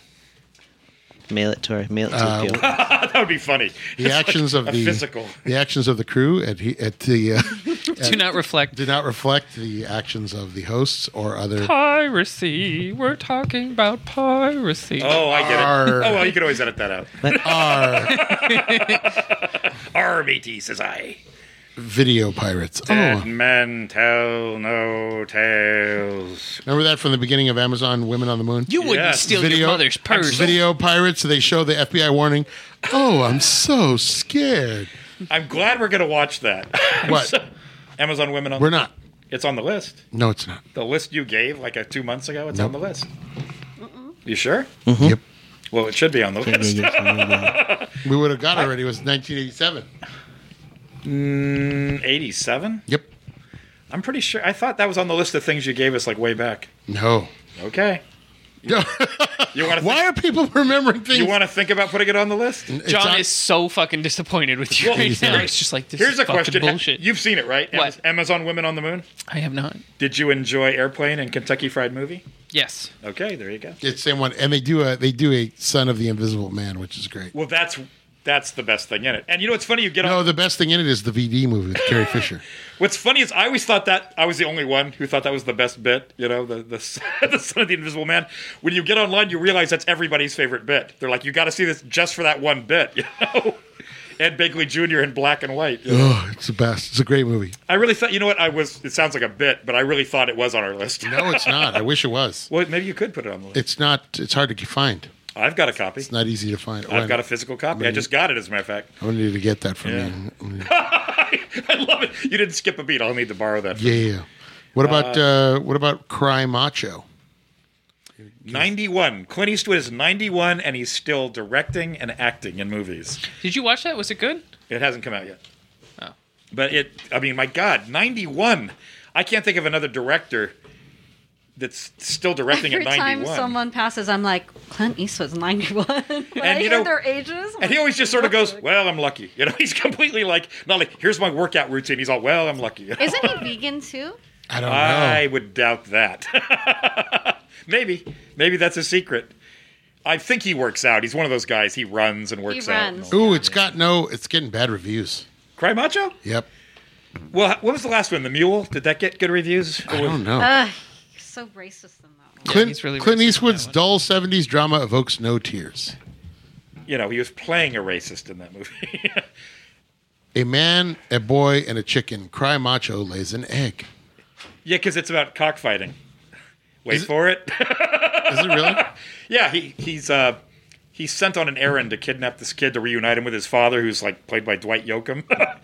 Speaker 6: Mail it to her. Mail it to
Speaker 3: Uh,
Speaker 6: the
Speaker 3: (laughs)
Speaker 6: PO. box.
Speaker 7: that would be funny.
Speaker 3: The actions of
Speaker 7: A
Speaker 3: the
Speaker 7: physical.
Speaker 3: the actions of the crew at he, at the uh, (laughs)
Speaker 4: Do not reflect
Speaker 3: do not reflect the actions of the hosts or other.
Speaker 4: piracy. We're talking about piracy.
Speaker 7: Oh, I get it.
Speaker 3: Arr.
Speaker 7: Oh well, you could always edit that out.
Speaker 3: Are
Speaker 7: (laughs) R matey says I.
Speaker 3: video pirates?
Speaker 7: Dead
Speaker 3: Oh,
Speaker 7: men tell no tales.
Speaker 3: remember that from the beginning of Amazon Women on the Moon?
Speaker 4: You wouldn't
Speaker 7: Yes.
Speaker 4: steal your mother's purse.
Speaker 3: Video pirates. They show the FBI warning. Oh, I'm so scared.
Speaker 7: I'm glad we're gonna
Speaker 3: (laughs)
Speaker 7: watch that.
Speaker 3: What?
Speaker 7: Amazon Women on
Speaker 3: We're not.
Speaker 7: It's on the list.
Speaker 3: No, it's not.
Speaker 7: The list you gave like uh, two months ago. It's on the
Speaker 3: Nope. Mm-hmm.
Speaker 7: list. You sure?
Speaker 3: Yep.
Speaker 7: Well, it should be on the list.
Speaker 3: We would have got it already. It was 1987.
Speaker 7: Mm, Eighty-seven.
Speaker 3: Yep.
Speaker 7: I'm pretty sure. I thought that was on the list of things you gave us like way back.
Speaker 3: No.
Speaker 7: Okay. You want to
Speaker 3: (laughs) Why are people remembering things?
Speaker 7: you want to think about putting it on the list?
Speaker 3: It's
Speaker 4: John
Speaker 3: on-
Speaker 4: is so fucking disappointed with you (laughs)
Speaker 7: Well,
Speaker 4: right now.
Speaker 7: here-
Speaker 4: It's just like this
Speaker 7: Here's
Speaker 4: is
Speaker 7: a
Speaker 4: fucking
Speaker 7: question.
Speaker 4: bullshit.
Speaker 7: You've seen it, right?
Speaker 4: What?
Speaker 7: Amazon Women on the Moon.
Speaker 4: I have not.
Speaker 7: Did you enjoy Airplane and Kentucky Fried Movie?
Speaker 4: Yes.
Speaker 7: Okay, there you go.
Speaker 3: It's the same one, and they do a they do a Son of the Invisible Man, which is great.
Speaker 7: Well, that's that's the best thing in it. And you know what's funny? You get
Speaker 3: No,
Speaker 7: on.
Speaker 3: the best thing in it is the VD movie with Carrie Fisher.
Speaker 7: What's funny is I always thought that I was the only one who thought that was the best bit. You know, the (laughs) the, the son of the Invisible Man. When you get online, you realize that's everybody's favorite bit. They're like, you got to see this just for that one bit. (laughs) You know, Ed Begley Jr. in black and white. you know?
Speaker 3: Oh, it's the best. It's a great movie.
Speaker 7: I really thought. You know what? I was. It sounds like a bit, but I really thought it was on our list.
Speaker 3: No, it's not. I wish it was.
Speaker 7: Well, maybe you could put it on the list.
Speaker 3: It's not. It's hard to find.
Speaker 7: I've got a copy.
Speaker 3: It's not easy to find. Oh,
Speaker 7: I've got a
Speaker 3: I-
Speaker 7: physical copy. I just got it, as a matter of fact. (laughs)
Speaker 3: I'm gonna need to get that from you. I'm gonna-
Speaker 7: I love it. You didn't skip a beat. I'll need to borrow that.
Speaker 3: Yeah, yeah. What about uh, what about Cry Macho?
Speaker 7: 91. Clint Eastwood is 91, and he's still directing and acting in movies.
Speaker 4: Did you watch that? Was it good?
Speaker 7: It hasn't come out yet.
Speaker 4: Oh.
Speaker 7: But it, I mean, my God, 91. I can't think of another director that's still directing
Speaker 8: Every
Speaker 7: at
Speaker 8: time
Speaker 7: 91.
Speaker 8: someone passes, I'm like, Clint Eastwood's (laughs) 91. when I
Speaker 7: you
Speaker 8: hear
Speaker 7: know-
Speaker 8: their ages, I'm
Speaker 7: and he
Speaker 8: like,
Speaker 7: always just sort of goes, "Well, I'm lucky," you know. (laughs) He's completely like, not like, "Here's my workout routine." He's all, "Well, I'm lucky." you know?
Speaker 8: Isn't he vegan too?
Speaker 3: I don't
Speaker 7: (laughs) I
Speaker 3: know.
Speaker 7: would doubt that. (laughs) maybe, maybe that's a secret. I think he works out. He's one of those guys. He runs and (laughs) works out.
Speaker 8: runs.
Speaker 3: Ooh, it's got no. It's getting bad reviews.
Speaker 7: Cry Macho?
Speaker 3: Yep.
Speaker 7: Well, what was the last one? The Mule? Did that get good reviews?
Speaker 3: I don't know.
Speaker 8: Ugh, you're so racist in that one.
Speaker 3: Clint,
Speaker 4: he's really
Speaker 3: Clint
Speaker 4: racist on
Speaker 3: Eastwood's
Speaker 4: that
Speaker 3: dull
Speaker 4: one.
Speaker 3: '70s drama evokes no tears.
Speaker 7: You know, he was playing a racist in that movie. (laughs)
Speaker 3: A man, a boy, and a chicken. Cry Macho lays an egg.
Speaker 7: yeah, because it's about cockfighting. Wait
Speaker 3: Is it-
Speaker 7: for it. (laughs)
Speaker 3: Is it
Speaker 4: (laughs)
Speaker 3: really?
Speaker 7: yeah, he, he's uh, he's sent on an errand to kidnap this kid to reunite him with his father, who's like played by Dwight Yoakam. (laughs)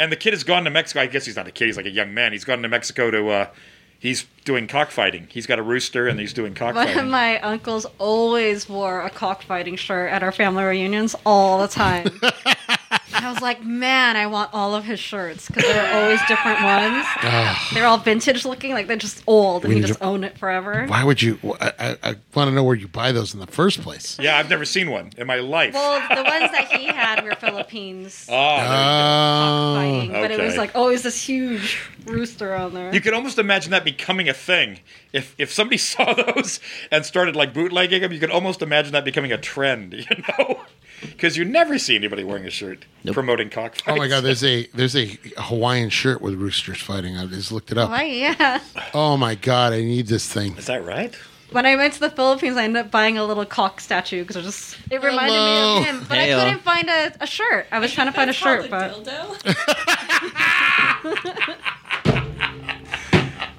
Speaker 7: and the kid has gone to Mexico. I guess he's not a kid; he's like a young man. He's gone to Mexico to. Uh, he's doing cockfighting. He's got a rooster and he's doing
Speaker 8: One of
Speaker 7: cockfighting.
Speaker 8: my uncles always wore a cockfighting shirt at our family reunions all
Speaker 7: (laughs)
Speaker 8: the time. I was like, man, I want all of his shirts because they were always different
Speaker 7: (sighs)
Speaker 8: ones. They're all vintage looking, like they're just old, and
Speaker 3: We
Speaker 8: he
Speaker 3: need
Speaker 8: just
Speaker 3: to-
Speaker 8: owned it forever.
Speaker 3: Why would you? I, I, I want to know where you buy those in the first
Speaker 4: (laughs)
Speaker 3: place.
Speaker 7: yeah, I've never seen one in my life.
Speaker 8: Well, the ones that he had were Philippines
Speaker 7: Ah,
Speaker 8: fighting,
Speaker 3: Oh,
Speaker 8: but it was
Speaker 7: okay.
Speaker 8: like always this huge rooster on there.
Speaker 7: You
Speaker 8: (laughs)
Speaker 7: could almost imagine that becoming a thing. If if somebody (laughs) saw those and started like bootlegging them, you could almost imagine that becoming a trend, (laughs) you know? Because you never see anybody wearing a shirt promoting cockfights.
Speaker 3: oh my God! There's a there's a Hawaiian shirt with roosters fighting. I just looked it up.
Speaker 8: Why, yeah.
Speaker 3: Oh my God! I need this thing. (laughs)
Speaker 7: Is that right?
Speaker 8: When I went to the Philippines, I ended up buying a little cock statue because it just it reminded
Speaker 3: Hello.
Speaker 8: me of him. But
Speaker 6: Heyo.
Speaker 8: I couldn't find a, a shirt. I was trying to find a shirt, but
Speaker 3: (laughs)
Speaker 9: dildo.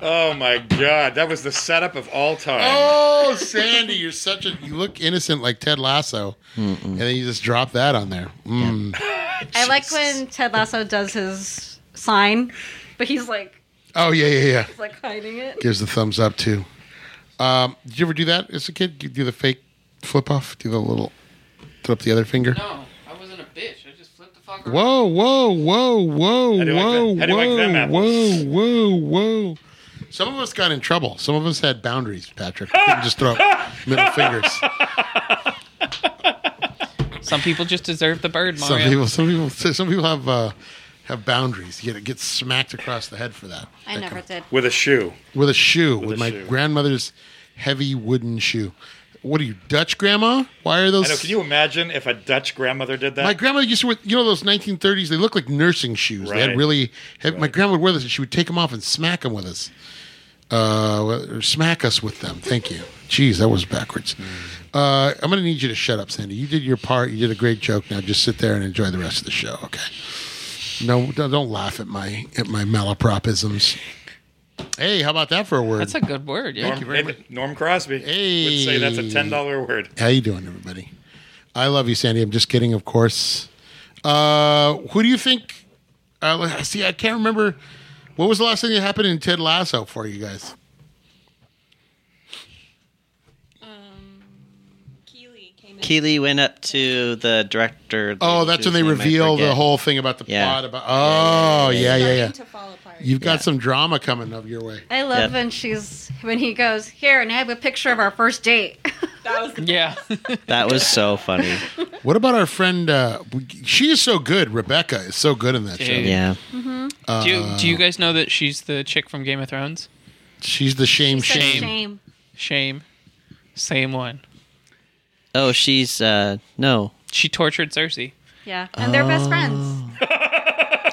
Speaker 7: Oh my god, that was the setup of all time.
Speaker 3: Oh, Sandy, you're such a you look innocent like Ted Lasso, and then you just drop that on there. Mm.
Speaker 8: I like when Ted Lasso does his sign, but he's like
Speaker 3: Oh yeah, yeah, yeah.
Speaker 8: he's like hiding it.
Speaker 3: Gives the thumbs up too. Um, did you ever do that as a kid? You do the fake flip off, do the little put up the other finger.
Speaker 4: No, I wasn't a bitch. I just flipped the fuck
Speaker 3: Whoa, whoa, whoa, whoa,
Speaker 7: How do you like
Speaker 3: whoa,
Speaker 7: them- how do you like them
Speaker 3: whoa, whoa,
Speaker 7: apples?
Speaker 3: whoa, whoa. Some of us got in trouble. Some of us had boundaries, Patrick. We couldn't just throw
Speaker 7: (laughs)
Speaker 3: up middle fingers.
Speaker 4: Some people just deserve the bird,
Speaker 3: Some
Speaker 4: Mario.
Speaker 3: people, some people, some people have uh, have boundaries. You get, get smacked across the head for that.
Speaker 8: I
Speaker 3: That
Speaker 8: never
Speaker 4: um,
Speaker 3: kind
Speaker 8: did.
Speaker 7: With a shoe.
Speaker 3: of- With a shoe, with,
Speaker 7: a
Speaker 3: my
Speaker 7: shoe.
Speaker 3: grandmother's heavy wooden shoe. What are you, Dutch grandma? Why are those?
Speaker 7: I know, can you imagine if a Dutch grandmother did that?
Speaker 3: My grandma used to wear, you know, those 1930s. They look like nursing shoes. They had
Speaker 7: Right.
Speaker 3: really. Heavy, My grandma would wear this, and she would take them off and smack them with us, uh, or smack us with them. Thank you. Jeez, that was backwards.
Speaker 7: Mm.
Speaker 3: Uh, I'm going to need you to shut up, Sandy. You did your part. You did a great joke. Now just sit there and enjoy the rest of the show. Okay. No, don't, don't laugh at my at my malapropisms. Hey, how about that for a word?
Speaker 4: That's a good word. Yeah.
Speaker 7: Norm, Hey, Norm Crosby would say that's a ten dollar word.
Speaker 3: How you doing, everybody? I love you, Sandy. I'm just kidding, of course. Uh, who do you think? Uh, let- see, I can't remember. What was the last thing that happened in Ted Lasso for you guys?
Speaker 9: Keely came in.
Speaker 6: Keely went up to the director.
Speaker 3: Oh, that's when they
Speaker 6: whose name I
Speaker 3: reveal the
Speaker 6: forget.
Speaker 3: whole thing about the
Speaker 6: Yeah.
Speaker 3: plot. About oh yeah yeah yeah
Speaker 9: Starting to fall apart.
Speaker 3: You've got some drama coming up your way.
Speaker 8: I love
Speaker 6: Yeah.
Speaker 8: when she's when he goes here and I have a picture of our first date. (laughs)
Speaker 4: Yeah. (laughs)
Speaker 6: That was so
Speaker 3: (laughs)
Speaker 6: funny.
Speaker 3: What about our friend? Uh, she is so good. Rebecca is so good in that show.
Speaker 4: Dude.
Speaker 6: Yeah.
Speaker 4: do, you,
Speaker 3: Uh,
Speaker 4: do you guys know that she's the chick from Game of Thrones?
Speaker 3: She's the shame
Speaker 8: Such
Speaker 3: shame.
Speaker 8: shame.
Speaker 4: Shame. Same one.
Speaker 6: Oh, she's uh no.
Speaker 4: She tortured Cersei.
Speaker 8: Yeah, and they're
Speaker 4: Oh.
Speaker 8: best friends.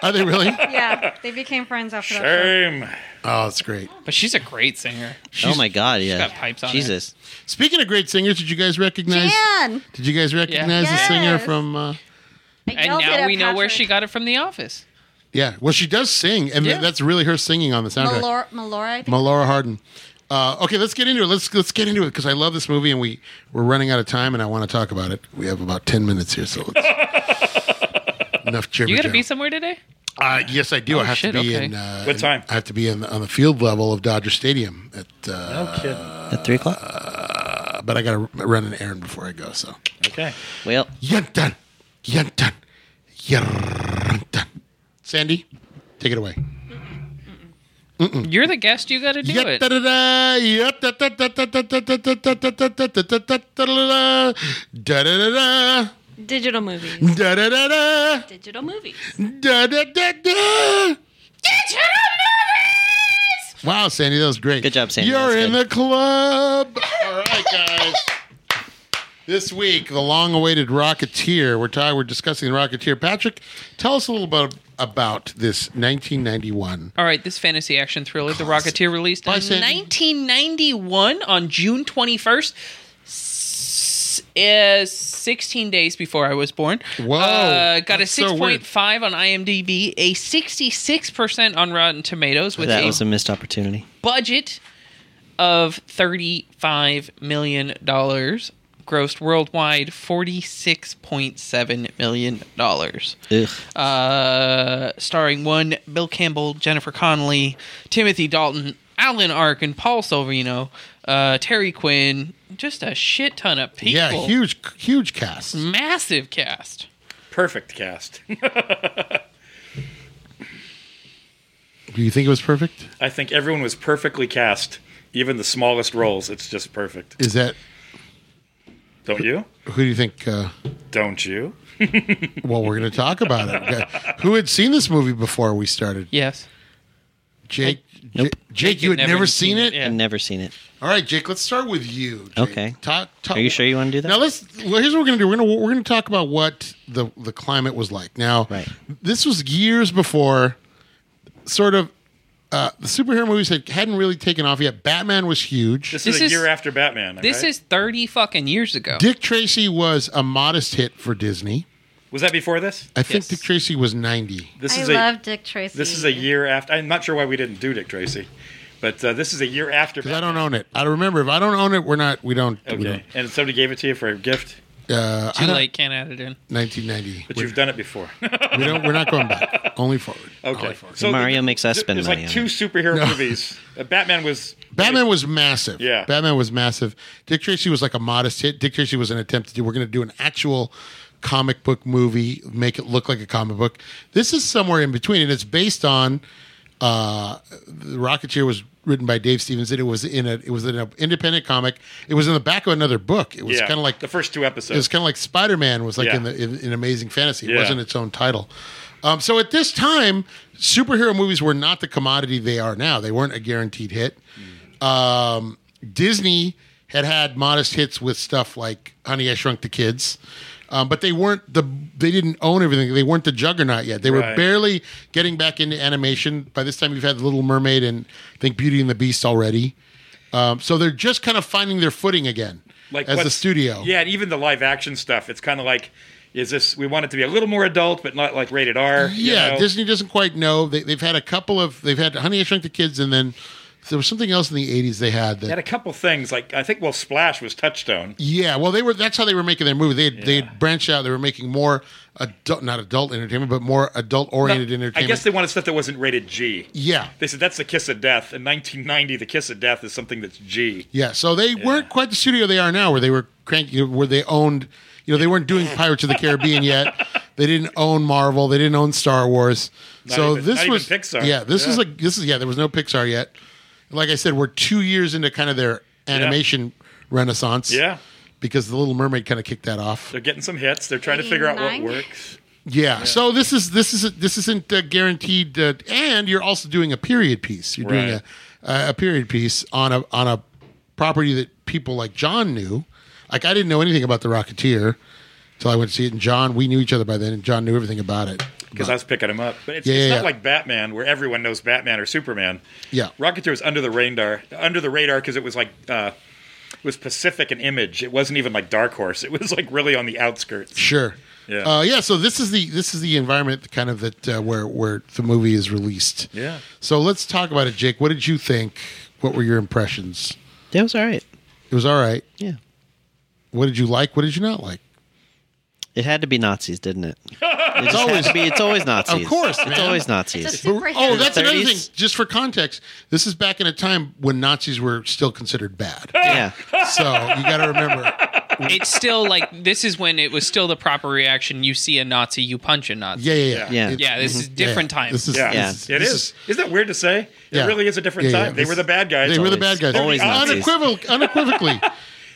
Speaker 3: Are they really?
Speaker 8: Yeah, they became friends after that. show.
Speaker 7: Shame.
Speaker 3: Oh, that's great.
Speaker 4: But she's a great singer.
Speaker 3: She's-
Speaker 6: oh my god, yeah.
Speaker 4: got pipes on her.
Speaker 6: Jesus.
Speaker 3: Speaking of great singers, did you guys recognize?
Speaker 8: Jan,
Speaker 3: Did you guys recognize the
Speaker 8: Yes.
Speaker 3: singer from? Uh,
Speaker 8: I
Speaker 4: And
Speaker 8: yelled it
Speaker 4: now
Speaker 8: at
Speaker 4: we know where she
Speaker 8: Patrick.
Speaker 4: got it from The Office.
Speaker 3: yeah. Well, she does sing, and
Speaker 4: Yeah.
Speaker 3: that's really her singing on the soundtrack.
Speaker 8: Malora, Malora, I think.
Speaker 3: Melora Hardin. Uh, okay, let's get into it. Let's let's get into it because I love this movie and we we're running out of time and I want to talk about it. We have about ten minutes here, so let's,
Speaker 4: (laughs)
Speaker 3: enough jibber
Speaker 4: You got to be
Speaker 3: jabber.
Speaker 4: somewhere today?
Speaker 3: Uh, yes, I do. I have
Speaker 4: shit,
Speaker 3: to be
Speaker 4: okay.
Speaker 3: in. Uh,
Speaker 7: What
Speaker 3: in-
Speaker 7: time?
Speaker 3: I have to be in, on the field level of Dodger Stadium at. Uh,
Speaker 7: No kidding.
Speaker 6: At three o'clock?
Speaker 4: Oh.
Speaker 3: But I got to run an errand before I go. So
Speaker 7: Okay.
Speaker 6: Well,
Speaker 3: yentan, yentan, yentan. Sandy, take it away.
Speaker 4: You're the guest. You got to do it.
Speaker 3: Yep-da-da-da, yep-da-da-da-da-da-da-da-da-da-da-da-da-da-da, da-da-da-da,
Speaker 5: Digital movies.
Speaker 3: da-da-da-da,
Speaker 5: Digital movies.
Speaker 3: da-da-da-da. Wow, Sandy, that was great.
Speaker 6: Good job, Sandy. That
Speaker 3: You're
Speaker 6: was
Speaker 3: in
Speaker 6: good.
Speaker 3: the club. All right, guys. This week, the long-awaited Rocketeer. We're talking. We're discussing the Rocketeer. Patrick, tell us a little bit about this 1991.
Speaker 4: All right, this fantasy action thriller, The Rocketeer, released
Speaker 3: Bye,
Speaker 4: in
Speaker 3: Sandy.
Speaker 4: 1991 on June 21st. s- uh, 16 days before I was born.
Speaker 3: Whoa,
Speaker 4: Uh, got a
Speaker 3: that's so weird.
Speaker 4: 6.5 on IMDb, a 66% on Rotten Tomatoes with
Speaker 6: that
Speaker 4: a
Speaker 6: was a missed opportunity.
Speaker 4: budget of 35 million dollars, grossed worldwide 46.7 million dollars
Speaker 6: Ugh.
Speaker 4: uh, starring one Bill Campbell, Jennifer Connelly, Timothy Dalton, Alan Arkin, Paul Silverino, uh, Terry Quinn, just a shit ton of people.
Speaker 3: Yeah, huge, huge cast.
Speaker 4: massive cast.
Speaker 7: Perfect cast. (laughs)
Speaker 3: Do you think it was perfect?
Speaker 7: I think everyone was perfectly cast, even the smallest roles. It's just perfect.
Speaker 3: Is that
Speaker 7: Don't you?
Speaker 3: who do you think? Uh,
Speaker 7: Don't you?
Speaker 3: well, we're going to talk about it. Who had seen this movie before we started?
Speaker 4: Yes,
Speaker 3: Jake.
Speaker 6: Nope.
Speaker 3: Jake, you had never, seen, it.
Speaker 4: Yeah.
Speaker 6: I've never seen it.
Speaker 3: All right, Jake. Let's start with you. Jake.
Speaker 6: Okay.
Speaker 3: Ta- ta-
Speaker 6: Are you sure you want to do that?
Speaker 3: Now let's. Well, here's what we're gonna do. We're gonna we're gonna talk about what the the climate was like. Now,
Speaker 6: Right.
Speaker 3: this was years before, sort of, uh, the superhero movies had, hadn't really taken off yet. Batman was huge.
Speaker 7: This,
Speaker 4: This
Speaker 7: is a
Speaker 4: is-
Speaker 7: year after Batman.
Speaker 4: this
Speaker 7: right?
Speaker 4: is thirty fucking years ago.
Speaker 3: Dick Tracy was a modest hit for Disney.
Speaker 7: Was that before this?
Speaker 3: I think
Speaker 4: Yes.
Speaker 3: Dick Tracy was ninety.
Speaker 7: This
Speaker 8: I
Speaker 7: is a
Speaker 8: love Dick Tracy.
Speaker 7: this is a year after. I'm not sure why we didn't do Dick Tracy, but uh, this is a year after.
Speaker 3: Because I
Speaker 7: Batman.
Speaker 3: don't own it. I remember if I don't own it, we're not. We don't. We
Speaker 7: Okay,
Speaker 3: don't.
Speaker 7: and somebody gave it to you for a gift,
Speaker 3: Uh, I
Speaker 4: Too
Speaker 3: don't-
Speaker 4: late, can't add it in.
Speaker 3: 1990.
Speaker 7: but
Speaker 3: We're-
Speaker 7: you've done it before. (laughs)
Speaker 3: we don't. We're not going back. Only forward.
Speaker 7: okay,
Speaker 6: Mario makes us
Speaker 7: th-
Speaker 6: spend
Speaker 7: There's
Speaker 6: money
Speaker 7: like
Speaker 6: on
Speaker 7: two
Speaker 6: it.
Speaker 7: superhero
Speaker 3: No.
Speaker 7: movies. Uh, Batman was
Speaker 3: Batman was massive.
Speaker 7: Yeah.
Speaker 3: Batman was massive. Dick Tracy was like a modest hit. Dick Tracy was an attempt to do. We're going to do an actual comic book movie, make it look like a comic book. This is somewhere in between, and it's based on. Uh, the Rocketeer was written by Dave Stevens, and it was in a it was in an independent comic. It was in the back of another book. It was
Speaker 7: yeah,
Speaker 3: kind of like
Speaker 7: the first two
Speaker 3: It was
Speaker 7: episodes.
Speaker 3: kind of like Spider Man was like
Speaker 7: Yeah.
Speaker 3: in, the, in, in Amazing Fantasy. It
Speaker 7: Yeah.
Speaker 3: wasn't its own title. Um, so at this time, superhero movies were not the commodity they are now. They weren't a guaranteed hit. Um, Disney had had modest hits with stuff like Honey I Shrunk the Kids, um, but they weren't the they didn't own everything. They weren't the juggernaut yet. They were
Speaker 7: Right.
Speaker 3: barely getting back into animation. By this time, you've had The Little Mermaid and I think Beauty and the Beast already. Um, so they're just kind of finding their footing again, as the
Speaker 7: what's-
Speaker 3: studio.
Speaker 7: Yeah, and even the live action stuff. It's kind of like, is this? We want it to be a little more adult, but not like rated R. you
Speaker 3: Yeah,
Speaker 7: know?
Speaker 3: Disney doesn't quite know. They, they've had a couple of they've had Honey I Shrunk the Kids, and then there was something else in the '80s they had that.
Speaker 7: had a couple things. Like I think well, Splash was Touchstone.
Speaker 3: yeah, well, they were. That's how they were making their movie. They they had branched out. They were making more adult, not adult entertainment, but more adult oriented
Speaker 7: I
Speaker 3: entertainment.
Speaker 7: guess they wanted stuff that wasn't rated G.
Speaker 3: yeah,
Speaker 7: They said that's the kiss of death. In 1990, the kiss of death is something that's G.
Speaker 3: yeah. So they weren't quite the
Speaker 7: (laughs)
Speaker 3: studio they are now, where they were cranky, where they owned. You know, they weren't doing Pirates of the Caribbean yet. They didn't own Marvel. They didn't own Star Wars. so
Speaker 7: even-
Speaker 3: this
Speaker 7: not even
Speaker 3: was
Speaker 7: Pixar.
Speaker 3: Yeah, this is
Speaker 7: Yeah.
Speaker 3: like this is yeah. There was no Pixar yet. Like I said, we're two years into kind of their animation renaissance.
Speaker 7: Yeah.
Speaker 3: because the Little Mermaid kind of kicked that off.
Speaker 7: They're getting some hits. They're trying to figure out what
Speaker 8: 89.
Speaker 7: works.
Speaker 3: Yeah. So this is this is this isn't uh, guaranteed, uh, and you're also doing a period piece. You're doing
Speaker 7: Right.
Speaker 3: a a period piece on a on a property that people like John knew. Like I didn't know anything about the Rocketeer until I went to see it, and John we knew each other by then, and John knew everything about it.
Speaker 7: Because I was picking them up, but it's,
Speaker 3: Yeah,
Speaker 7: it's
Speaker 3: yeah,
Speaker 7: not
Speaker 3: yeah.
Speaker 7: like Batman, where everyone knows Batman or Superman.
Speaker 3: Yeah.
Speaker 7: Rocketeer was under the radar, under the radar because it was like uh, it was Pacific and Image. It wasn't even like Dark Horse. It (laughs) was like really on the outskirts.
Speaker 3: Sure.
Speaker 7: Yeah.
Speaker 3: Uh, yeah. So this is the this is the environment kind of that uh, where where the movie is released.
Speaker 7: Yeah.
Speaker 3: So let's talk about it, Jake. What did you think? What were your impressions?
Speaker 6: That was all right.
Speaker 3: It was all right.
Speaker 6: Yeah.
Speaker 3: What did you like? What did you not like?
Speaker 6: It had to be Nazis, didn't
Speaker 3: (laughs)
Speaker 6: it? It just had
Speaker 3: always-
Speaker 6: to be. It's always Nazis.
Speaker 3: Of course,
Speaker 6: it's
Speaker 3: man.
Speaker 6: always
Speaker 3: (laughs)
Speaker 6: Nazis.
Speaker 8: It's a superhero.
Speaker 3: Oh, that's another
Speaker 6: 30s.
Speaker 3: thing. Just for context, this is back in a time when Nazis were still considered bad.
Speaker 6: yeah,
Speaker 3: So you got to
Speaker 4: (laughs)
Speaker 3: remember.
Speaker 4: It's still like this is when it was still the proper reaction. You see a Nazi, you punch a Nazi.
Speaker 3: Yeah, yeah, yeah.
Speaker 6: Yeah.
Speaker 3: It-
Speaker 4: Yeah, this is
Speaker 3: mhm.
Speaker 4: different
Speaker 3: Yeah.
Speaker 4: time.
Speaker 3: This is,
Speaker 7: Yeah,
Speaker 6: Yeah.
Speaker 3: this
Speaker 7: it
Speaker 3: this
Speaker 7: is. Isn't that weird to say?
Speaker 3: yeah.
Speaker 7: It really is a different
Speaker 3: Yeah, yeah.
Speaker 7: time. They
Speaker 3: This-
Speaker 7: were the bad guys.
Speaker 3: They were the bad
Speaker 6: Always-
Speaker 3: guys.
Speaker 6: always Nazis.
Speaker 3: Unequivocal, unequivocally.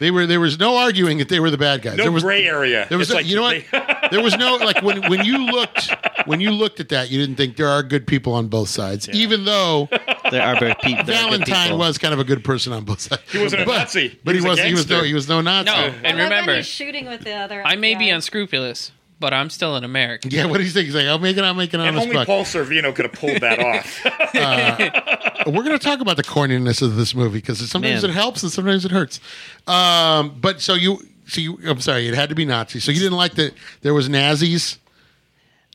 Speaker 3: They were. There was no arguing that they were the bad guys.
Speaker 7: No
Speaker 3: there was,
Speaker 7: gray area.
Speaker 3: There was.
Speaker 7: It's
Speaker 3: no-
Speaker 7: like
Speaker 3: you know what?
Speaker 7: they-
Speaker 3: there was no like when when you looked when you looked at that, you didn't think there are good people on both sides, even though
Speaker 6: there are very pe- there are good
Speaker 3: Valentine
Speaker 6: people.
Speaker 3: was kind of a good person on both sides. He
Speaker 7: wasn't a Nazi.
Speaker 3: but
Speaker 7: He
Speaker 3: he,
Speaker 7: was
Speaker 3: was.
Speaker 7: a
Speaker 3: He was no.
Speaker 7: gangster.
Speaker 3: He was no Nazi.
Speaker 4: No, and
Speaker 8: Well, then
Speaker 4: remember,
Speaker 8: he's shooting with the other.
Speaker 4: I may be
Speaker 8: FBI.
Speaker 4: unscrupulous, but I'm still an American.
Speaker 3: Yeah, what do you think? He's like, I'll make it, I'll make it
Speaker 7: and
Speaker 3: honest
Speaker 7: only
Speaker 3: buck.
Speaker 7: Paul Sorvino could have pulled that off. (laughs)
Speaker 3: We're going to talk about the corniness of this movie because sometimes
Speaker 6: Man.
Speaker 3: it helps and sometimes it hurts. Um, but so you, so you, I'm sorry, it had to be Nazi. So you didn't like that there was Nazis.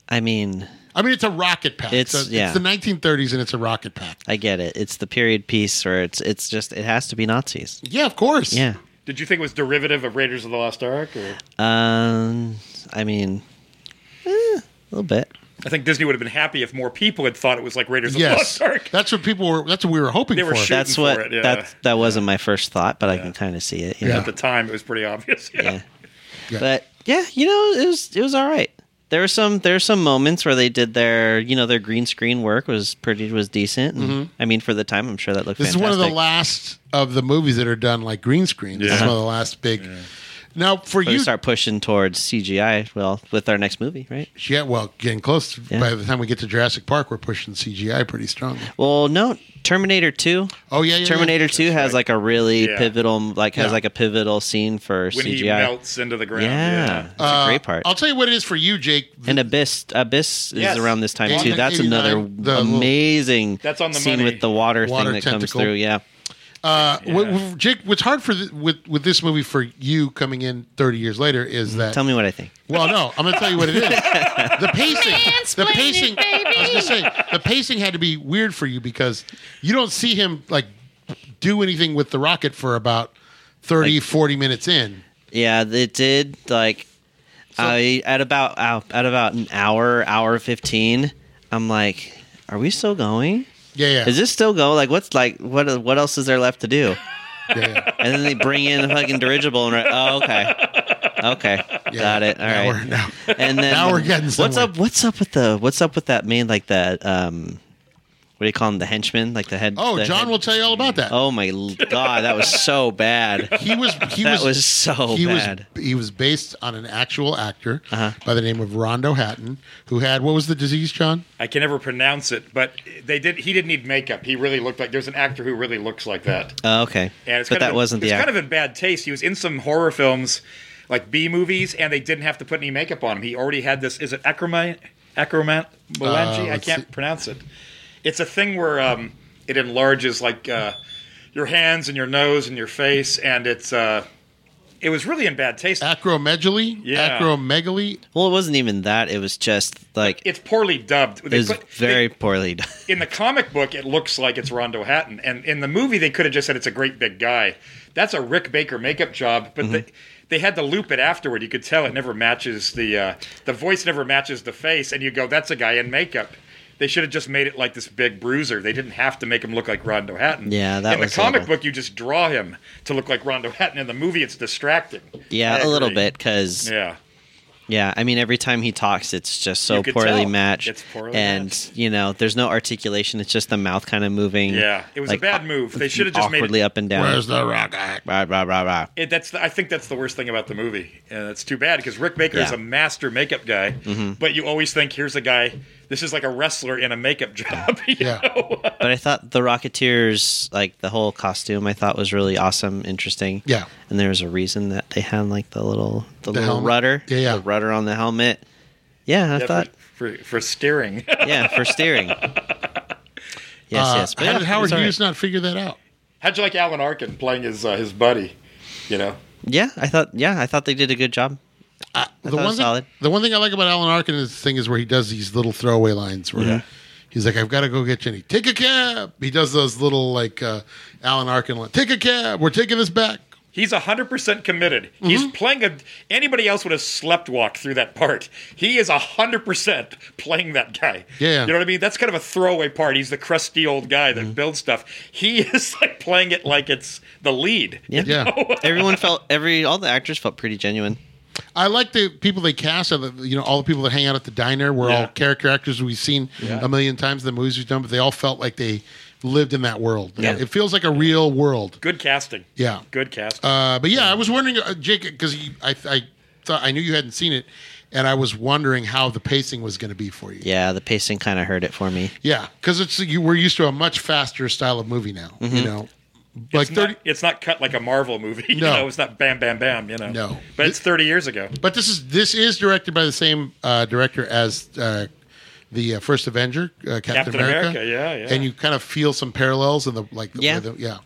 Speaker 6: I mean,
Speaker 3: I mean, it's a rocket pack.
Speaker 6: It's-
Speaker 3: So
Speaker 6: yeah.
Speaker 3: it's the 1930s and it's a rocket pack.
Speaker 6: I get it. It's the period piece, or it's it's just it has to be Nazis.
Speaker 3: Yeah, of course.
Speaker 6: Yeah.
Speaker 7: Did you think it was derivative of Raiders of the Lost Ark? Or?
Speaker 6: Um. I mean, eh, a little bit.
Speaker 7: I think Disney would have been happy if more people had thought it was like Raiders
Speaker 3: Yes,
Speaker 7: of the Lost Ark.
Speaker 3: that's what people were. That's what we were hoping
Speaker 7: They were
Speaker 3: for.
Speaker 7: shooting-
Speaker 6: That's what
Speaker 7: for it, yeah.
Speaker 6: that that wasn't my first thought, but I can kind of see it.
Speaker 3: Yeah.
Speaker 6: yeah.
Speaker 7: At the time, it was pretty obvious. (laughs) Yeah.
Speaker 6: yeah.
Speaker 3: Yeah.
Speaker 6: But yeah, you know, it was it was all right. There were some there were some moments where they did their you know their green screen work was pretty was decent. And,
Speaker 7: Mm-hmm.
Speaker 6: I mean, for the time, I'm sure that looked.
Speaker 3: This is
Speaker 6: fantastic.
Speaker 3: one of the last of the movies that are done like green screen. This is
Speaker 7: Yeah.
Speaker 3: one of the last big. Now for
Speaker 6: But we
Speaker 3: you,
Speaker 6: start pushing towards CGI. Well, with our next movie, right?
Speaker 3: yeah, well, getting close.
Speaker 6: Yeah.
Speaker 3: By the time we get to Jurassic Park, we're pushing CGI pretty strongly.
Speaker 6: Well, no, Terminator Two.
Speaker 3: Oh yeah, yeah, yeah.
Speaker 6: Terminator Two has like a really
Speaker 7: Yeah.
Speaker 6: pivotal, like has
Speaker 3: Yeah.
Speaker 6: like a pivotal scene for
Speaker 7: When
Speaker 6: CGI.
Speaker 7: he melts into the ground.
Speaker 6: yeah,
Speaker 7: Yeah.
Speaker 6: it's a great part.
Speaker 3: Uh, I'll tell you what it is for you, Jake.
Speaker 6: and Abyss, Abyss is
Speaker 7: Yes.
Speaker 6: around this time
Speaker 3: Yeah.
Speaker 6: too. That's
Speaker 3: 89,
Speaker 6: another
Speaker 3: the little-
Speaker 6: amazing
Speaker 7: That's on the
Speaker 6: scene
Speaker 7: money.
Speaker 6: with the water,
Speaker 3: Water
Speaker 6: thing that comes
Speaker 3: tentacle.
Speaker 6: through. Yeah,
Speaker 3: Uh, what- what- Jake, what's hard for the, with with this movie for you coming in 30 years later is that.
Speaker 6: tell me what I think.
Speaker 3: Well, no, I'm going to tell you what it is. The pacing, the pacing. I was going to say the pacing had to be weird for you because you don't see him like do anything with the rocket for about 30, 40 minutes in.
Speaker 6: Yeah, it did. Like, I at about ow, at about an hour, hour fifteen. I'm like, are we still going?
Speaker 3: Yeah, yeah.
Speaker 6: Is this still going? Like, what's like what what else is there left to do?
Speaker 3: Yeah, yeah.
Speaker 6: And then they bring in the fucking dirigible and we're like, oh okay, okay,
Speaker 3: Yeah.
Speaker 6: (laughs) got it. All
Speaker 3: Now
Speaker 6: right.
Speaker 3: we're- now-
Speaker 6: and then
Speaker 3: now we're getting
Speaker 6: what's
Speaker 3: somewhere.
Speaker 6: up? What's up with the what's up with that main like that? Um, what do you call him? The henchman, like the head.
Speaker 3: Oh,
Speaker 6: the
Speaker 3: John
Speaker 6: head-
Speaker 3: will tell you all about that.
Speaker 6: Oh my l- god, that was so
Speaker 7: (laughs)
Speaker 6: bad.
Speaker 3: He
Speaker 6: (laughs)
Speaker 3: was he
Speaker 6: That
Speaker 3: was
Speaker 6: was so
Speaker 3: he
Speaker 6: bad. Uh-huh.
Speaker 3: was he was based on an actual actor by the name of Rondo Hatton, who had what was the disease, John?
Speaker 7: I can never pronounce it, but they did. He didn't need makeup. He really looked like there's an actor who really looks like that.
Speaker 6: Oh, okay,
Speaker 7: And it's
Speaker 6: but
Speaker 7: kind of
Speaker 6: that
Speaker 7: in-
Speaker 6: wasn't the
Speaker 7: it's
Speaker 6: act.
Speaker 7: kind of in bad taste. He was in some horror films, like B movies, and they didn't have to put any makeup on him. He already had this. Is it acromite? Acromant? Melange? I
Speaker 3: Uh, let's
Speaker 7: can't
Speaker 3: see.
Speaker 7: pronounce it. It's a thing where um, it enlarges like uh, your hands and your nose and your face, and it's. Uh, it was really in bad taste.
Speaker 3: Acromegaly?
Speaker 7: Yeah.
Speaker 3: Acromegaly?
Speaker 6: well, it wasn't even that. It was just like it
Speaker 7: It's poorly dubbed. They
Speaker 6: was
Speaker 7: put- they-
Speaker 6: very poorly
Speaker 7: (laughs)
Speaker 6: done.
Speaker 7: in the comic book, it looks like it's Rondo Hatton, and in the movie, they could have just said it's a great big guy. That's a Rick Baker makeup job,
Speaker 6: Mm-hmm.
Speaker 7: but they, they had to loop it afterward. You could tell it never matches the uh, the voice never matches the face, and you go, "That's a guy in makeup." They should have just made it like this big bruiser. They didn't have to make him look like Rondo Hatton.
Speaker 6: Yeah, that
Speaker 7: in
Speaker 6: was
Speaker 7: the comic
Speaker 6: horrible.
Speaker 7: book, you just draw him to look like Rondo Hatton. In the movie, it's distracting.
Speaker 6: Yeah,
Speaker 7: I
Speaker 6: a little
Speaker 7: agree.
Speaker 6: bit because
Speaker 7: Yeah,
Speaker 6: Yeah, I mean, every time he talks, it's just so
Speaker 7: You could
Speaker 6: poorly
Speaker 7: tell.
Speaker 6: matched.
Speaker 7: It's poorly
Speaker 6: and
Speaker 7: matched.
Speaker 6: you know, there's no articulation. It's just the mouth kind of moving.
Speaker 7: Yeah, it was a bad move. They should have just made it-
Speaker 6: awkwardly up and down.
Speaker 3: Where's the rocket?
Speaker 6: Rah, rah, rah, rah.
Speaker 7: It, that's the, I think that's the worst thing about the movie, and it's too bad because Rick Baker is
Speaker 6: Yeah. Mm-hmm.
Speaker 7: a master makeup guy. But you always think, here's a guy. This is like a wrestler in a makeup job. (laughs) you
Speaker 3: Yeah.
Speaker 7: know?
Speaker 6: But I thought the Rocketeers, like the whole costume, I thought was really awesome, interesting.
Speaker 3: Yeah.
Speaker 6: And there was a reason that they had like the little the, little
Speaker 3: helmet?
Speaker 6: rudder,
Speaker 3: Yeah, yeah.
Speaker 6: the rudder on the helmet. Yeah, I
Speaker 7: Yeah,
Speaker 6: thought,
Speaker 7: for, for, for steering.
Speaker 6: yeah, for steering. yes,
Speaker 3: Uh,
Speaker 6: yes. But
Speaker 3: how
Speaker 6: yeah,
Speaker 3: did
Speaker 6: it
Speaker 3: Howard
Speaker 6: was all right.
Speaker 3: Hughes not figure that out?
Speaker 7: (laughs) How'd you like Alan Arkin playing his uh, his buddy? You know,
Speaker 6: Yeah, I thought. Yeah, I thought they did a good job.
Speaker 3: the
Speaker 6: thought it
Speaker 3: one
Speaker 6: was
Speaker 3: thing,
Speaker 6: solid.
Speaker 3: the one thing I like about Alan Arkin is the thing is where he does these little throwaway lines where he's like, "I've got to go get Jenny. Take a cab." He does those little like uh, Alan Arkin line. Take a cab. We're taking this back.
Speaker 7: he's hundred percent committed. He's
Speaker 6: Mm-hmm.
Speaker 7: playing a. Anybody else would have slept walk through that part. He is hundred percent playing that guy.
Speaker 3: Yeah.
Speaker 7: you know what I mean. That's kind of a throwaway part. He's the crusty old guy
Speaker 6: Mm-hmm.
Speaker 7: that builds stuff. He (laughs) is like playing it like it's the lead.
Speaker 6: Yeah.
Speaker 3: Yeah,
Speaker 6: Everyone felt every all the actors felt pretty genuine.
Speaker 3: I like the people they cast. Are the, you know, all the people that hang out at the diner were all
Speaker 7: Yeah.
Speaker 3: character actors we've seen a million times in the movies we've done, but they all felt like they lived in that world.
Speaker 6: Yeah.
Speaker 3: It feels like a real world.
Speaker 7: Good casting.
Speaker 3: Yeah.
Speaker 7: Good casting.
Speaker 3: Uh, but yeah, I was wondering, uh, Jake, because I, I thought I knew you hadn't seen it, and I was wondering how the pacing was going to be for you.
Speaker 6: Yeah, the pacing kind of hurt it for me.
Speaker 3: Yeah, because it's you. We're used to a much faster style of movie now.
Speaker 6: Mm-hmm.
Speaker 3: You know, like
Speaker 7: it's,
Speaker 3: thirty.
Speaker 7: not, it's not cut like a Marvel movie. (laughs) You
Speaker 3: No.
Speaker 7: know, it's not bam, bam, bam. You know,
Speaker 3: No.
Speaker 7: But it's thirty years ago.
Speaker 3: but this is this is directed by the same uh, director as uh, the uh, first Avenger, uh, Captain,
Speaker 7: Captain
Speaker 3: America.
Speaker 7: America, yeah, yeah.
Speaker 3: And you kind of feel some parallels in the like. The,
Speaker 6: Yeah.
Speaker 3: the- yeah.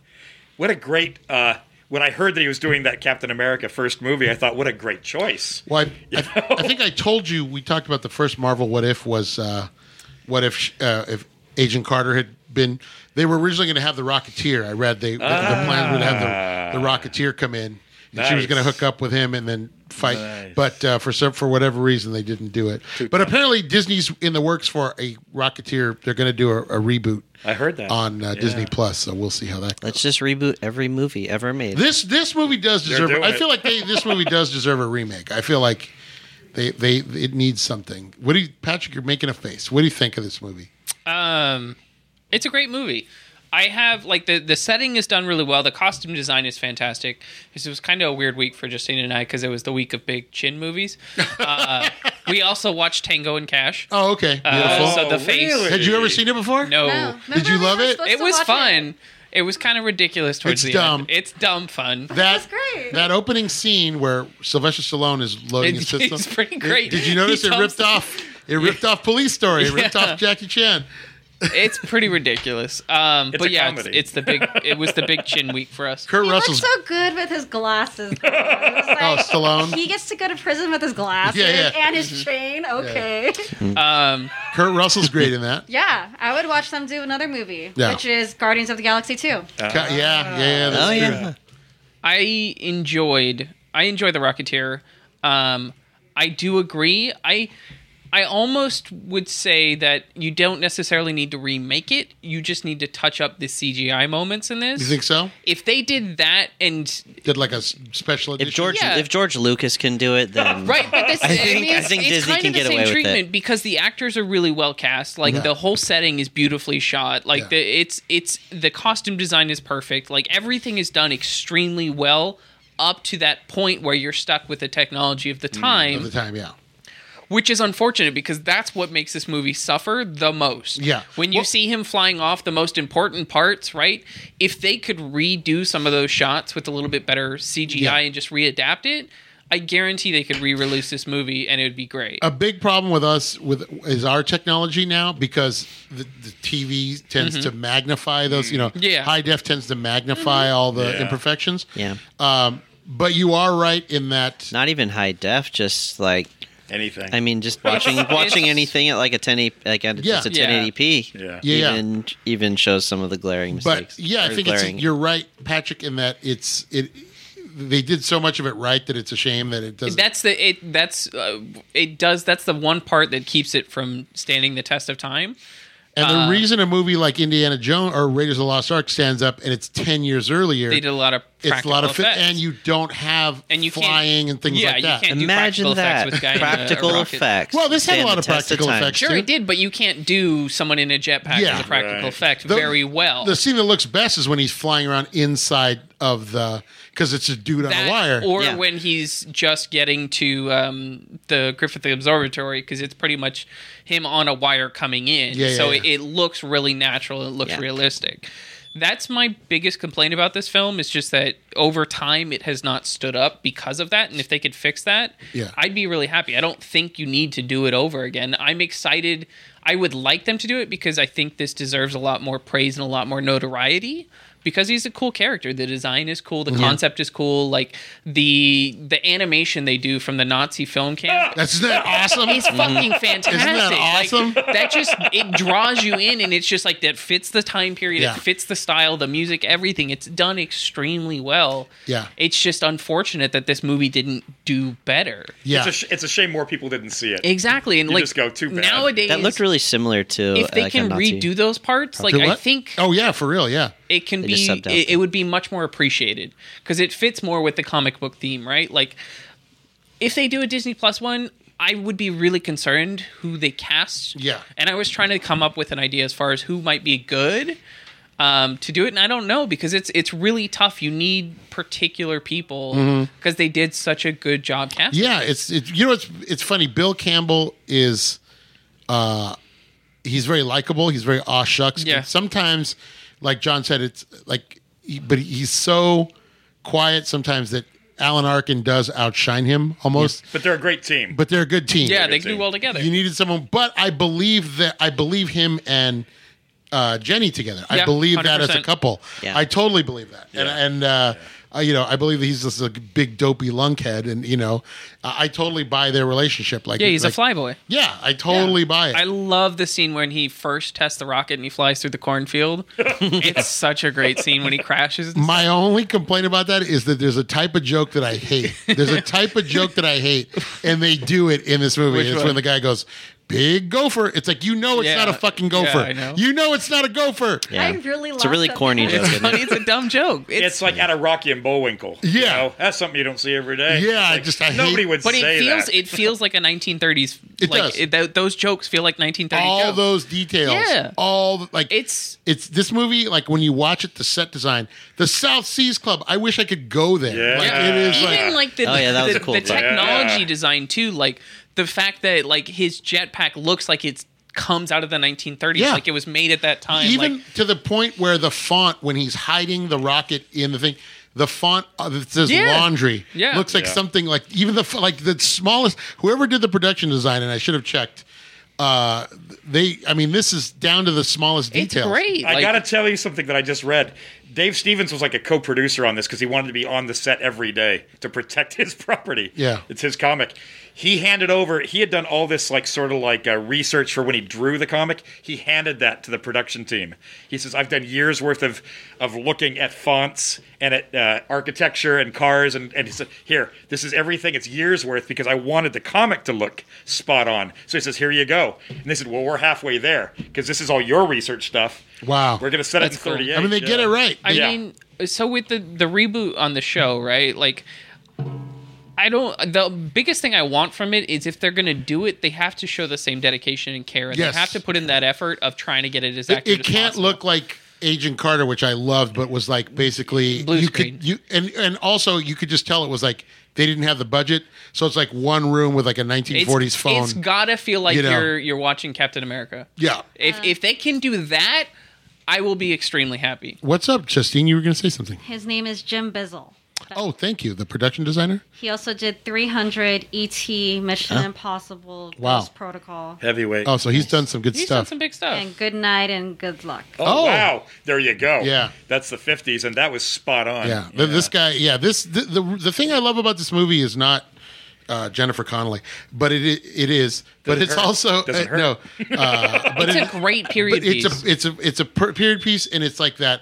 Speaker 7: What a great. Uh, when I heard that he was doing that Captain America first movie, I thought, what a great choice.
Speaker 3: Well,
Speaker 7: (laughs)
Speaker 3: I, I, I think I told you we talked about the first Marvel What If was uh, what if uh, if Agent Carter had been. They were originally going to have the Rocketeer. I read they the plans were to have the, the Rocketeer come in. And She was
Speaker 7: Ah. Nice.
Speaker 3: going to hook up with him and then fight,
Speaker 7: Nice.
Speaker 3: but uh, for some, for whatever reason they didn't do it. But apparently Disney's in the works for a Rocketeer. They're going to do a, a reboot
Speaker 7: I heard that
Speaker 3: on uh,
Speaker 7: Yeah.
Speaker 3: Disney Plus, so we'll see how that. goes.
Speaker 6: Let's just reboot every movie ever made.
Speaker 3: This this movie does deserve.
Speaker 7: doing
Speaker 3: I
Speaker 7: it.
Speaker 3: feel like they, this movie does deserve a remake. I feel like they they it needs something. What do you, Patrick? You're making a face. What do you think of this movie?
Speaker 4: Um, it's a great movie. I have like the the setting is done really well. The costume design is fantastic. This was kind of a weird week for Justine and I because it was the week of big chin movies. Uh, we also watched Tango and Cash.
Speaker 3: Oh, okay, beautiful.
Speaker 4: Uh, so the
Speaker 7: Oh,
Speaker 4: face.
Speaker 7: really?
Speaker 3: Had you ever seen it before?
Speaker 4: No,
Speaker 8: No.
Speaker 3: Did you
Speaker 8: Remember we
Speaker 3: love
Speaker 8: were
Speaker 3: it?
Speaker 8: supposed
Speaker 4: it
Speaker 8: to
Speaker 4: was
Speaker 8: watch
Speaker 4: fun. It. was kind of ridiculous towards
Speaker 3: It's
Speaker 4: the
Speaker 3: dumb.
Speaker 4: end. It's dumb fun.
Speaker 3: That
Speaker 8: That's great.
Speaker 3: that opening scene where Sylvester Stallone is loading his
Speaker 4: It's-
Speaker 3: system.
Speaker 4: it's (laughs) pretty great.
Speaker 3: Did you notice
Speaker 4: He
Speaker 3: it ripped
Speaker 4: dumps it.
Speaker 3: off? It ripped off Police Story. It ripped
Speaker 4: Yeah.
Speaker 3: off Jackie Chan.
Speaker 4: It's pretty ridiculous. Um, but
Speaker 7: a
Speaker 4: yeah, it's,
Speaker 7: comedy.
Speaker 4: it's the big. It was the big chin week for us.
Speaker 3: Kurt
Speaker 8: He
Speaker 3: Russell's.
Speaker 8: looks so good with his glasses. though. I was
Speaker 3: oh,
Speaker 8: like,
Speaker 3: Stallone.
Speaker 8: He gets to go to prison with his glasses
Speaker 3: Yeah, yeah.
Speaker 8: and his chain. Okay. (laughs) Yeah.
Speaker 4: Um,
Speaker 3: Kurt Russell's great in that.
Speaker 8: I would watch them do another movie,
Speaker 3: Yeah.
Speaker 8: which is Guardians of the Galaxy 2.
Speaker 3: Ca- yeah, yeah, yeah. That's
Speaker 6: oh
Speaker 3: true.
Speaker 6: yeah,
Speaker 4: I enjoyed I enjoy the Rocketeer. Um, I do agree. I I almost would say that you don't necessarily need to remake it. You just need to touch up the CGI moments in this.
Speaker 3: You think so?
Speaker 4: If they did that and
Speaker 3: Did like a s- special edition?
Speaker 6: if George
Speaker 4: Yeah.
Speaker 6: if George Lucas can do it, then
Speaker 4: Right, but this, I
Speaker 6: think-
Speaker 4: mean,
Speaker 6: Um, I
Speaker 4: it's,
Speaker 6: think
Speaker 4: it's
Speaker 6: Disney
Speaker 4: kind
Speaker 6: can
Speaker 4: of the
Speaker 6: get
Speaker 4: same
Speaker 6: away with
Speaker 4: treatment
Speaker 6: it.
Speaker 4: because the actors are really well cast. Like the whole setting is beautifully shot. Like
Speaker 3: Yeah.
Speaker 4: the it's it's the costume design is perfect. Like everything is done extremely well up to that point where you're stuck with the technology of the
Speaker 6: Mm,
Speaker 4: time,
Speaker 3: of the time, yeah.
Speaker 4: which is unfortunate because that's what makes this movie suffer the most.
Speaker 3: Yeah.
Speaker 4: When you
Speaker 3: Well-
Speaker 4: see him flying off the most important parts, right? If they could redo some of those shots with a little bit better CGI
Speaker 3: Yeah.
Speaker 4: and just readapt it, I guarantee they could re-release this movie and it would be great.
Speaker 3: a big problem with us with is our technology now because the, the TV tends to magnify those. You know,
Speaker 4: Mm-hmm. Mm. Yeah. Mm-hmm.
Speaker 3: high def tends to magnify all the
Speaker 7: Yeah.
Speaker 3: imperfections.
Speaker 6: yeah.
Speaker 3: Um, but you are right in that.
Speaker 6: Not even high def, just like
Speaker 7: Anything.
Speaker 6: I mean,
Speaker 4: (laughs)
Speaker 6: just watching watching anything at like a ten eighty like at
Speaker 3: Yeah.
Speaker 6: just a
Speaker 4: Yeah.
Speaker 6: ten eighty p.
Speaker 7: Yeah.
Speaker 3: Yeah, yeah.
Speaker 6: Even even shows some of the glaring mistakes.
Speaker 3: but yeah, I
Speaker 6: Or
Speaker 3: think
Speaker 6: glaring.
Speaker 3: it's, you're right, Patrick, in that it's it. They did so much of it right that it's a shame that it doesn't.
Speaker 4: that's the it that's uh, it does that's the one part that keeps it from standing the test of time
Speaker 3: And the reason a movie like Indiana Jones or Raiders of the Lost Ark stands up and it's 10 years earlier,
Speaker 4: They did a lot of practical
Speaker 3: it's a lot of fit,
Speaker 4: effects.
Speaker 3: and you don't have
Speaker 4: And you can't-
Speaker 3: flying and things
Speaker 4: yeah,
Speaker 3: like
Speaker 4: you
Speaker 3: that.
Speaker 4: can't do
Speaker 6: Imagine
Speaker 4: practical effects
Speaker 6: that.
Speaker 4: with a guy in a- a
Speaker 6: practical
Speaker 4: rocket.
Speaker 6: effects.
Speaker 3: Well, this had a
Speaker 6: stand
Speaker 3: lot
Speaker 6: the
Speaker 3: of
Speaker 6: test
Speaker 3: practical
Speaker 6: time.
Speaker 3: effects.
Speaker 4: Sure,
Speaker 3: too.
Speaker 4: it did, but you can't do someone in a jetpack
Speaker 3: Yeah.
Speaker 4: as a practical
Speaker 7: Right.
Speaker 4: effect
Speaker 3: The-
Speaker 4: very well.
Speaker 3: The scene that looks best is when he's flying around inside of the because it's a dude on
Speaker 4: That
Speaker 3: a wire.
Speaker 4: Or
Speaker 6: Yeah.
Speaker 4: when he's just getting to um, the Griffith Observatory, because it's pretty much him on a wire coming in.
Speaker 3: Yeah, yeah,
Speaker 4: so
Speaker 3: yeah.
Speaker 4: It, it looks really natural. It looks
Speaker 6: Yeah.
Speaker 4: realistic. That's my biggest complaint about this film is just that over time it has not stood up because of that. And if they could fix that,
Speaker 3: Yeah.
Speaker 4: I'd be really happy. I don't think you need to do it over again. I'm excited. I would like them to do it because I think this deserves a lot more praise and a lot more notoriety because he's a cool character. The design is cool, the concept is cool, like the the animation they do from the Nazi film camp.
Speaker 3: That's isn't Mm-hmm. that awesome.
Speaker 4: It's fucking fantastic.
Speaker 3: awesome?
Speaker 4: Like, that just it draws you in, and it's just like that fits the time period.
Speaker 3: Yeah.
Speaker 4: It fits the style, the music, everything. It's done extremely well.
Speaker 3: Yeah.
Speaker 4: it's just unfortunate that this movie didn't do better.
Speaker 3: yeah,
Speaker 7: It's, a sh- it's a shame more people didn't see it.
Speaker 4: Exactly, and
Speaker 7: You
Speaker 4: like
Speaker 7: just go, "Too bad."
Speaker 4: nowadays.
Speaker 6: That looked really similar to uh,
Speaker 4: if they
Speaker 6: like, a
Speaker 4: can
Speaker 6: Nazi.
Speaker 4: redo those parts, like
Speaker 3: Do
Speaker 4: I
Speaker 3: what?
Speaker 4: think
Speaker 3: Oh yeah, for real. Yeah,
Speaker 4: it can
Speaker 6: They
Speaker 4: be
Speaker 6: just subbed
Speaker 4: it,
Speaker 6: out
Speaker 4: it
Speaker 6: the-
Speaker 4: would be much more appreciated because it fits more with the comic book theme right like if they do a disney plus one i would be really concerned who they cast
Speaker 3: Yeah.
Speaker 4: and i was trying to come up with an idea as far as who might be good um, to do it and i don't know because it's it's really tough you need particular people
Speaker 6: Mm-hmm.
Speaker 4: because they did such a good job casting
Speaker 3: yeah. It's it, you know it's it's funny. Bill Campbell is, uh, he's very likable. He's very aw shucks.
Speaker 4: Yeah.
Speaker 3: Sometimes, like John said, it's like, he- but he's so quiet sometimes that Alan Arkin does outshine him almost.
Speaker 7: But they're a great team.
Speaker 3: But they're a good team.
Speaker 4: yeah they
Speaker 7: Good
Speaker 4: do
Speaker 7: team.
Speaker 4: well together
Speaker 3: You needed someone, but I believe that I believe him and uh, Jenny together. I
Speaker 4: Yeah,
Speaker 3: believe that as a
Speaker 4: 100%.
Speaker 3: couple.
Speaker 6: Yeah.
Speaker 3: I totally believe that, and and uh, I- you know I believe that he's just a big dopey lunkhead, and you know I, I totally buy their relationship. Like
Speaker 4: yeah he's
Speaker 3: like-
Speaker 4: a flyboy
Speaker 3: Yeah, I totally buy it.
Speaker 4: I love the scene when he first tests the rocket and he flies through the
Speaker 7: (laughs)
Speaker 4: cornfield. it's such a great scene when he
Speaker 3: (laughs)
Speaker 4: crashes. and
Speaker 3: My only complaint about that is that there's a type of joke that I hate. There's a type of joke that I hate, and they do it in this movie.
Speaker 4: Which
Speaker 3: it's
Speaker 4: one?
Speaker 3: when the guy goes, "Big gopher." It's like you know it's
Speaker 4: Yeah.
Speaker 3: not a fucking
Speaker 4: Yeah,
Speaker 3: gopher.
Speaker 4: I know.
Speaker 3: You know it's not a gopher.
Speaker 6: Yeah.
Speaker 8: I really
Speaker 6: It's a really
Speaker 8: laughed at
Speaker 6: corny
Speaker 8: that.
Speaker 6: joke.
Speaker 4: It's
Speaker 6: isn't it?
Speaker 4: funny. It's a dumb joke. It's,
Speaker 7: it's like out of Rocky and Bullwinkle. you
Speaker 3: Yeah.
Speaker 7: know? that's something you don't see every day.
Speaker 3: Yeah, I
Speaker 7: Like,
Speaker 3: just- I hate-
Speaker 7: nobody would
Speaker 4: but
Speaker 7: say
Speaker 4: it feels
Speaker 7: that.
Speaker 4: it feels like a 1930s.
Speaker 3: It
Speaker 4: like,
Speaker 3: does.
Speaker 4: It, th- those jokes feel like 1930s.
Speaker 3: all
Speaker 4: jokes.
Speaker 3: those details.
Speaker 4: Yeah.
Speaker 3: All the- like it's
Speaker 4: It's
Speaker 3: it's this movie like when you watch it the set design, the South Seas Club. I wish I could go there.
Speaker 7: Yeah.
Speaker 3: Like it is like
Speaker 4: even like, the
Speaker 6: Oh, yeah, that was
Speaker 4: the,
Speaker 6: a cool
Speaker 4: the
Speaker 6: design.
Speaker 4: technology
Speaker 7: Yeah.
Speaker 4: design too. Like the fact that like his jetpack looks like it's comes out of the 1930s.
Speaker 3: Yeah.
Speaker 4: Like it was made at that time.
Speaker 3: even
Speaker 4: like,
Speaker 3: to the point where the font when he's hiding the rocket in the thing the font uh, that says
Speaker 4: Yeah.
Speaker 3: laundry
Speaker 4: Yeah.
Speaker 3: looks like
Speaker 7: Yeah.
Speaker 3: something like even the f- like the smallest whoever did the production design and i should have checked uh they i mean this is down to the smallest
Speaker 4: it's
Speaker 3: details
Speaker 4: great.
Speaker 7: I
Speaker 4: like,
Speaker 7: gotta tell you something that I just read. Dave Stevens was like a co-producer on this because he wanted to be on the set every day to protect (laughs) his property.
Speaker 3: Yeah.
Speaker 7: it's his comic. He handed over. He had done all this like sort of like uh, research for when he drew the comic. He handed that to the production team. He says, "I've done years worth of of looking at fonts and at uh, architecture and cars." And, and he said, "Here, this is everything. It's years worth because I wanted the comic to look spot on." So he says, "Here you go." And they said, "Well, we're halfway there because this is all your research stuff."
Speaker 3: Wow.
Speaker 7: We're gonna set
Speaker 4: That's
Speaker 7: it in
Speaker 4: cool.
Speaker 7: 38.
Speaker 3: i mean they get
Speaker 7: yeah.
Speaker 3: it right
Speaker 4: I
Speaker 3: They-
Speaker 7: Yeah.
Speaker 4: mean, so with the the reboot on the show, right? Like, I don't. The biggest thing I want from it is if they're going to do it, they have to show the same dedication and care, and
Speaker 3: Yes.
Speaker 4: they have to put in that effort of trying to get it as
Speaker 3: it,
Speaker 4: accurate.
Speaker 3: it can't
Speaker 4: as possible.
Speaker 3: look like Agent Carter, which I loved, but was like basically
Speaker 4: Blue
Speaker 3: you
Speaker 4: screen.
Speaker 3: could you and and also you could just tell it was like they didn't have the budget, so it's like one room with like a 1940s
Speaker 4: It's-
Speaker 3: phone.
Speaker 4: It's gotta feel like
Speaker 3: you
Speaker 4: you
Speaker 3: know.
Speaker 4: are you're watching Captain America.
Speaker 3: yeah.
Speaker 4: If if they can do that, I will be extremely happy.
Speaker 3: What's up, Justine? You were going to say something.
Speaker 8: His name is Jim Bizzle.
Speaker 7: Uh,
Speaker 3: Oh, thank you, the production designer.
Speaker 8: He also did 300 ET Mission Impossible
Speaker 3: Wow.
Speaker 8: Ghost Protocol
Speaker 7: Heavyweight.
Speaker 3: Oh, so he's done some good
Speaker 4: He's done
Speaker 3: stuff.
Speaker 4: some big stuff.
Speaker 8: and Good Night and Good Luck.
Speaker 3: Oh.
Speaker 7: wow. There you go.
Speaker 3: Yeah.
Speaker 7: That's the 50s, and that was spot on.
Speaker 3: yeah, Th- this guy. Yeah, this the, the the thing I love about this movie is not uh, Jennifer Connelly, but it i- it is, but
Speaker 7: Doesn't
Speaker 3: it's
Speaker 7: hurt.
Speaker 3: also
Speaker 7: Doesn't
Speaker 3: uh, no, uh, but
Speaker 4: It's
Speaker 3: it-
Speaker 4: a great period
Speaker 3: but it's
Speaker 4: piece.
Speaker 3: a it's a it's a per- period piece, and it's like that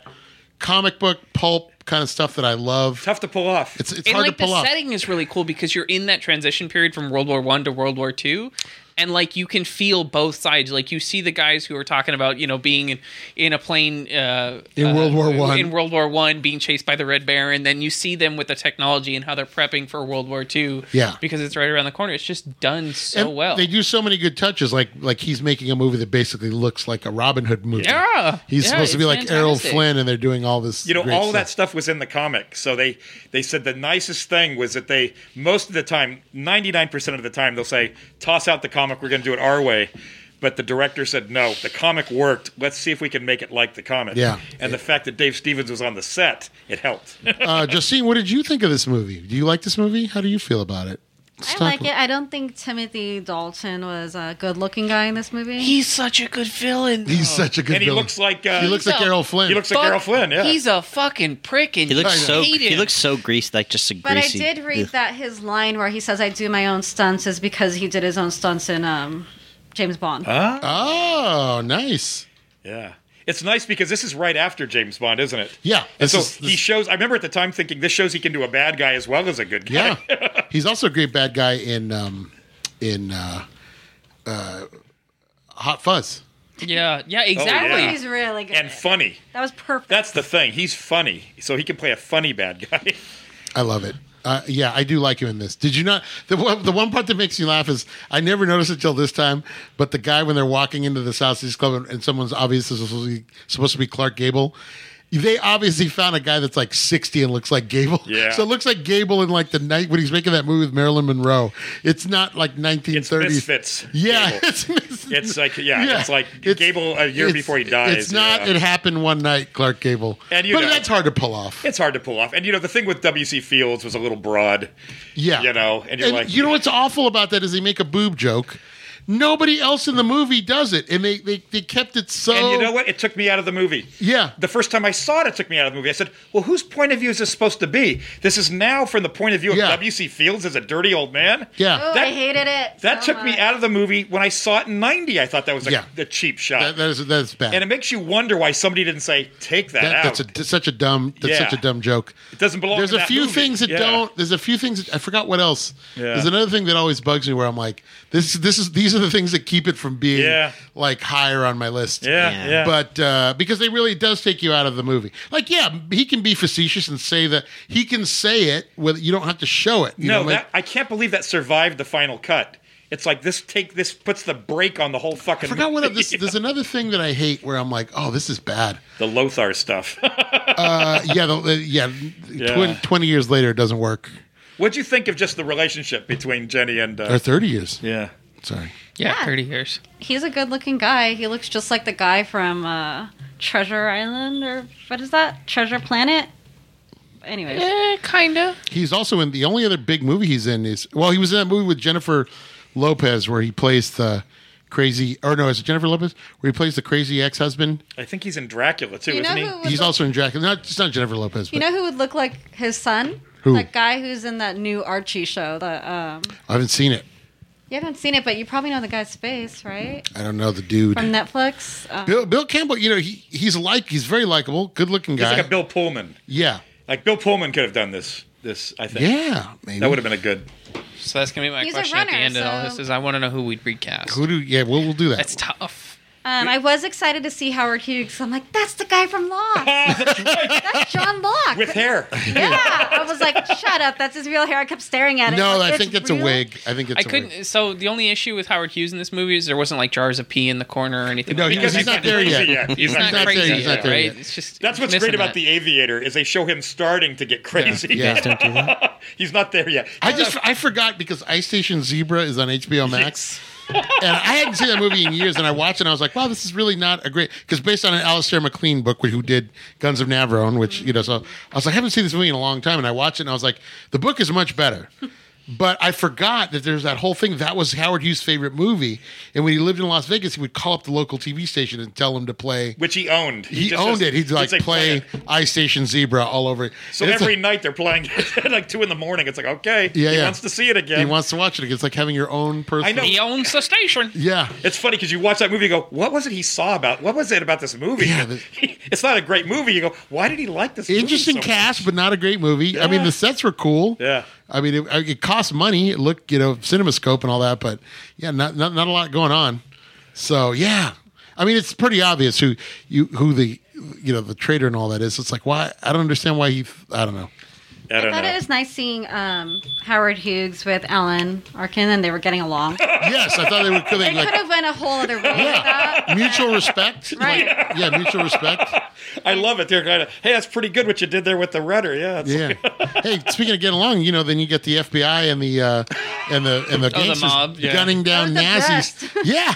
Speaker 3: comic book pulp kind of stuff that I love.
Speaker 7: Tough to pull off.
Speaker 3: It's it's
Speaker 4: and
Speaker 3: hard
Speaker 4: like
Speaker 3: to pull
Speaker 4: the
Speaker 3: off.
Speaker 4: setting is really cool because you're in that transition period from World War One to World War Two, and like you can feel both sides. Like you see the guys who are talking about you know being in, in a plane uh,
Speaker 3: In
Speaker 4: uh,
Speaker 3: World War One.
Speaker 4: in World War One being chased by the Red Baron. Then you see them with the technology and how they're prepping for World War Two.
Speaker 3: Yeah.
Speaker 4: because it's right around the corner. It's just done so
Speaker 3: And
Speaker 4: well.
Speaker 3: They do so many good touches, like like he's making a movie that basically looks like a Robin Hood movie.
Speaker 4: Yeah.
Speaker 3: he's
Speaker 4: Yeah,
Speaker 3: supposed to be
Speaker 4: it's
Speaker 3: like Errol
Speaker 4: fantastic.
Speaker 3: Flynn, and they're doing all this.
Speaker 7: You know,
Speaker 3: great
Speaker 7: all
Speaker 3: stuff.
Speaker 7: that stuff was in the comic. So they they said the nicest thing was that they most of the time, ninety nine percent of the time, they'll say, "Toss out the comic. We're going to do it our way." But the director said, "No, the comic worked. Let's see if we can make it like the comic."
Speaker 3: Yeah.
Speaker 7: And the fact that Dave Stevens was on the set, it helped.
Speaker 3: Uh, Justine, what did you think of this movie? Do you like this movie? How do you feel about it?
Speaker 8: I like it. I don't think Timothy Dalton was a good-looking guy in this movie.
Speaker 4: He's such a good villain.
Speaker 3: He's such a good.
Speaker 7: (laughs) and he
Speaker 3: villain.
Speaker 7: looks like uh,
Speaker 3: he looks like
Speaker 4: so-
Speaker 3: Errol Flynn.
Speaker 7: he looks like Errol
Speaker 4: Fuck,
Speaker 7: Flynn. Yeah.
Speaker 4: He's a fucking prick, and
Speaker 6: He looks so
Speaker 4: hate
Speaker 6: he
Speaker 4: him.
Speaker 6: looks so greased, like just a
Speaker 8: but I
Speaker 6: greasy.
Speaker 8: did read
Speaker 6: Ugh.
Speaker 8: that his line where he says, "I do my own stunts," is because he did his own stunts in um, James Bond.
Speaker 3: oh, nice.
Speaker 7: Yeah. It's nice because this is right after James Bond, isn't it?
Speaker 3: Yeah,
Speaker 7: And
Speaker 3: this
Speaker 7: so
Speaker 3: is-
Speaker 7: he
Speaker 3: this-
Speaker 7: shows. I remember at the time thinking this shows he can do a bad guy as well as a good guy. (laughs)
Speaker 3: Yeah, he's also a great bad guy in um, in uh, uh, Hot Fuzz.
Speaker 4: Yeah, yeah, exactly.
Speaker 7: Oh, yeah.
Speaker 8: He's really good.
Speaker 7: and funny.
Speaker 8: that was perfect.
Speaker 7: That's the thing. He's funny, so he can play a funny bad guy. (laughs)
Speaker 3: I love it. Uh, yeah, I do like him in this. Did you not? The one, the one part that makes me laugh is I never noticed it till this time. But the guy when they're walking into the Southeast Club and, and someone's obviously supposed to, be, supposed to be Clark Gable, they obviously found a guy that's like sixty and looks like Gable. (laughs)
Speaker 7: Yeah.
Speaker 3: So it looks like Gable in like the night when he's making that movie with Marilyn Monroe. It's not like nineteen
Speaker 7: It's
Speaker 3: thirties.
Speaker 7: misfits.
Speaker 3: Yeah, (laughs)
Speaker 7: Gable.
Speaker 3: it's, mis-
Speaker 7: It's like yeah, it's like
Speaker 3: it's-
Speaker 7: Gable a year
Speaker 3: it's-
Speaker 7: before he dies.
Speaker 3: It's not.
Speaker 7: yeah.
Speaker 3: It happened one night, Clark Gable.
Speaker 7: And you
Speaker 3: but
Speaker 7: know-
Speaker 3: that's hard to pull
Speaker 7: (laughs)
Speaker 3: off.
Speaker 7: It's hard to pull off. And you know the thing with WC Fields was a little broad.
Speaker 3: Yeah.
Speaker 7: You know, and you're like-
Speaker 3: you know what's awful about that is they make a boob joke. Nobody else in the movie does it. And they they, they kept it so
Speaker 7: And you know what? It took me out of the movie.
Speaker 3: Yeah.
Speaker 7: The first time I saw it, it took me out of the movie. I said, "Well, whose point of view is this supposed to be? This is now from the point of view of
Speaker 3: Yeah.
Speaker 7: W.C. Fields as a dirty old man."
Speaker 3: Yeah.
Speaker 8: oh,
Speaker 7: that-
Speaker 8: I hated it.
Speaker 7: That
Speaker 8: so
Speaker 7: took me
Speaker 8: much.
Speaker 7: out of the movie when I saw it in 90. I thought that was a,
Speaker 3: Yeah.
Speaker 7: a cheap shot.
Speaker 3: That, that is that's bad.
Speaker 7: and it makes you wonder why somebody didn't say, take that,
Speaker 3: That-
Speaker 7: out.
Speaker 3: that's a, that's such a dumb that's
Speaker 7: Yeah.
Speaker 3: such a dumb joke.
Speaker 7: It doesn't belong
Speaker 3: There's
Speaker 7: in
Speaker 3: a
Speaker 7: that
Speaker 3: few
Speaker 7: movie.
Speaker 3: things that
Speaker 7: Yeah.
Speaker 3: don't. There's a few things that I forgot what else.
Speaker 7: Yeah.
Speaker 3: There's another thing that always bugs me where I'm like, this this is these are the things that keep it from being
Speaker 7: Yeah.
Speaker 3: like higher on my list.
Speaker 7: yeah,
Speaker 6: Yeah.
Speaker 7: yeah.
Speaker 3: But uh, because they really it does take you out of the movie. Like, yeah, he can be facetious and say that he can say it with you don't have to show it. You
Speaker 7: no,
Speaker 3: know, like-
Speaker 7: that, I can't believe that survived the final cut. It's like this take this puts the brake on the whole fucking.
Speaker 3: I forgot what
Speaker 7: movie.
Speaker 3: this.
Speaker 7: (laughs)
Speaker 3: There's another thing that I hate where I'm like, oh, this is bad.
Speaker 7: the Lothar stuff. (laughs)
Speaker 3: Uh, yeah, the, the- yeah.
Speaker 7: Yeah.
Speaker 3: 20, 20 years later, it doesn't work.
Speaker 7: What'd you think of just the relationship between Jenny and? Uh,
Speaker 3: Or 30 years.
Speaker 7: yeah.
Speaker 3: Sorry.
Speaker 4: yeah, thirty years.
Speaker 8: He's a good-looking guy. He looks just like the guy from uh, Treasure Island, or what is that? Treasure Planet. Anyways,
Speaker 4: Eh, kinda.
Speaker 3: He's also in the only other big movie he's in is well, he was in that movie with Jennifer Lopez where he plays the crazy or no, is it Jennifer Lopez where he plays the crazy ex husband?
Speaker 7: I think he's in Dracula too,
Speaker 8: you know
Speaker 7: isn't he?
Speaker 8: who would
Speaker 3: He's
Speaker 8: look-
Speaker 3: also in Dracula. Not it's not Jennifer Lopez. But
Speaker 8: You know who would look like his son?
Speaker 3: Who?
Speaker 8: That guy who's in that new Archie show. The um,
Speaker 3: I haven't seen it.
Speaker 8: you haven't seen it, but you probably know the guy's face, right?
Speaker 3: I don't know the dude.
Speaker 8: From Netflix. Um,
Speaker 3: Bill, Bill Campbell, you know he he's like he's very likable, good looking
Speaker 7: He's
Speaker 3: guy.
Speaker 7: like a Bill Pullman.
Speaker 3: yeah,
Speaker 7: Like Bill Pullman could have done this. This I think.
Speaker 3: yeah, maybe
Speaker 7: That would have been a good.
Speaker 4: So that's gonna be my
Speaker 8: He's a
Speaker 4: question at the
Speaker 8: runner,
Speaker 4: end of all
Speaker 8: so-
Speaker 4: this: is I want to know who we'd recast.
Speaker 3: Who do? Yeah, we'll, we'll do that.
Speaker 4: That's tough.
Speaker 8: um, I was excited to see Howard Hughes. I'm like, that's the guy from
Speaker 7: (laughs)
Speaker 8: Lost. that's John Locke.
Speaker 3: (laughs)
Speaker 7: With hair.
Speaker 8: yeah, I was like, shut up. That's his real hair. I kept staring at it.
Speaker 3: no,
Speaker 8: like,
Speaker 3: I think it's a
Speaker 8: real?
Speaker 3: wig. I think it's.
Speaker 4: I
Speaker 3: a
Speaker 4: couldn't.
Speaker 3: Wig.
Speaker 4: So the only issue with Howard Hughes in this movie is there wasn't like jars of pee in the corner or anything.
Speaker 3: No,
Speaker 4: like
Speaker 3: because
Speaker 4: that.
Speaker 3: he's not there
Speaker 7: crazy (laughs)
Speaker 3: yet.
Speaker 7: He's
Speaker 4: It's
Speaker 7: not
Speaker 4: not
Speaker 3: there
Speaker 7: crazy.
Speaker 4: crazy.
Speaker 3: yet. He's not there
Speaker 4: right?
Speaker 3: yet.
Speaker 4: It's just
Speaker 7: That's what's
Speaker 4: missing
Speaker 7: great about
Speaker 4: that.
Speaker 7: the Aviator is they show him starting to get crazy.
Speaker 3: Yeah.
Speaker 6: Don't do that.
Speaker 7: (laughs) He's not there yet.
Speaker 3: I just I forgot because Ice Station Zebra is on HBO Max, (laughs) and I hadn't seen that movie in years. And I watched it, and I was like, "Wow, this is really not a great." Because based on an Alistair McLean book, who did Guns of Navarone, which you know, so I was like, "I haven't seen this movie in a long time," and I watched it, and I was like, "The book is much
Speaker 7: (laughs)
Speaker 3: better." But I forgot that there's that whole thing. That was Howard Hughes' favorite movie, and when he lived in Las Vegas, he would call up the local TV station and tell him to play.
Speaker 7: Which he owned.
Speaker 3: He,
Speaker 7: just
Speaker 3: owned
Speaker 7: says-
Speaker 3: it. He'd like
Speaker 7: said,
Speaker 3: play
Speaker 7: it."
Speaker 3: Ice Station Zebra all over.
Speaker 7: So
Speaker 3: And it's
Speaker 7: every
Speaker 3: like-
Speaker 7: night they're playing (laughs) at like two in the morning. It's like okay,
Speaker 3: yeah,
Speaker 7: he
Speaker 3: yeah.
Speaker 7: wants to see it again.
Speaker 3: He wants to watch it again. It's like having your own person.
Speaker 7: know.
Speaker 4: He owns the station.
Speaker 3: Yeah.
Speaker 7: (laughs) it's funny because you watch that movie, and go, what was it he saw about? What was it about this movie?
Speaker 3: Yeah, the-
Speaker 7: It's not a great movie. You go, why did he like this? movie
Speaker 3: Interesting
Speaker 7: so
Speaker 3: cast, but not a great movie. I mean,
Speaker 7: Yeah.
Speaker 3: the sets were cool.
Speaker 7: Yeah.
Speaker 3: I mean, it, it cost money. It looked, you know, CinemaScope and all that, but yeah, not, not not a lot going on. So yeah, I mean, it's pretty obvious who you who the you know the traitor and all that is. It's like why I don't understand why he. I don't know.
Speaker 7: much? I
Speaker 8: I
Speaker 7: don't
Speaker 8: thought
Speaker 7: know.
Speaker 8: it was nice seeing um, Howard Hughes with Alan Arkin, and they were getting along.
Speaker 3: Yes, I thought they would could
Speaker 8: They
Speaker 3: they
Speaker 8: could
Speaker 3: like
Speaker 8: have went a whole other way with that.
Speaker 3: mutual respect.
Speaker 8: Right.
Speaker 3: Like, yeah, mutual respect.
Speaker 7: I love it. They're kind of, hey, that's pretty good what you did there with the rudder. Yeah. it's-
Speaker 3: Yeah. Hey, speaking of getting along, you know, then you get the FBI and the uh, and the and the gangsters
Speaker 4: Oh, mob, yeah.
Speaker 3: gunning down
Speaker 8: They're the
Speaker 3: Nazis. (laughs) Yeah,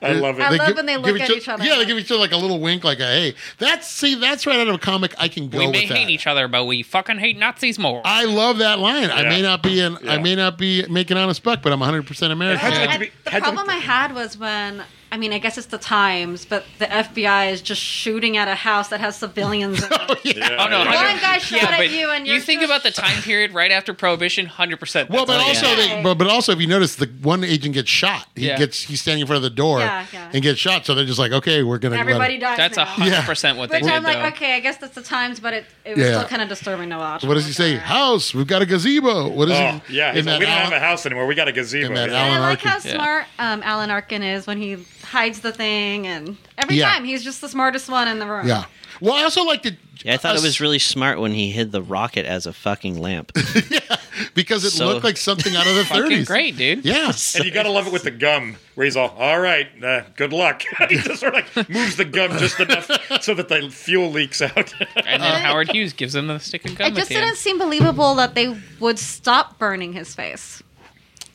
Speaker 7: I love it. I
Speaker 8: love
Speaker 3: gi-
Speaker 8: when they
Speaker 3: give
Speaker 8: look at
Speaker 3: o-
Speaker 8: each other.
Speaker 3: Yeah, they give each other like a little wink, like a hey, that's see, that's right out of a comic. I can go
Speaker 4: we
Speaker 3: with
Speaker 4: may
Speaker 3: that.
Speaker 4: hate each other, but we fucking hate Nazis more.
Speaker 3: I love that line. I may
Speaker 7: Yeah.
Speaker 3: not be an, I
Speaker 7: Yeah.
Speaker 3: may not be making honest buck, but I'm 100 percent American.
Speaker 7: had to-
Speaker 3: Yeah.
Speaker 7: be-
Speaker 8: the
Speaker 7: had to-
Speaker 8: problem I had was when I mean I guess it's the times, but the FBI is just shooting at a house that has civilians. in it.
Speaker 7: Yeah,
Speaker 4: (laughs) oh no,
Speaker 7: yeah.
Speaker 8: One
Speaker 4: 100
Speaker 8: guy shot
Speaker 4: yeah,
Speaker 8: at
Speaker 4: but
Speaker 8: you and
Speaker 4: you
Speaker 8: you're
Speaker 4: think
Speaker 8: just-
Speaker 4: about the time period right after Prohibition, hundred percent.
Speaker 3: Well, but also,
Speaker 8: yeah.
Speaker 3: they, but, but also, if you notice, the one agent gets shot. He
Speaker 4: Yeah.
Speaker 3: gets he's standing in front of the door
Speaker 8: Yeah, yeah.
Speaker 3: and gets shot. So they're just like, okay, we're gonna let
Speaker 8: Everybody
Speaker 3: him-
Speaker 8: dies.
Speaker 4: that's
Speaker 8: now.
Speaker 4: hundred percent what they
Speaker 8: Which
Speaker 4: did.
Speaker 8: I'm like,
Speaker 4: though.
Speaker 8: okay, I guess that's the times, but it, it was
Speaker 3: Yeah.
Speaker 8: still kind of disturbing to watch. uh,
Speaker 3: What does
Speaker 8: I'm
Speaker 3: he
Speaker 8: like,
Speaker 3: say?
Speaker 8: all right.
Speaker 3: House. We've got a gazebo. What is
Speaker 7: Oh,
Speaker 3: it?
Speaker 7: yeah.
Speaker 3: In
Speaker 7: he's like,
Speaker 3: that
Speaker 7: we don't
Speaker 3: Alan-
Speaker 7: have a house anymore. We got a gazebo.
Speaker 3: In that
Speaker 7: Yeah.
Speaker 3: Alan
Speaker 8: And I like
Speaker 3: Arkin.
Speaker 8: how
Speaker 4: Yeah.
Speaker 8: smart um, Alan Arkin is when he hides the thing, and every
Speaker 3: Yeah.
Speaker 8: time he's just the smartest one in the room.
Speaker 3: Yeah. Well, I also like the.
Speaker 6: Yeah, I thought it
Speaker 3: us-
Speaker 6: was really smart when he hid the rocket as a fucking lamp.
Speaker 4: (laughs)
Speaker 3: because it
Speaker 6: so-
Speaker 3: looked like something out of the 30s.
Speaker 4: Fucking great, dude.
Speaker 6: (laughs)
Speaker 3: Yeah.
Speaker 7: And you gotta love it with the gum, where he's all, "All right, uh, good luck." (laughs) he just sort of like moves the gum just enough so that the fuel leaks out. (laughs)
Speaker 4: And then Howard Hughes gives him the stick and gun.
Speaker 8: It just
Speaker 4: at the end.
Speaker 8: didn't seem believable that they would stop burning his face.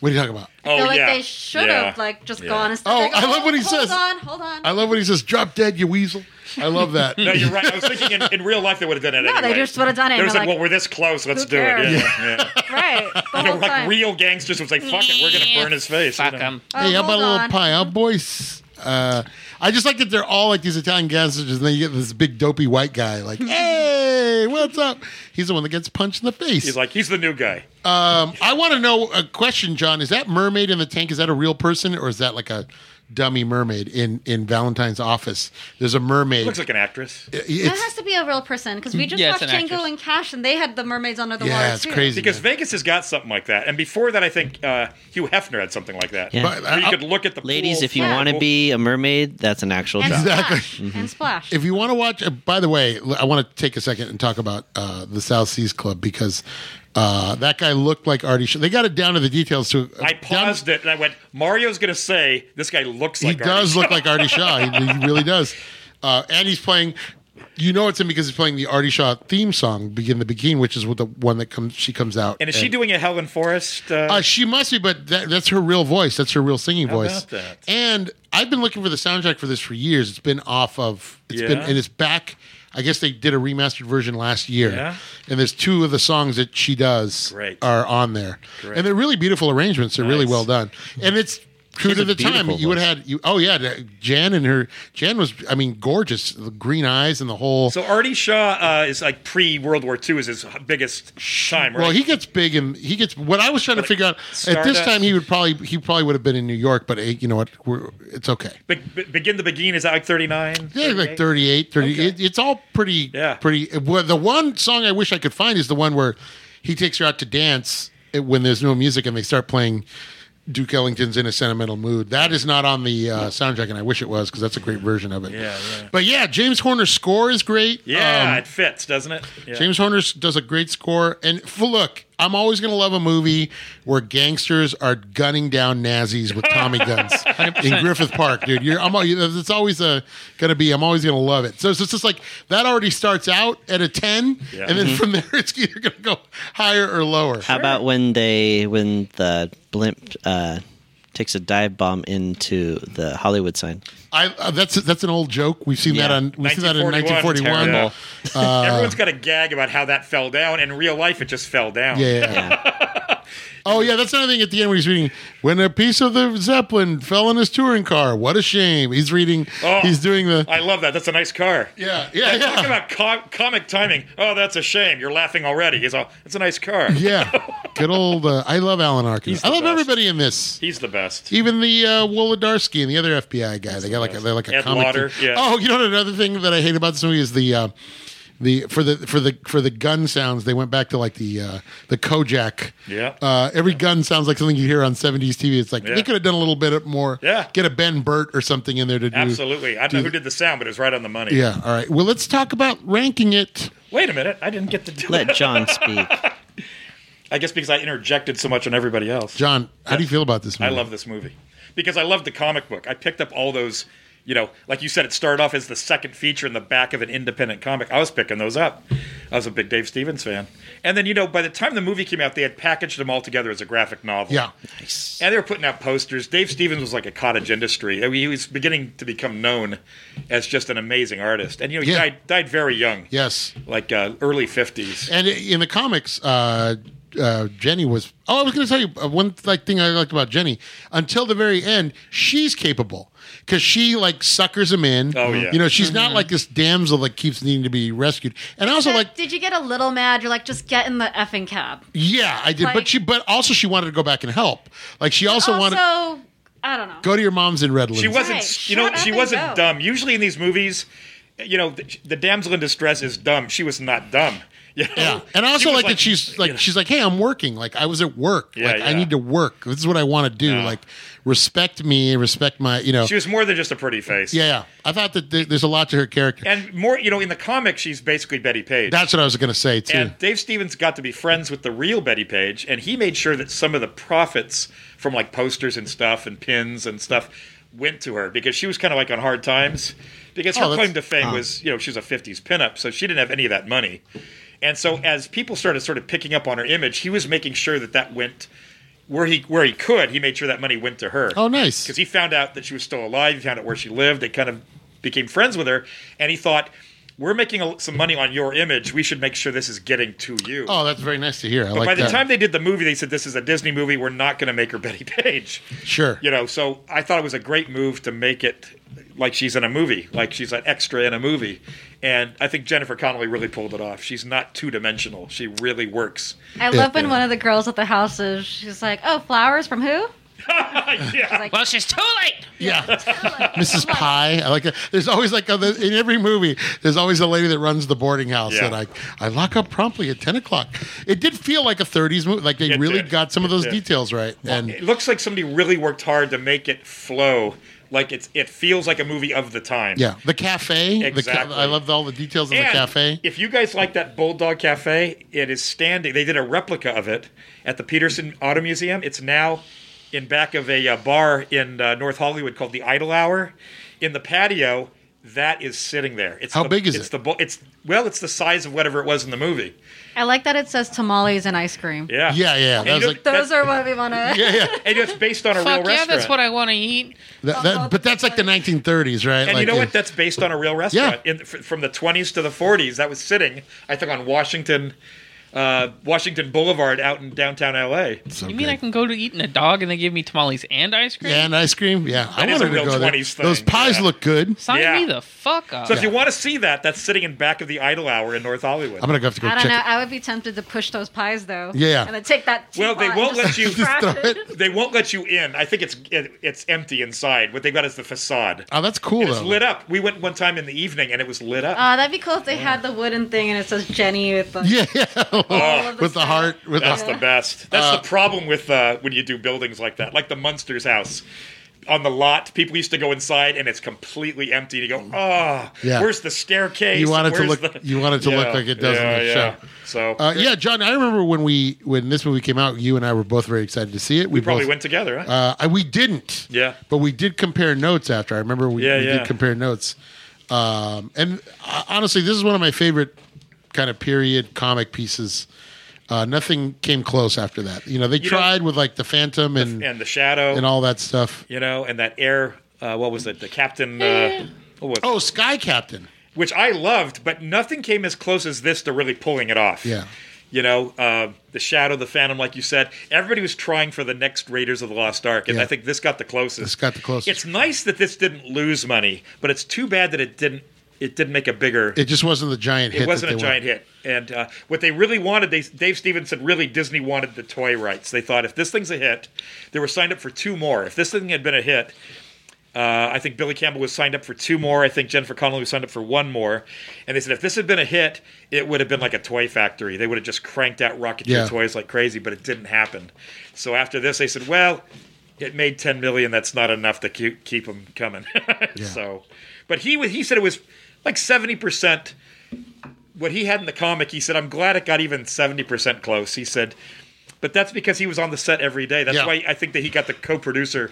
Speaker 3: What are you talking about?
Speaker 7: oh
Speaker 8: feel like
Speaker 7: yeah,
Speaker 8: they should
Speaker 7: Yeah.
Speaker 8: have like just
Speaker 7: Yeah.
Speaker 8: gone and stuff.
Speaker 3: Oh,
Speaker 8: like,
Speaker 3: I love what he
Speaker 8: hold
Speaker 3: says.
Speaker 8: Hold on, hold on.
Speaker 3: I love when he says, drop dead, you weasel. I love that.
Speaker 7: (laughs) No, you're right. I was thinking in, in real life they would have done it.
Speaker 8: No, they
Speaker 7: anyway.
Speaker 8: just would've done it,
Speaker 7: They
Speaker 8: and
Speaker 7: was
Speaker 8: they're
Speaker 7: like,
Speaker 8: like,
Speaker 7: "Well, we're this close. Let's
Speaker 8: who
Speaker 7: do it."
Speaker 8: cares?
Speaker 7: Yeah,
Speaker 8: (laughs)
Speaker 7: yeah.
Speaker 8: right. The
Speaker 7: You know, (laughs)
Speaker 8: whole
Speaker 7: like
Speaker 8: time.
Speaker 7: real gangsters was like, "Fuck it, we're gonna burn his face." you
Speaker 4: Fuck
Speaker 7: know?
Speaker 4: him.
Speaker 3: (laughs)
Speaker 8: Oh,
Speaker 3: hey, how about
Speaker 8: hold
Speaker 3: a little
Speaker 8: on.
Speaker 3: pie? Huh, boys? Uh, I just like that they're all like these Italian gangsters, and then you get this big dopey white guy,
Speaker 7: (laughs)
Speaker 3: like, "Hey, what's up?" He's the one that gets punched in the face.
Speaker 7: He's like, "He's the new guy."
Speaker 3: um, I want to know a question, John. Is that mermaid in the tank? Is that a real person, or is that like a dummy mermaid in in Valentine's office? There's a mermaid.
Speaker 7: Looks like an actress.
Speaker 8: That
Speaker 3: It's-
Speaker 8: has to be a real person because we just
Speaker 4: Yeah, it's
Speaker 8: watched
Speaker 4: an
Speaker 8: Django
Speaker 4: actress.
Speaker 8: and Cash, and they had the mermaids under the water
Speaker 3: yeah, it's
Speaker 8: too.
Speaker 3: crazy.
Speaker 7: Because
Speaker 3: man.
Speaker 7: Vegas has got something like that, and before that, I think uh, Hugh Hefner had something like that.
Speaker 6: Yeah.
Speaker 3: But uh,
Speaker 7: where you
Speaker 3: I-
Speaker 7: could look at the
Speaker 6: Ladies,
Speaker 7: pool
Speaker 6: if you
Speaker 7: for-
Speaker 8: Yeah.
Speaker 6: want to be a mermaid, that's an
Speaker 3: (laughs)
Speaker 6: actual
Speaker 8: And
Speaker 6: job.
Speaker 8: Splash.
Speaker 7: Mm-hmm.
Speaker 8: And Splash.
Speaker 3: if you want to watch uh, by the way l- i want to take a second and talk about uh, the south seas club because uh, that guy looked like artie Sh- they got it down to the details to
Speaker 7: I paused it and I went, "Mario's gonna say this guy looks
Speaker 3: he
Speaker 7: like." Artie
Speaker 3: does
Speaker 7: Shaw."
Speaker 3: look like artie shaw he, he really does uh, and he's playing you know it's him because he's playing the artie shaw theme song begin the begin which is what the one that comes she comes out
Speaker 7: And is she doing a Helen Forrest? Uh,
Speaker 3: Uh, she must be, but that, that's her real voice. That's her real singing voice.
Speaker 7: about that?
Speaker 3: And I've been looking for the soundtrack for this for years. It's been off of. it's been
Speaker 7: Yeah.
Speaker 3: and it's back. I guess they did a remastered version last year.
Speaker 7: Yeah.
Speaker 3: And there's two of the songs that she does
Speaker 7: Great.
Speaker 3: are on there, and they're really beautiful arrangements. They're really
Speaker 7: Nice.
Speaker 3: well done, and it's. True
Speaker 6: She's
Speaker 3: to
Speaker 6: a
Speaker 3: the time,
Speaker 6: beautiful
Speaker 3: you would
Speaker 6: voice.
Speaker 3: have had you. Oh yeah, Jan and her Jan was, I mean, gorgeous. The green eyes and the whole.
Speaker 7: so Artie Shaw uh, is like pre World War II is his biggest time, right?
Speaker 3: Well, he gets big and he gets. What I was trying to figure out at this
Speaker 7: Stardust.
Speaker 3: time, he would probably he probably would have been in New York, but hey, you know what? We're, it's okay.
Speaker 7: Be- Be- begin the begin is that like thirty nine.
Speaker 3: Yeah, like 38, 30. It, it's all pretty.
Speaker 7: Yeah.
Speaker 3: Pretty. Well, the one song I wish I could find is the one where he takes her out to dance when there's no music and they start playing Duke Ellington's "In a Sentimental Mood." That is not on the uh, soundtrack, and I wish it was because that's a great version of it.
Speaker 7: Yeah, yeah.
Speaker 3: But yeah, James Horner's score is great.
Speaker 7: Yeah,
Speaker 3: Um,
Speaker 7: it fits, doesn't it? Yeah.
Speaker 3: James Horner does a great score. And f- look, I'm always going to love a movie where gangsters are gunning down Nazis with
Speaker 7: (laughs)
Speaker 3: Tommy guns in Griffith Park, dude. You're, I'm, al- it's always uh going to be, I'm always going to love it. So, it's just like that already starts out at a 10,
Speaker 7: Yeah. Mm-hmm.
Speaker 3: and then from there, (laughs) it's either going to go higher or lower.
Speaker 6: How about when they when the blimp uh, takes a dive bomb into the Hollywood sign?
Speaker 3: I, uh, that's that's an old joke. We've seen that
Speaker 6: Yeah.
Speaker 3: on we've seen that in 1941.
Speaker 7: 1941.
Speaker 3: uh,
Speaker 7: Everyone's got a gag about how that fell down. In real life, it just fell down.
Speaker 3: Yeah. yeah, yeah. (laughs) Oh yeah, that's another thing at the end where he's reading. When a piece of the zeppelin fell in his touring car, what a shame. He's reading.
Speaker 7: Oh.
Speaker 3: he's doing the.
Speaker 7: I love that. That's a nice car.
Speaker 3: yeah, yeah,
Speaker 7: Talk
Speaker 3: yeah,
Speaker 7: about co- comic timing. Oh, that's a shame. You're laughing already. It's a, it's a nice car.
Speaker 3: yeah. Good old. Uh, I love Alan Arkin.
Speaker 7: He's the
Speaker 3: I love
Speaker 7: best.
Speaker 3: everybody in this.
Speaker 7: He's the best.
Speaker 3: Even the uh, Wolodarsky and the other FBI guy, they got like a, they're like a
Speaker 7: Ed
Speaker 3: comic.
Speaker 7: Lauder,
Speaker 3: thing.
Speaker 7: yeah.
Speaker 3: Oh, you know what another thing that I hate about this movie is the uh, the for the for the for the gun sounds they went back to like the uh, the Kojak.
Speaker 7: Yeah.
Speaker 3: Uh, every gun sounds like something you hear on '70s TV. It's like
Speaker 7: Yeah.
Speaker 3: they could have done a little bit more.
Speaker 7: Yeah.
Speaker 3: Get a Ben Burt or something in there to do.
Speaker 7: Absolutely. I don't know who did the sound, but it was right on the money.
Speaker 3: Yeah. All right. Well, let's talk about ranking it.
Speaker 7: Wait a minute. I didn't get to do
Speaker 6: Let
Speaker 7: that.
Speaker 6: John speak.
Speaker 7: I guess because I interjected so much on everybody else.
Speaker 3: John, how do you feel about this
Speaker 7: I
Speaker 3: movie?
Speaker 7: love this movie because I love the comic book. I picked up all those, you know, like you said, it started off as the second feature in the back of an independent comic. I was picking those up. I was a big Dave Stevens fan. And then, you know, by the time the movie came out, they had packaged them all together as a graphic novel.
Speaker 3: Yeah.
Speaker 7: And they were putting out posters. Dave Stevens was like a cottage industry. I mean, he was beginning to become known as just an amazing artist. And, you know, he
Speaker 3: Yeah.
Speaker 7: died, died very young.
Speaker 3: Yes.
Speaker 7: Like uh, early 50s.
Speaker 3: And i- in the comics, uh, uh, Jenny was. Oh, I was going to tell you uh, one like thing I liked about Jenny. Until the very end, she's capable because she like suckers him in.
Speaker 7: Oh, yeah.
Speaker 3: You know, she's not like this damsel that keeps needing to be rescued. And I also like,
Speaker 8: did you get a little mad? You're like, just get in the effing cab.
Speaker 3: yeah, I did. but
Speaker 8: Like-
Speaker 3: she, but also she wanted to go back and help. Like she also,
Speaker 8: also,
Speaker 3: wanted
Speaker 8: I don't know.
Speaker 3: go to your mom's in Redlands.
Speaker 7: She wasn't,
Speaker 8: Right.
Speaker 7: you know,
Speaker 8: Shut up
Speaker 7: she
Speaker 8: and
Speaker 7: wasn't
Speaker 8: go.
Speaker 7: dumb. Usually in these movies, you know, the, the damsel in distress is dumb. She was not dumb. You know?
Speaker 3: Yeah, and I
Speaker 7: She
Speaker 3: also
Speaker 7: was
Speaker 3: like, that she's like
Speaker 7: you know,
Speaker 3: she's like, hey, I'm working. Like I was at work.
Speaker 7: Yeah,
Speaker 3: like I
Speaker 7: yeah.
Speaker 3: need to work. This is what I want to do.
Speaker 7: Yeah.
Speaker 3: Like respect me, respect my, you know.
Speaker 7: she was more than just a pretty face.
Speaker 3: yeah, yeah. I thought that th- there's a lot to her character.
Speaker 7: and more, you know, in the comic, she's basically Betty Page.
Speaker 3: That's what I was gonna say too.
Speaker 7: and Dave Stevens got to be friends with the real Betty Page, and he made sure that some of the profits from like posters and stuff and pins and stuff went to her because she was kind of like on hard times. Because
Speaker 3: Oh,
Speaker 7: her
Speaker 3: that's-
Speaker 7: claim to fame
Speaker 3: oh.
Speaker 7: was, you know, she was a 50s pinup, so she didn't have any of that money. And so as people started sort of picking up on her image, he was making sure that that went where he where he could, he made sure that money went to her
Speaker 3: oh, nice.
Speaker 7: because he found out that she was still alive. He found out where she lived. They kind of became friends with her, and he thought, "We're making a, some money on your image. We should make sure this is getting to you."
Speaker 3: oh, that's very nice to hear. I like
Speaker 7: By the
Speaker 3: that.
Speaker 7: time they did the movie, they said this is a Disney movie. We're not going to make her (laughs) Betty Page,
Speaker 3: sure.
Speaker 7: you know. So I thought it was a great move to make it like she's in a movie, like she's an extra in a movie. And I think Jennifer Connelly really pulled it off. She's not two dimensional. She really works.
Speaker 8: I love when one of the girls at the house is, she's like, oh, flowers from who?
Speaker 4: Well, it's just too late.
Speaker 3: yeah. (laughs) Mrs. Pie. I like that. There's always like other, in every movie. There's always a lady that runs the boarding house
Speaker 7: Yeah.
Speaker 3: that I I lock up promptly at ten o'clock. It did feel like a 30s movie. Like they
Speaker 7: It
Speaker 3: really
Speaker 7: did.
Speaker 3: got some of
Speaker 7: It
Speaker 3: those
Speaker 7: did.
Speaker 3: details right. And
Speaker 7: It looks like somebody really worked hard to make it flow. Like it's, it feels like a movie of the time.
Speaker 3: Yeah, the cafe. The ca-
Speaker 7: Exactly.
Speaker 3: I loved all the details in the
Speaker 7: And
Speaker 3: cafe.
Speaker 7: If you guys like that Bulldog Cafe, it is standing. They did a replica of it at the Peterson Auto Museum. It's now in back of a uh, bar in uh, North Hollywood called the Idle Hour. In the patio, that is sitting there. It's
Speaker 3: How
Speaker 7: the-
Speaker 3: big is
Speaker 7: it's
Speaker 3: it?
Speaker 7: The bu- it's well, it's the size of whatever it was in the movie.
Speaker 8: I like that it says tamales and ice cream.
Speaker 7: Yeah,
Speaker 3: Yeah, yeah. That
Speaker 7: And
Speaker 3: was
Speaker 7: you
Speaker 3: like
Speaker 7: know-
Speaker 8: Those are what we want to.
Speaker 3: yeah, yeah.
Speaker 7: and it's based on a real
Speaker 4: Fuck yeah,
Speaker 7: restaurant.
Speaker 4: that's what I want to eat.
Speaker 3: That- that- but that's like the 1930s, right?
Speaker 7: And
Speaker 3: like,
Speaker 7: you know
Speaker 3: uh,
Speaker 7: what? That's based on a real restaurant in, f- from the 20s to the 40s. That was sitting, I think, on Washington, uh, Washington Boulevard out in downtown LA.
Speaker 3: so
Speaker 4: You mean
Speaker 3: good.
Speaker 4: I can go to eating a dog and they give me tamales and ice cream?
Speaker 3: Yeah, and ice cream. Yeah, I
Speaker 7: That is
Speaker 3: wanted
Speaker 7: a
Speaker 3: to
Speaker 7: real
Speaker 3: go there.
Speaker 7: 20s thing,
Speaker 3: Those pies
Speaker 7: yeah.
Speaker 3: look good.
Speaker 4: Sign
Speaker 7: Yeah.
Speaker 4: me the fuck up.
Speaker 7: So if you want to see that, that's sitting in back of the Idle Hour in North Hollywood.
Speaker 3: I'm gonna go have to go
Speaker 8: I don't
Speaker 3: check.
Speaker 8: know.
Speaker 3: It.
Speaker 8: I would be tempted to push those pies though.
Speaker 3: Yeah.
Speaker 8: And then take that.
Speaker 7: Well, they
Speaker 8: teapot
Speaker 7: won't
Speaker 8: and
Speaker 7: let
Speaker 8: just
Speaker 7: you-
Speaker 8: crash
Speaker 3: Just (laughs) throw
Speaker 8: it.
Speaker 3: it.
Speaker 7: they won't let you in. I think it's it, it's empty inside. What they've got is the facade.
Speaker 3: Oh, that's cool
Speaker 7: And it's
Speaker 3: though. Oh.
Speaker 7: lit up. We went one time in the evening and it was lit up.
Speaker 8: (laughs) Uh, that'd be cool if they had the wooden thing and it says Jenny with the.
Speaker 3: (laughs) Yeah, yeah.
Speaker 7: Oh,
Speaker 8: all of
Speaker 3: with the
Speaker 8: stuff.
Speaker 3: heart, with
Speaker 7: That's
Speaker 3: the
Speaker 7: the
Speaker 3: Uh,
Speaker 7: best. That's the problem with uh, when you do buildings like that, like the Munsters house. On the lot, people used to go inside, and it's completely empty. And you go, oh,
Speaker 3: Yeah.
Speaker 7: where's the
Speaker 3: (laughs)
Speaker 7: staircase?
Speaker 3: You want it to
Speaker 7: Where's
Speaker 3: look- you want it to look like it does in the show.
Speaker 7: So
Speaker 3: Uh, yeah, John. I remember when we when this movie came out, you and I were both very excited to see it. We,
Speaker 7: probably
Speaker 3: both-
Speaker 7: went together. Huh?
Speaker 3: Uh, I- we didn't.
Speaker 7: Yeah.
Speaker 3: But we did compare notes after. I remember we,
Speaker 7: Yeah,
Speaker 3: we
Speaker 7: yeah.
Speaker 3: did compare notes. Um, and uh, honestly, this is one of my favorite kind of period comic pieces. Uh, nothing came close after that. You know, they
Speaker 7: know-
Speaker 3: tried with like the Phantom and
Speaker 7: and the shadow,
Speaker 3: Um, and all that stuff.
Speaker 7: you know, and that air. Uh, what was it? The captain. Uh, what was
Speaker 3: Oh, Sky Captain.
Speaker 7: which I loved, but nothing came as close as this to really pulling it off.
Speaker 3: Yeah.
Speaker 7: You know, uh, the Shadow, the Phantom, like you said, everybody was trying for the next Raiders of the Lost Ark, and
Speaker 3: Yeah.
Speaker 7: I think this got the closest.
Speaker 3: This got the closest.
Speaker 7: It's nice that this didn't lose money, but it's too bad that it didn't. It didn't make a bigger.
Speaker 3: It just wasn't the giant hit.
Speaker 7: It wasn't
Speaker 3: that
Speaker 7: a
Speaker 3: they
Speaker 7: giant hit. And uh, what they really wanted, they, Dave Stevens said, really, Disney wanted the toy rights. They thought if this thing's a hit, they were signed up for two more. If this thing had been a hit, uh, I think Billy Campbell was signed up for two more. I think Jennifer Connelly was signed up for one more. And they said if this had been a hit, it would have been like a toy factory. They would have just cranked out Rocketeer
Speaker 3: Yeah.
Speaker 7: toys like crazy, but it didn't happen. So after this, they said, well, it made 10 million. That's not enough to keep, keep them coming. (laughs) So, but he wa- he said it was like 70%. What he had in the comic, he said, I'm glad it got even 70% close. He said, but that's because he was on the set every day. That's
Speaker 3: Yeah.
Speaker 7: why I think that he got the co-producer.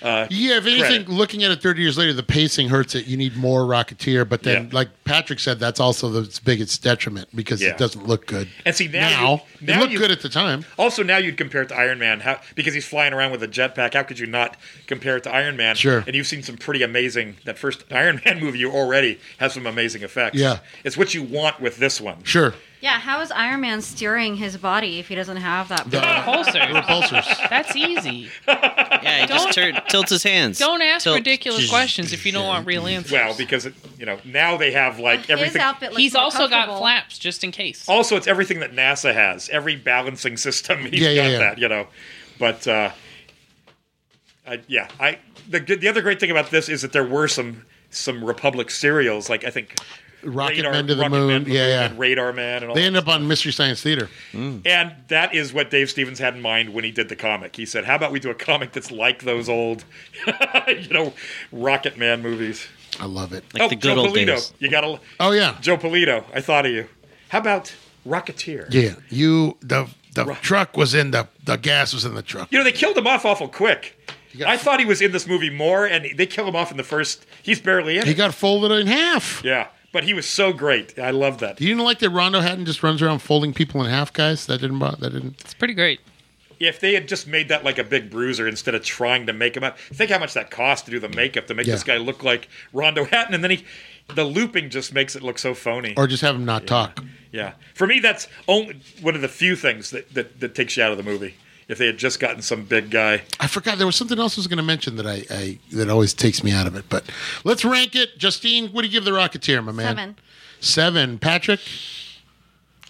Speaker 3: Yeah, if anything,
Speaker 7: Credit.
Speaker 3: looking at it 30 years later, the pacing hurts it. You need more Rocketeer. But then,
Speaker 7: Yeah.
Speaker 3: like Patrick said, that's also the its biggest detriment because
Speaker 7: Yeah.
Speaker 3: it doesn't look good.
Speaker 7: And see, now you-
Speaker 3: it
Speaker 7: now
Speaker 3: looked
Speaker 7: you-
Speaker 3: good at the time.
Speaker 7: Also, now you'd compare it to Iron Man how, because he's flying around with a jetpack. How could you not compare it to Iron Man?
Speaker 3: Sure.
Speaker 7: And you've seen some pretty amazing. That first Iron (laughs) Man movie, you already have some amazing effects.
Speaker 3: Yeah.
Speaker 7: It's what you want with this one.
Speaker 3: Sure.
Speaker 8: Yeah, how is Iron Man steering his body if he doesn't have that?
Speaker 7: (laughs)
Speaker 3: The
Speaker 4: Repulsors.
Speaker 3: repulsors.
Speaker 4: That's easy.
Speaker 6: (laughs) Yeah, he just tur- tilts his hands.
Speaker 4: Don't ask
Speaker 6: Tilt.
Speaker 4: ridiculous questions if you don't want real answers.
Speaker 7: Well, because it, you know now they have like
Speaker 8: his
Speaker 7: everything.
Speaker 8: outfit looks
Speaker 4: He's
Speaker 8: more
Speaker 4: also got
Speaker 8: comfortable.
Speaker 4: flaps just in case.
Speaker 7: Also, it's everything that NASA has. Every balancing system, (laughs) he's
Speaker 3: Yeah,
Speaker 7: got
Speaker 3: yeah, yeah.
Speaker 7: that. You know, but uh, I, yeah, I the the other great thing about this is that there were some some Republic serials. Like I think
Speaker 3: Rocket
Speaker 7: Radar-
Speaker 3: Men to the
Speaker 7: Rocket
Speaker 3: Moon.
Speaker 7: Man to the
Speaker 3: yeah, yeah.
Speaker 7: and Radar Man, and all
Speaker 3: They
Speaker 7: that
Speaker 3: end up on Mystery Science Theater.
Speaker 7: And that is what Dave Stevens had in mind when he did the comic. He said, "How about we do a comic that's like those old, (laughs) you know, Rocket Man movies?" Oh,
Speaker 3: I love it.
Speaker 6: Like the good
Speaker 7: Joe
Speaker 6: old
Speaker 7: Polito,
Speaker 6: days.
Speaker 7: you gotta,
Speaker 3: Oh, yeah.
Speaker 7: Joe Polito. I thought of you. How about Rocketeer?
Speaker 3: Yeah. You, the the truck was in the, the gas was in the truck.
Speaker 7: You know, they killed him off awful quick.
Speaker 3: got-
Speaker 7: I thought he was in this movie more, and they kill him off in the first. He's barely in.
Speaker 3: He
Speaker 7: it.
Speaker 3: got folded in half.
Speaker 7: yeah, but he was so great. I love that.
Speaker 3: You didn't like that Rondo Hatton just runs around folding people in half, guys? That didn't bother. That didn't.
Speaker 4: It's pretty great.
Speaker 7: If they had just made that like a big bruiser instead of trying to make him up, think how much that cost to do the makeup to make
Speaker 3: Yeah.
Speaker 7: this guy look like Rondo Hatton, and then he, the looping just makes it look so phony.
Speaker 3: Or just have him not talk.
Speaker 7: yeah, for me that's only one of the few things that, that that takes you out of the movie. If they had just gotten some big guy,
Speaker 3: I forgot there was something else I was going to mention that I, I that always takes me out of it. But let's rank it. Justine, what do you give the Rocketeer, my man?
Speaker 8: Seven.
Speaker 3: Seven. Patrick,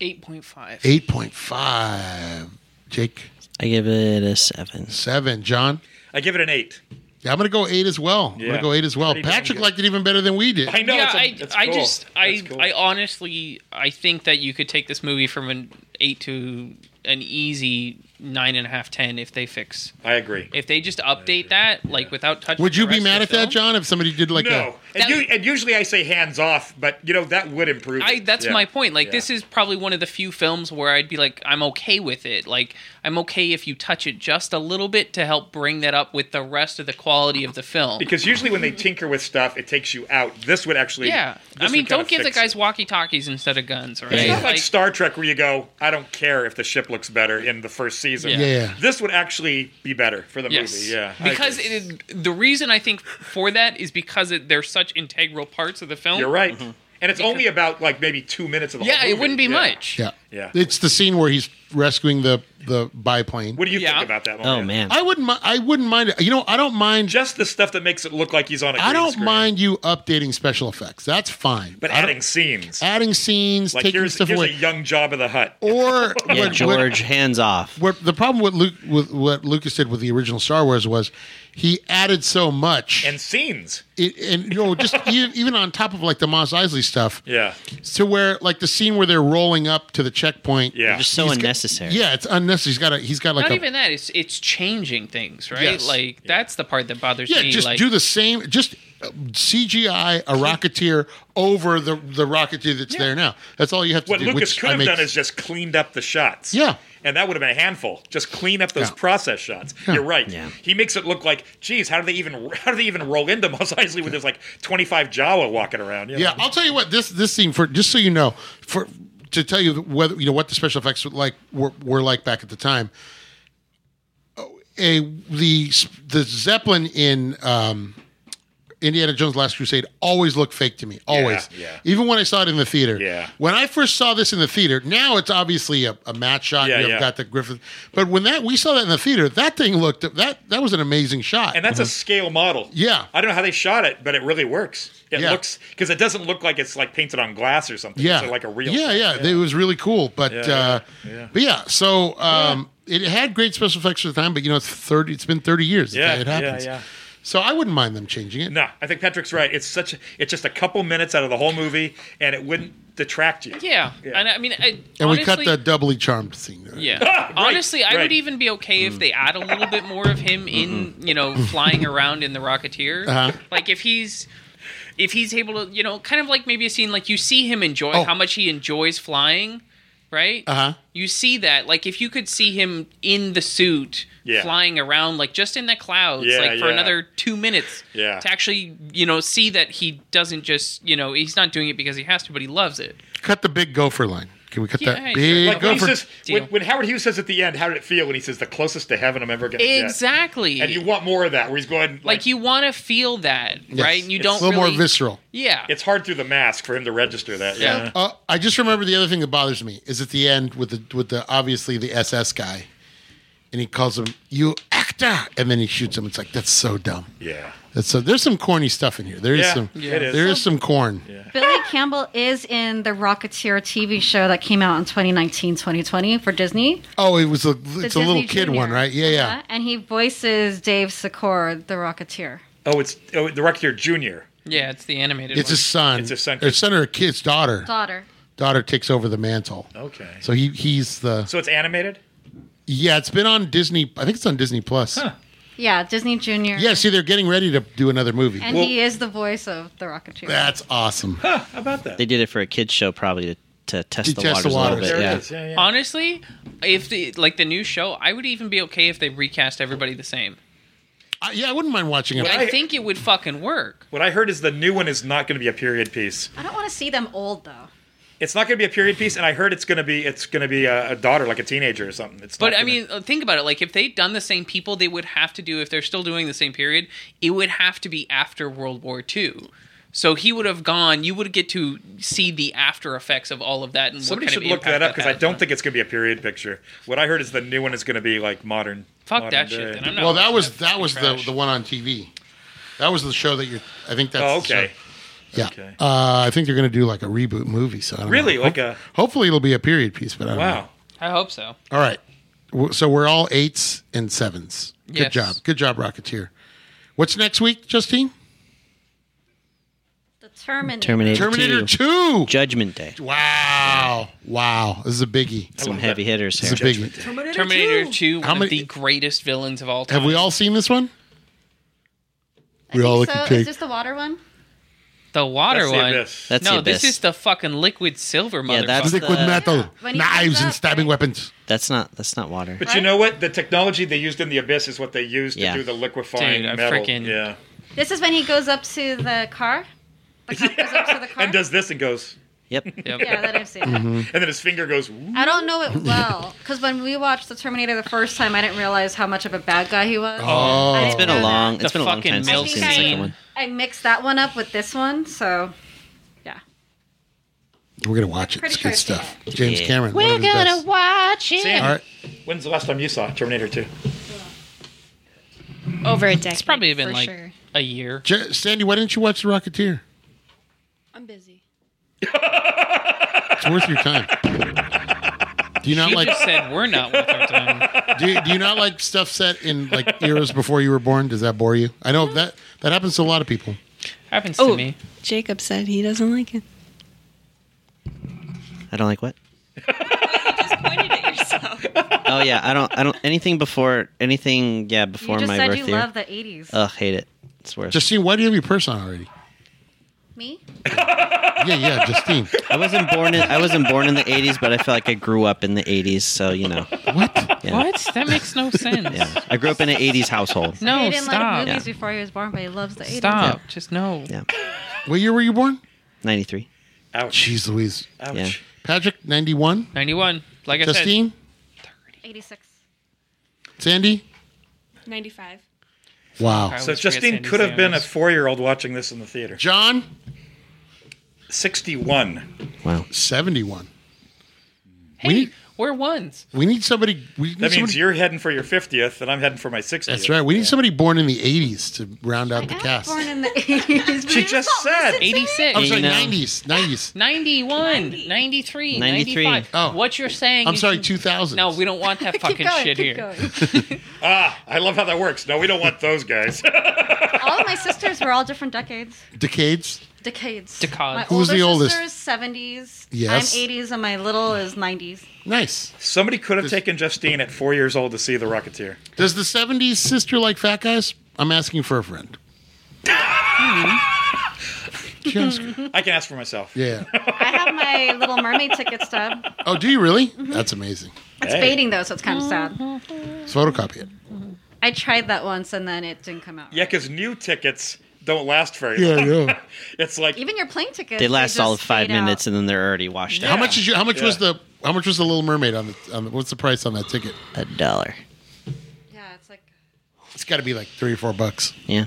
Speaker 4: 8.5.
Speaker 3: eight point five. Jake,
Speaker 6: I give it a seven.
Speaker 3: seven. John,
Speaker 7: I give it an eight.
Speaker 3: yeah, I'm going to go eight as well. I'm going
Speaker 7: Yeah.
Speaker 3: to go eight as well.
Speaker 7: Pretty damn
Speaker 3: Patrick
Speaker 7: good.
Speaker 3: liked it even better than we did.
Speaker 7: I know.
Speaker 4: yeah,
Speaker 7: it's a-
Speaker 4: I
Speaker 7: it's
Speaker 4: I
Speaker 7: cool.
Speaker 4: just, I,
Speaker 7: That's cool.
Speaker 4: I honestly, I think that you could take this movie from an 8 to an easy 9.5, 10 if they fix.
Speaker 7: I agree.
Speaker 4: If they just update that, like without touching
Speaker 3: Would you
Speaker 4: the
Speaker 3: be
Speaker 4: rest
Speaker 3: mad
Speaker 4: of
Speaker 3: at
Speaker 4: the
Speaker 3: that,
Speaker 4: film-
Speaker 3: John? If somebody did like
Speaker 7: no,
Speaker 4: That-
Speaker 7: and, you, and usually I say hands off, but you know that would improve.
Speaker 4: I
Speaker 7: it.
Speaker 4: that's
Speaker 7: Yeah.
Speaker 4: my point. Like
Speaker 7: Yeah.
Speaker 4: this is probably one of the few films where I'd be like, I'm okay with it. Like I'm okay if you touch it just a little bit to help bring that up with the rest of the quality of the film.
Speaker 7: because usually when they tinker with stuff, it takes you out. This would actually,
Speaker 4: yeah,
Speaker 7: this
Speaker 4: I
Speaker 7: would
Speaker 4: mean,
Speaker 7: kinda
Speaker 4: don't give the
Speaker 7: fix
Speaker 4: guys
Speaker 7: it.
Speaker 4: walkie talkies instead of guns, right?
Speaker 6: Yeah,
Speaker 7: It's
Speaker 6: yeah.
Speaker 7: not like Star Trek where you go, I don't care if the ship looks better in the first season.
Speaker 4: Yeah.
Speaker 3: Yeah, yeah.
Speaker 7: This would actually be better for the
Speaker 4: Yes.
Speaker 7: movie. Yeah. I
Speaker 4: Because it
Speaker 7: agree.
Speaker 4: is, the reason I think for that is because it, they're such integral parts of the film.
Speaker 7: You're right. And it's only about like maybe two minutes of the
Speaker 4: Mm-hmm. Yeah,
Speaker 7: whole
Speaker 4: it
Speaker 7: movie.
Speaker 4: wouldn't be
Speaker 7: Yeah.
Speaker 4: much.
Speaker 3: Yeah.
Speaker 7: Yeah.
Speaker 3: It's the scene where he's rescuing the the biplane.
Speaker 7: What do you
Speaker 4: Yeah.
Speaker 7: think about that?
Speaker 6: Oh
Speaker 7: Mario?
Speaker 6: man,
Speaker 3: I wouldn't. mi- I wouldn't mind. it. You know, I don't mind.
Speaker 7: Just the stuff that makes it look like he's on a.
Speaker 3: I
Speaker 7: green
Speaker 3: don't
Speaker 7: screen.
Speaker 3: mind you updating special effects. That's fine.
Speaker 7: but
Speaker 3: I don't-
Speaker 7: adding scenes.
Speaker 3: adding scenes,
Speaker 7: Like
Speaker 3: taking
Speaker 7: here's,
Speaker 3: stuff
Speaker 7: here's
Speaker 3: away.
Speaker 7: a young job of the hut. (laughs)
Speaker 3: or
Speaker 6: yeah,
Speaker 3: what-
Speaker 6: George, hands off.
Speaker 3: What, what the problem with Luke with what Lucas did with the original Star Wars was he added so much,
Speaker 7: And scenes.
Speaker 3: it, and you know just (laughs) even, even on top of like the Mos Eisley stuff,
Speaker 7: Yeah.
Speaker 3: to where like the scene where they're rolling up to the checkpoint,
Speaker 7: Yeah.
Speaker 6: Just so unnecessary.
Speaker 3: yeah, it's unnecessary. He's got a he's got like
Speaker 4: Not
Speaker 3: a
Speaker 4: even that. It's it's changing things, right?
Speaker 3: Yes.
Speaker 4: Like that's the part that bothers
Speaker 3: yeah,
Speaker 4: me.
Speaker 3: just
Speaker 4: like,
Speaker 3: do the same, just uh, CGI
Speaker 4: (laughs)
Speaker 3: a Rocketeer over the the Rocketeer that's there now. That's all you have to
Speaker 7: What
Speaker 3: do.
Speaker 7: Lucas
Speaker 3: which
Speaker 7: could
Speaker 3: I
Speaker 7: have
Speaker 3: make-
Speaker 7: done is just cleaned up the shots.
Speaker 3: Yeah.
Speaker 7: And that would have been a handful. Just clean up those
Speaker 3: Yeah.
Speaker 7: process shots. You're right.
Speaker 6: Yeah.
Speaker 7: He makes it look like, geez, how do they even how do they even roll into Mos Eisley when there's like 25 Jawa walking around? you know?
Speaker 3: Yeah, I'll tell you what this this scene for just so you know for to tell you whether you know what the special effects were like were, were like back at the time. oh, A the the Zeppelin in um, Indiana Jones Last Crusade always looked fake to me. Always.
Speaker 7: Yeah, yeah.
Speaker 3: Even when I saw it in the theater.
Speaker 7: Yeah.
Speaker 3: When I first saw this in the theater, now it's obviously a, a match shot.
Speaker 7: Yeah,
Speaker 3: You've
Speaker 7: yeah.
Speaker 3: got the Griffith. But when that we saw that in the theater, that thing looked that that was an amazing shot.
Speaker 7: And that's a scale model.
Speaker 3: Uh-huh. Yeah.
Speaker 7: I don't know how they shot it, but it really works. It
Speaker 3: Yeah.
Speaker 7: looks because it doesn't look like it's like painted on glass or something.
Speaker 3: yeah.
Speaker 7: It's like a real.
Speaker 3: Yeah, yeah, It was really cool. But
Speaker 7: Yeah,
Speaker 3: uh
Speaker 7: yeah, yeah.
Speaker 3: but yeah, so um it had great special effects for the time, but you know it's thirty it's been thirty years
Speaker 7: Yeah,
Speaker 3: it
Speaker 7: yeah,
Speaker 3: happens.
Speaker 7: yeah.
Speaker 3: So I wouldn't mind them changing it.
Speaker 7: No, I think Patrick's right. It's such. A, it's just a couple minutes out of the whole movie, and it wouldn't detract you.
Speaker 4: Yeah.
Speaker 7: Yeah.
Speaker 4: And I mean, I,
Speaker 3: And
Speaker 4: honestly,
Speaker 3: we cut the doubly charmed scene.
Speaker 4: Yeah.
Speaker 7: (laughs) Right,
Speaker 4: Honestly, I
Speaker 7: right. Mm.
Speaker 4: would even be okay if they add a little bit more of him in, you know, flying around in the Rocketeer.
Speaker 3: Uh-huh.
Speaker 4: Like if he's if he's able to, you know, kind of like maybe a scene like you see him enjoy
Speaker 3: Oh.
Speaker 4: how much he enjoys flying, right?
Speaker 3: Uh-huh.
Speaker 4: You see that. Like if you could see him in the suit
Speaker 7: Yeah.
Speaker 4: flying around like just in the clouds
Speaker 7: Yeah,
Speaker 4: like for
Speaker 7: yeah.
Speaker 4: another 2 minutes
Speaker 7: Yeah.
Speaker 4: to actually, you know, see that he doesn't just, you know, he's not doing it because he has to, but he loves it.
Speaker 3: Cut the big gopher line. Can we cut
Speaker 4: Yeah,
Speaker 3: that
Speaker 4: sure.
Speaker 3: big
Speaker 7: Like when, he
Speaker 3: gopher?
Speaker 7: says, when,
Speaker 4: Deal.
Speaker 7: when Howard Hughes says at the end, "How did it feel?" When he says, "The closest to heaven I'm ever going to get."
Speaker 4: Exactly.
Speaker 7: And you want more of that, where he's going like,
Speaker 4: like you want to feel that, right? And you
Speaker 3: It's
Speaker 4: don't
Speaker 3: a little
Speaker 4: really,
Speaker 3: more visceral.
Speaker 4: Yeah.
Speaker 7: It's hard through the mask for him to register that.
Speaker 4: Yeah.
Speaker 7: Yeah.
Speaker 3: Uh, I just remember the other thing that bothers me is at the end with the with the obviously the SS guy, and he calls him "you actor," and then he shoots him. It's like that's so dumb.
Speaker 7: Yeah.
Speaker 3: That's so. There's some corny stuff in here. There is
Speaker 7: Yeah,
Speaker 3: some.
Speaker 7: it is.
Speaker 3: There is some corn.
Speaker 8: Billy Campbell is in the Rocketeer TV show that came out in 2019, 2020 for Disney.
Speaker 3: Oh, it was a. It's a
Speaker 8: The
Speaker 3: little
Speaker 8: Disney
Speaker 3: kid
Speaker 8: Junior.
Speaker 3: one, right? Yeah, yeah.
Speaker 8: Uh-huh. And he voices Dave Sikor, the Rocketeer.
Speaker 7: Oh, it's oh, the Rocketeer Junior.
Speaker 4: yeah, it's the animated
Speaker 3: It's
Speaker 4: one.
Speaker 3: his son.
Speaker 7: It's his son.
Speaker 3: Or son or a kid's daughter.
Speaker 8: Daughter.
Speaker 3: Daughter takes over the mantle.
Speaker 7: Okay.
Speaker 3: So he he's the.
Speaker 7: So it's animated.
Speaker 3: Yeah, it's been on Disney. I think it's on Disney Plus.
Speaker 8: Yeah, Disney Junior.
Speaker 3: Yeah, see, they're getting ready to do another movie.
Speaker 8: And
Speaker 7: Well-
Speaker 8: he is the voice of the Rocketeer.
Speaker 3: That's awesome.
Speaker 7: How about that?
Speaker 6: They did it for a kids show probably to, to test
Speaker 3: To
Speaker 6: the
Speaker 3: test
Speaker 6: waters
Speaker 3: the
Speaker 6: a little
Speaker 3: waters.
Speaker 6: bit.
Speaker 7: there
Speaker 6: yeah.
Speaker 7: it is. Yeah, yeah.
Speaker 4: Honestly, if the like the new show, I would even be okay if they recast everybody the same.
Speaker 3: I, yeah, I wouldn't mind watching it.
Speaker 4: I think it would fucking work.
Speaker 7: What I heard is the new one is not going to be a period piece.
Speaker 8: I don't want to see them old though.
Speaker 7: It's not going to be a period piece, and I heard it's going to be it's going to be a, a daughter, like a teenager or something. It's.
Speaker 4: But
Speaker 7: not
Speaker 4: I
Speaker 7: gonna-
Speaker 4: mean, uh, think about it. Like, if they'd done the same people, they would have to do, if they're still doing the same period, it would have to be after World War II. So he would have gone, you would get to see the after effects of all of that. And
Speaker 7: somebody
Speaker 4: what kind
Speaker 7: should
Speaker 4: of
Speaker 7: look
Speaker 4: impact
Speaker 7: that up because I
Speaker 4: had
Speaker 7: don't
Speaker 4: on-
Speaker 7: think it's going to be a period picture. What I heard is the new one is going to be like modern.
Speaker 4: Fuck
Speaker 7: modern
Speaker 4: that
Speaker 7: day.
Speaker 4: shit. Then. I'm not
Speaker 3: well, that
Speaker 4: watching
Speaker 3: was that was the
Speaker 4: fucking
Speaker 3: the
Speaker 4: trash.
Speaker 3: one on TV. That was the show that you're. I think that's.
Speaker 7: Oh,
Speaker 3: the
Speaker 7: okay.
Speaker 3: show. Yeah.
Speaker 7: Okay.
Speaker 3: Uh, I think they're going to do like a reboot movie. So I don't
Speaker 7: Really,
Speaker 3: know.
Speaker 7: like a
Speaker 3: Hopefully, it'll be a period piece. But I don't
Speaker 7: wow.
Speaker 4: I hope so.
Speaker 3: know. All right. W- So we're all eights and sevens. Good
Speaker 4: Yes.
Speaker 3: job. Good job, Rocketeer. What's next week, Justine?
Speaker 8: The Terminator.
Speaker 6: Terminator,
Speaker 3: Terminator
Speaker 6: 2.
Speaker 3: Two.
Speaker 6: Judgment Day.
Speaker 3: Wow. Wow. This is a biggie.
Speaker 6: Some heavy hitters
Speaker 3: This is a
Speaker 6: here.
Speaker 3: biggie.
Speaker 4: Terminator 2,
Speaker 3: How
Speaker 4: one of
Speaker 3: many-
Speaker 4: the greatest villains of all time.
Speaker 3: Have we all seen this one? We all
Speaker 8: so
Speaker 3: can
Speaker 8: is
Speaker 3: take.
Speaker 8: this the water one?
Speaker 4: The water
Speaker 7: That's the
Speaker 4: one.
Speaker 7: abyss.
Speaker 6: That's
Speaker 4: no,
Speaker 6: the
Speaker 4: this
Speaker 6: abyss.
Speaker 4: is the fucking liquid silver
Speaker 6: Yeah,
Speaker 4: motherfucker.
Speaker 6: that's the-
Speaker 3: Liquid metal,
Speaker 8: Uh, when he
Speaker 3: knives,
Speaker 8: comes
Speaker 3: and
Speaker 8: up,
Speaker 3: stabbing
Speaker 8: right?
Speaker 3: weapons.
Speaker 6: That's not that's not water.
Speaker 4: (laughs)
Speaker 7: But you know what? The technology they used in the abyss is what they used
Speaker 6: Yeah.
Speaker 7: to do the liquefying
Speaker 4: Dude, I
Speaker 7: metal.
Speaker 4: frickin-
Speaker 7: yeah.
Speaker 8: This is when he goes up to the car. The cop goes
Speaker 7: (laughs)
Speaker 8: up to the car.
Speaker 7: And does this and goes,
Speaker 6: Yep.
Speaker 4: Yep.
Speaker 8: yeah, that I've seen.
Speaker 3: Mm-hmm.
Speaker 7: and then his finger goes. "Woo."
Speaker 8: I don't know it well because when we watched the Terminator the first time, I didn't realize how much of a bad guy he was.
Speaker 3: Oh.
Speaker 8: I didn't
Speaker 6: It's been
Speaker 8: know
Speaker 6: a
Speaker 8: that.
Speaker 6: long it's
Speaker 4: The
Speaker 6: been a long
Speaker 4: fucking
Speaker 6: time since
Speaker 8: I
Speaker 6: I've
Speaker 4: milk
Speaker 8: think
Speaker 6: seen the second
Speaker 4: scene.
Speaker 6: one.
Speaker 8: I, I mixed that one up with this one, so yeah.
Speaker 3: We're gonna watch it.
Speaker 8: Pretty
Speaker 3: It's
Speaker 8: sure
Speaker 3: good
Speaker 8: I've seen
Speaker 3: stuff. James Cameron. one
Speaker 8: We're
Speaker 3: of his
Speaker 8: gonna
Speaker 3: best.
Speaker 8: watch it.
Speaker 7: Sam,
Speaker 3: All right.
Speaker 7: when's the last time you saw Terminator 2?
Speaker 5: Over a decade.
Speaker 4: It's probably been
Speaker 5: for
Speaker 4: like
Speaker 5: sure.
Speaker 4: a year.
Speaker 3: J- Sandy, why didn't you watch The Rocketeer?
Speaker 5: I'm busy.
Speaker 3: It's worth your time. Do you not
Speaker 4: She
Speaker 3: like
Speaker 4: just said we're not with our time.
Speaker 3: do you, do you not like stuff set in like eras before you were born? Does that bore you? I know that that happens to a lot of people.
Speaker 4: Happens to
Speaker 5: Oh.
Speaker 4: me.
Speaker 5: Jacob said he doesn't like it.
Speaker 6: I don't like what?
Speaker 8: (laughs)
Speaker 6: oh yeah, I don't I don't anything before anything yeah,
Speaker 8: You
Speaker 6: before
Speaker 8: just
Speaker 6: my
Speaker 8: said
Speaker 6: birth
Speaker 8: you
Speaker 6: year.
Speaker 8: love the '80s.
Speaker 3: Uh,
Speaker 6: Ugh, hate it. It's worse.
Speaker 3: Justine, why do you have your purse on already?
Speaker 8: Me?
Speaker 3: Yeah, yeah, Justine.
Speaker 6: I wasn't born in I wasn't born in the eighties, but I feel like I grew up in the eighties, so you know.
Speaker 3: What?
Speaker 6: Yeah.
Speaker 4: What? That makes no sense.
Speaker 6: (laughs) Yeah. I grew up in an eighties household.
Speaker 4: No,
Speaker 8: he didn't
Speaker 4: stop.
Speaker 8: like movies
Speaker 6: Yeah.
Speaker 8: before he was born, but he loves the '80s.
Speaker 4: Stop. Just no.
Speaker 6: Yeah.
Speaker 3: What year were you born?
Speaker 6: Ninety three.
Speaker 7: Ouch.
Speaker 3: Jeez Louise.
Speaker 7: Ouch.
Speaker 6: Yeah.
Speaker 3: Patrick, ninety one.
Speaker 4: 91. Like I said.
Speaker 3: Justine,
Speaker 8: '86.
Speaker 3: Sandy,
Speaker 5: Ninety-five.
Speaker 3: Wow.
Speaker 4: I
Speaker 7: So
Speaker 4: always forget
Speaker 7: Justine
Speaker 4: Sandy
Speaker 7: could have been a
Speaker 4: Samuels.
Speaker 7: four-year-old watching this in the theater.
Speaker 3: John,
Speaker 7: 61.
Speaker 6: Wow.
Speaker 3: 71.
Speaker 4: Hey,
Speaker 3: We-
Speaker 4: we're ones.
Speaker 3: We need somebody. We need
Speaker 7: That means
Speaker 3: somebody-
Speaker 7: you're heading for your 50th, and I'm heading for my 60th.
Speaker 3: That's right. We need somebody born in the 80s to round out the
Speaker 8: I was
Speaker 3: cast.
Speaker 8: born in the 80s. but
Speaker 7: She
Speaker 8: you
Speaker 7: just
Speaker 8: don't
Speaker 7: said
Speaker 8: listen to me.
Speaker 4: 86.
Speaker 3: I'm sorry,
Speaker 6: You know.
Speaker 3: 90s. 90s.
Speaker 4: 91, 93,
Speaker 6: 93.
Speaker 4: 95.
Speaker 3: Oh.
Speaker 4: What you're saying
Speaker 3: I'm
Speaker 4: is
Speaker 3: sorry,
Speaker 4: you-
Speaker 3: 2000s.
Speaker 4: No, we don't want (laughs) that
Speaker 8: (laughs) Keep
Speaker 4: fucking
Speaker 8: going,
Speaker 4: shit
Speaker 8: keep
Speaker 4: here.
Speaker 8: going.
Speaker 7: Ah, I love how that works. No, we don't want those guys. (laughs)
Speaker 8: All of my sisters were all different decades.
Speaker 3: Decades.
Speaker 8: Decades.
Speaker 4: Decades.
Speaker 8: My
Speaker 3: Who's the
Speaker 8: older
Speaker 3: oldest?
Speaker 8: sister's 70s.
Speaker 3: Yes.
Speaker 8: I'm 80s, and my little is 90s.
Speaker 3: Nice.
Speaker 7: Somebody could have taken Justine at four years old to see The Rocketeer.
Speaker 3: Does the 70s sister like fat guys? I'm asking for a friend. Just,
Speaker 7: I can ask for myself.
Speaker 3: yeah.
Speaker 8: I have my Little Mermaid ticket stub.
Speaker 3: Oh, do you really?
Speaker 8: Mm-hmm.
Speaker 3: That's amazing.
Speaker 8: It's
Speaker 7: Hey.
Speaker 8: fading though, so it's kind of sad.
Speaker 3: Let's photocopy it.
Speaker 8: I tried that once, and then it didn't come out.
Speaker 7: Yeah, because new tickets don't last very
Speaker 3: Yeah,
Speaker 7: long.
Speaker 3: yeah.
Speaker 7: (laughs) It's like
Speaker 8: Even your plane ticket.
Speaker 6: They last all of
Speaker 8: just
Speaker 6: five
Speaker 8: fade out.
Speaker 6: minutes and then they're already washed
Speaker 3: How
Speaker 6: out.
Speaker 3: much is you? How much was
Speaker 7: Yeah.
Speaker 3: the? How much was the Little Mermaid on the? On the what's the price on that ticket?
Speaker 6: A dollar.
Speaker 8: Yeah, it's like
Speaker 3: It's got to be like three or four bucks.
Speaker 6: Yeah.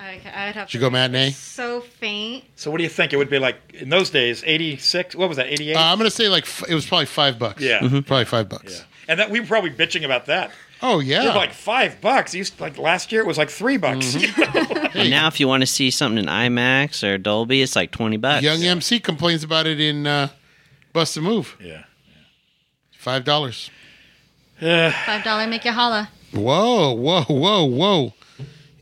Speaker 8: I, I'd have.
Speaker 3: Did you
Speaker 8: to
Speaker 3: go matinee?
Speaker 8: So faint.
Speaker 7: so. What do you think? It would be like in those days, eighty-six. What was that? Eighty-eight.
Speaker 3: Uh, I'm gonna say like f- it was probably five bucks.
Speaker 7: Yeah.
Speaker 6: Mm-hmm.
Speaker 7: Mhm.
Speaker 3: probably five bucks.
Speaker 7: and that we were probably bitching about that.
Speaker 3: Oh
Speaker 7: It
Speaker 3: yeah,
Speaker 7: was like five bucks. It Used like last year, it was like three bucks.
Speaker 6: Mm-hmm.
Speaker 7: (laughs)
Speaker 6: And now, if you want to see something in IMAX or Dolby, it's like 20 bucks.
Speaker 3: Young MC complains about it in uh, Bust a Move.
Speaker 7: yeah.
Speaker 3: Five dollars.
Speaker 8: Five dollar make you holla. (laughs)
Speaker 3: Whoa, whoa, whoa, whoa.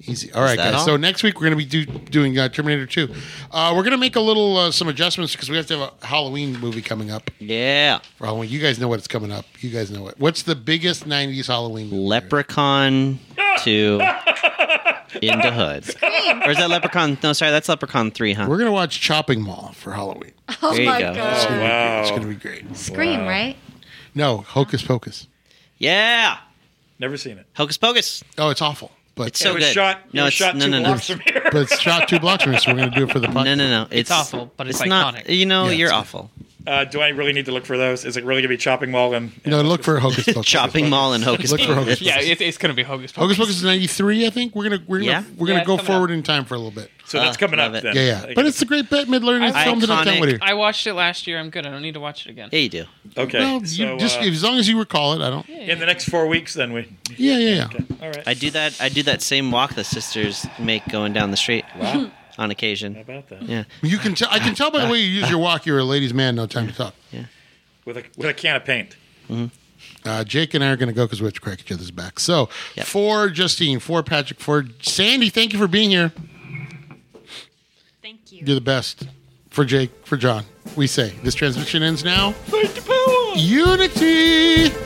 Speaker 3: Easy. All right,
Speaker 6: that
Speaker 3: guys.
Speaker 6: all?
Speaker 3: So next week we're going to be do, doing uh, Terminator 2. Uh, we're going to make a little uh, some adjustments because we have to have a Halloween movie coming up.
Speaker 6: Yeah.
Speaker 3: For Halloween, you guys know what's coming up. You guys know it. What's the biggest '90s Halloween? movie?
Speaker 6: Leprechaun to In the Hood. Or is that Leprechaun? No, sorry, that's Leprechaun 3, huh?
Speaker 3: We're going to watch Chopping Mall for Halloween.
Speaker 8: Oh
Speaker 6: There you
Speaker 8: my
Speaker 6: go.
Speaker 8: god.
Speaker 3: It's
Speaker 7: Wow.
Speaker 3: going to be great.
Speaker 8: Scream, right?
Speaker 3: No, Hocus Pocus.
Speaker 6: Yeah.
Speaker 7: Never seen it.
Speaker 6: Hocus Pocus.
Speaker 3: Oh, it's awful. But
Speaker 6: It's so
Speaker 7: it was
Speaker 6: good.
Speaker 7: shot. it
Speaker 6: no,
Speaker 7: was
Speaker 6: it's
Speaker 7: shot
Speaker 6: no,
Speaker 7: two
Speaker 6: no, no.
Speaker 7: blocks from here.
Speaker 3: but it's shot two blocks from here, so we're going to do it for the podcast.
Speaker 6: No, no, no. It's,
Speaker 4: awful, but it's
Speaker 6: not.
Speaker 4: iconic.
Speaker 6: You know,
Speaker 3: Yeah,
Speaker 6: you're
Speaker 3: it's good.
Speaker 6: awful.
Speaker 7: Uh, do I really need to look for those? Is it really gonna be chopping mall and?
Speaker 3: No, look for
Speaker 6: (laughs)
Speaker 3: Hocus Pocus.
Speaker 6: Chopping Mall and Hocus
Speaker 3: Look for Hocus
Speaker 6: Pocus.
Speaker 4: Yeah, it, it's going to be Hocus Pocus.
Speaker 3: Hocus Pocus is '93, I think. We're gonna we're gonna
Speaker 6: Yeah.
Speaker 3: we're gonna
Speaker 4: Yeah, it's
Speaker 3: go
Speaker 4: coming
Speaker 3: forward
Speaker 4: up.
Speaker 3: in time for a little bit.
Speaker 7: So that's
Speaker 6: Ah,
Speaker 7: coming up
Speaker 6: love it.
Speaker 7: then.
Speaker 3: Yeah, yeah.
Speaker 7: Like-
Speaker 3: But it's the great Bette Midler, and it's filmed in a town
Speaker 6: Iconic.
Speaker 3: with her.
Speaker 4: I watched it last year. I'm good. I don't need to watch it again.
Speaker 6: Yeah, you do.
Speaker 7: okay.
Speaker 3: Well, you
Speaker 7: so,
Speaker 3: just
Speaker 7: uh,
Speaker 3: as long as you recall it, I don't. Yeah,
Speaker 7: in the next four weeks, then we.
Speaker 3: yeah, yeah.
Speaker 7: All right.
Speaker 6: I do that. I do that same walk the sisters make going down the street. Wow. On occasion.
Speaker 7: about that.
Speaker 6: Yeah.
Speaker 3: You can tell. I can tell by the way you use your walk. You're a ladies' man. No time to talk.
Speaker 7: With a with a can of paint.
Speaker 3: Uh, Jake and I are going to go because we have to crack each other's back. So
Speaker 6: Yep.
Speaker 3: for Justine, for Patrick, for Sandy, thank you for being here.
Speaker 5: Thank you.
Speaker 3: You're the best. For Jake, for John, we say this transmission ends now. Unity.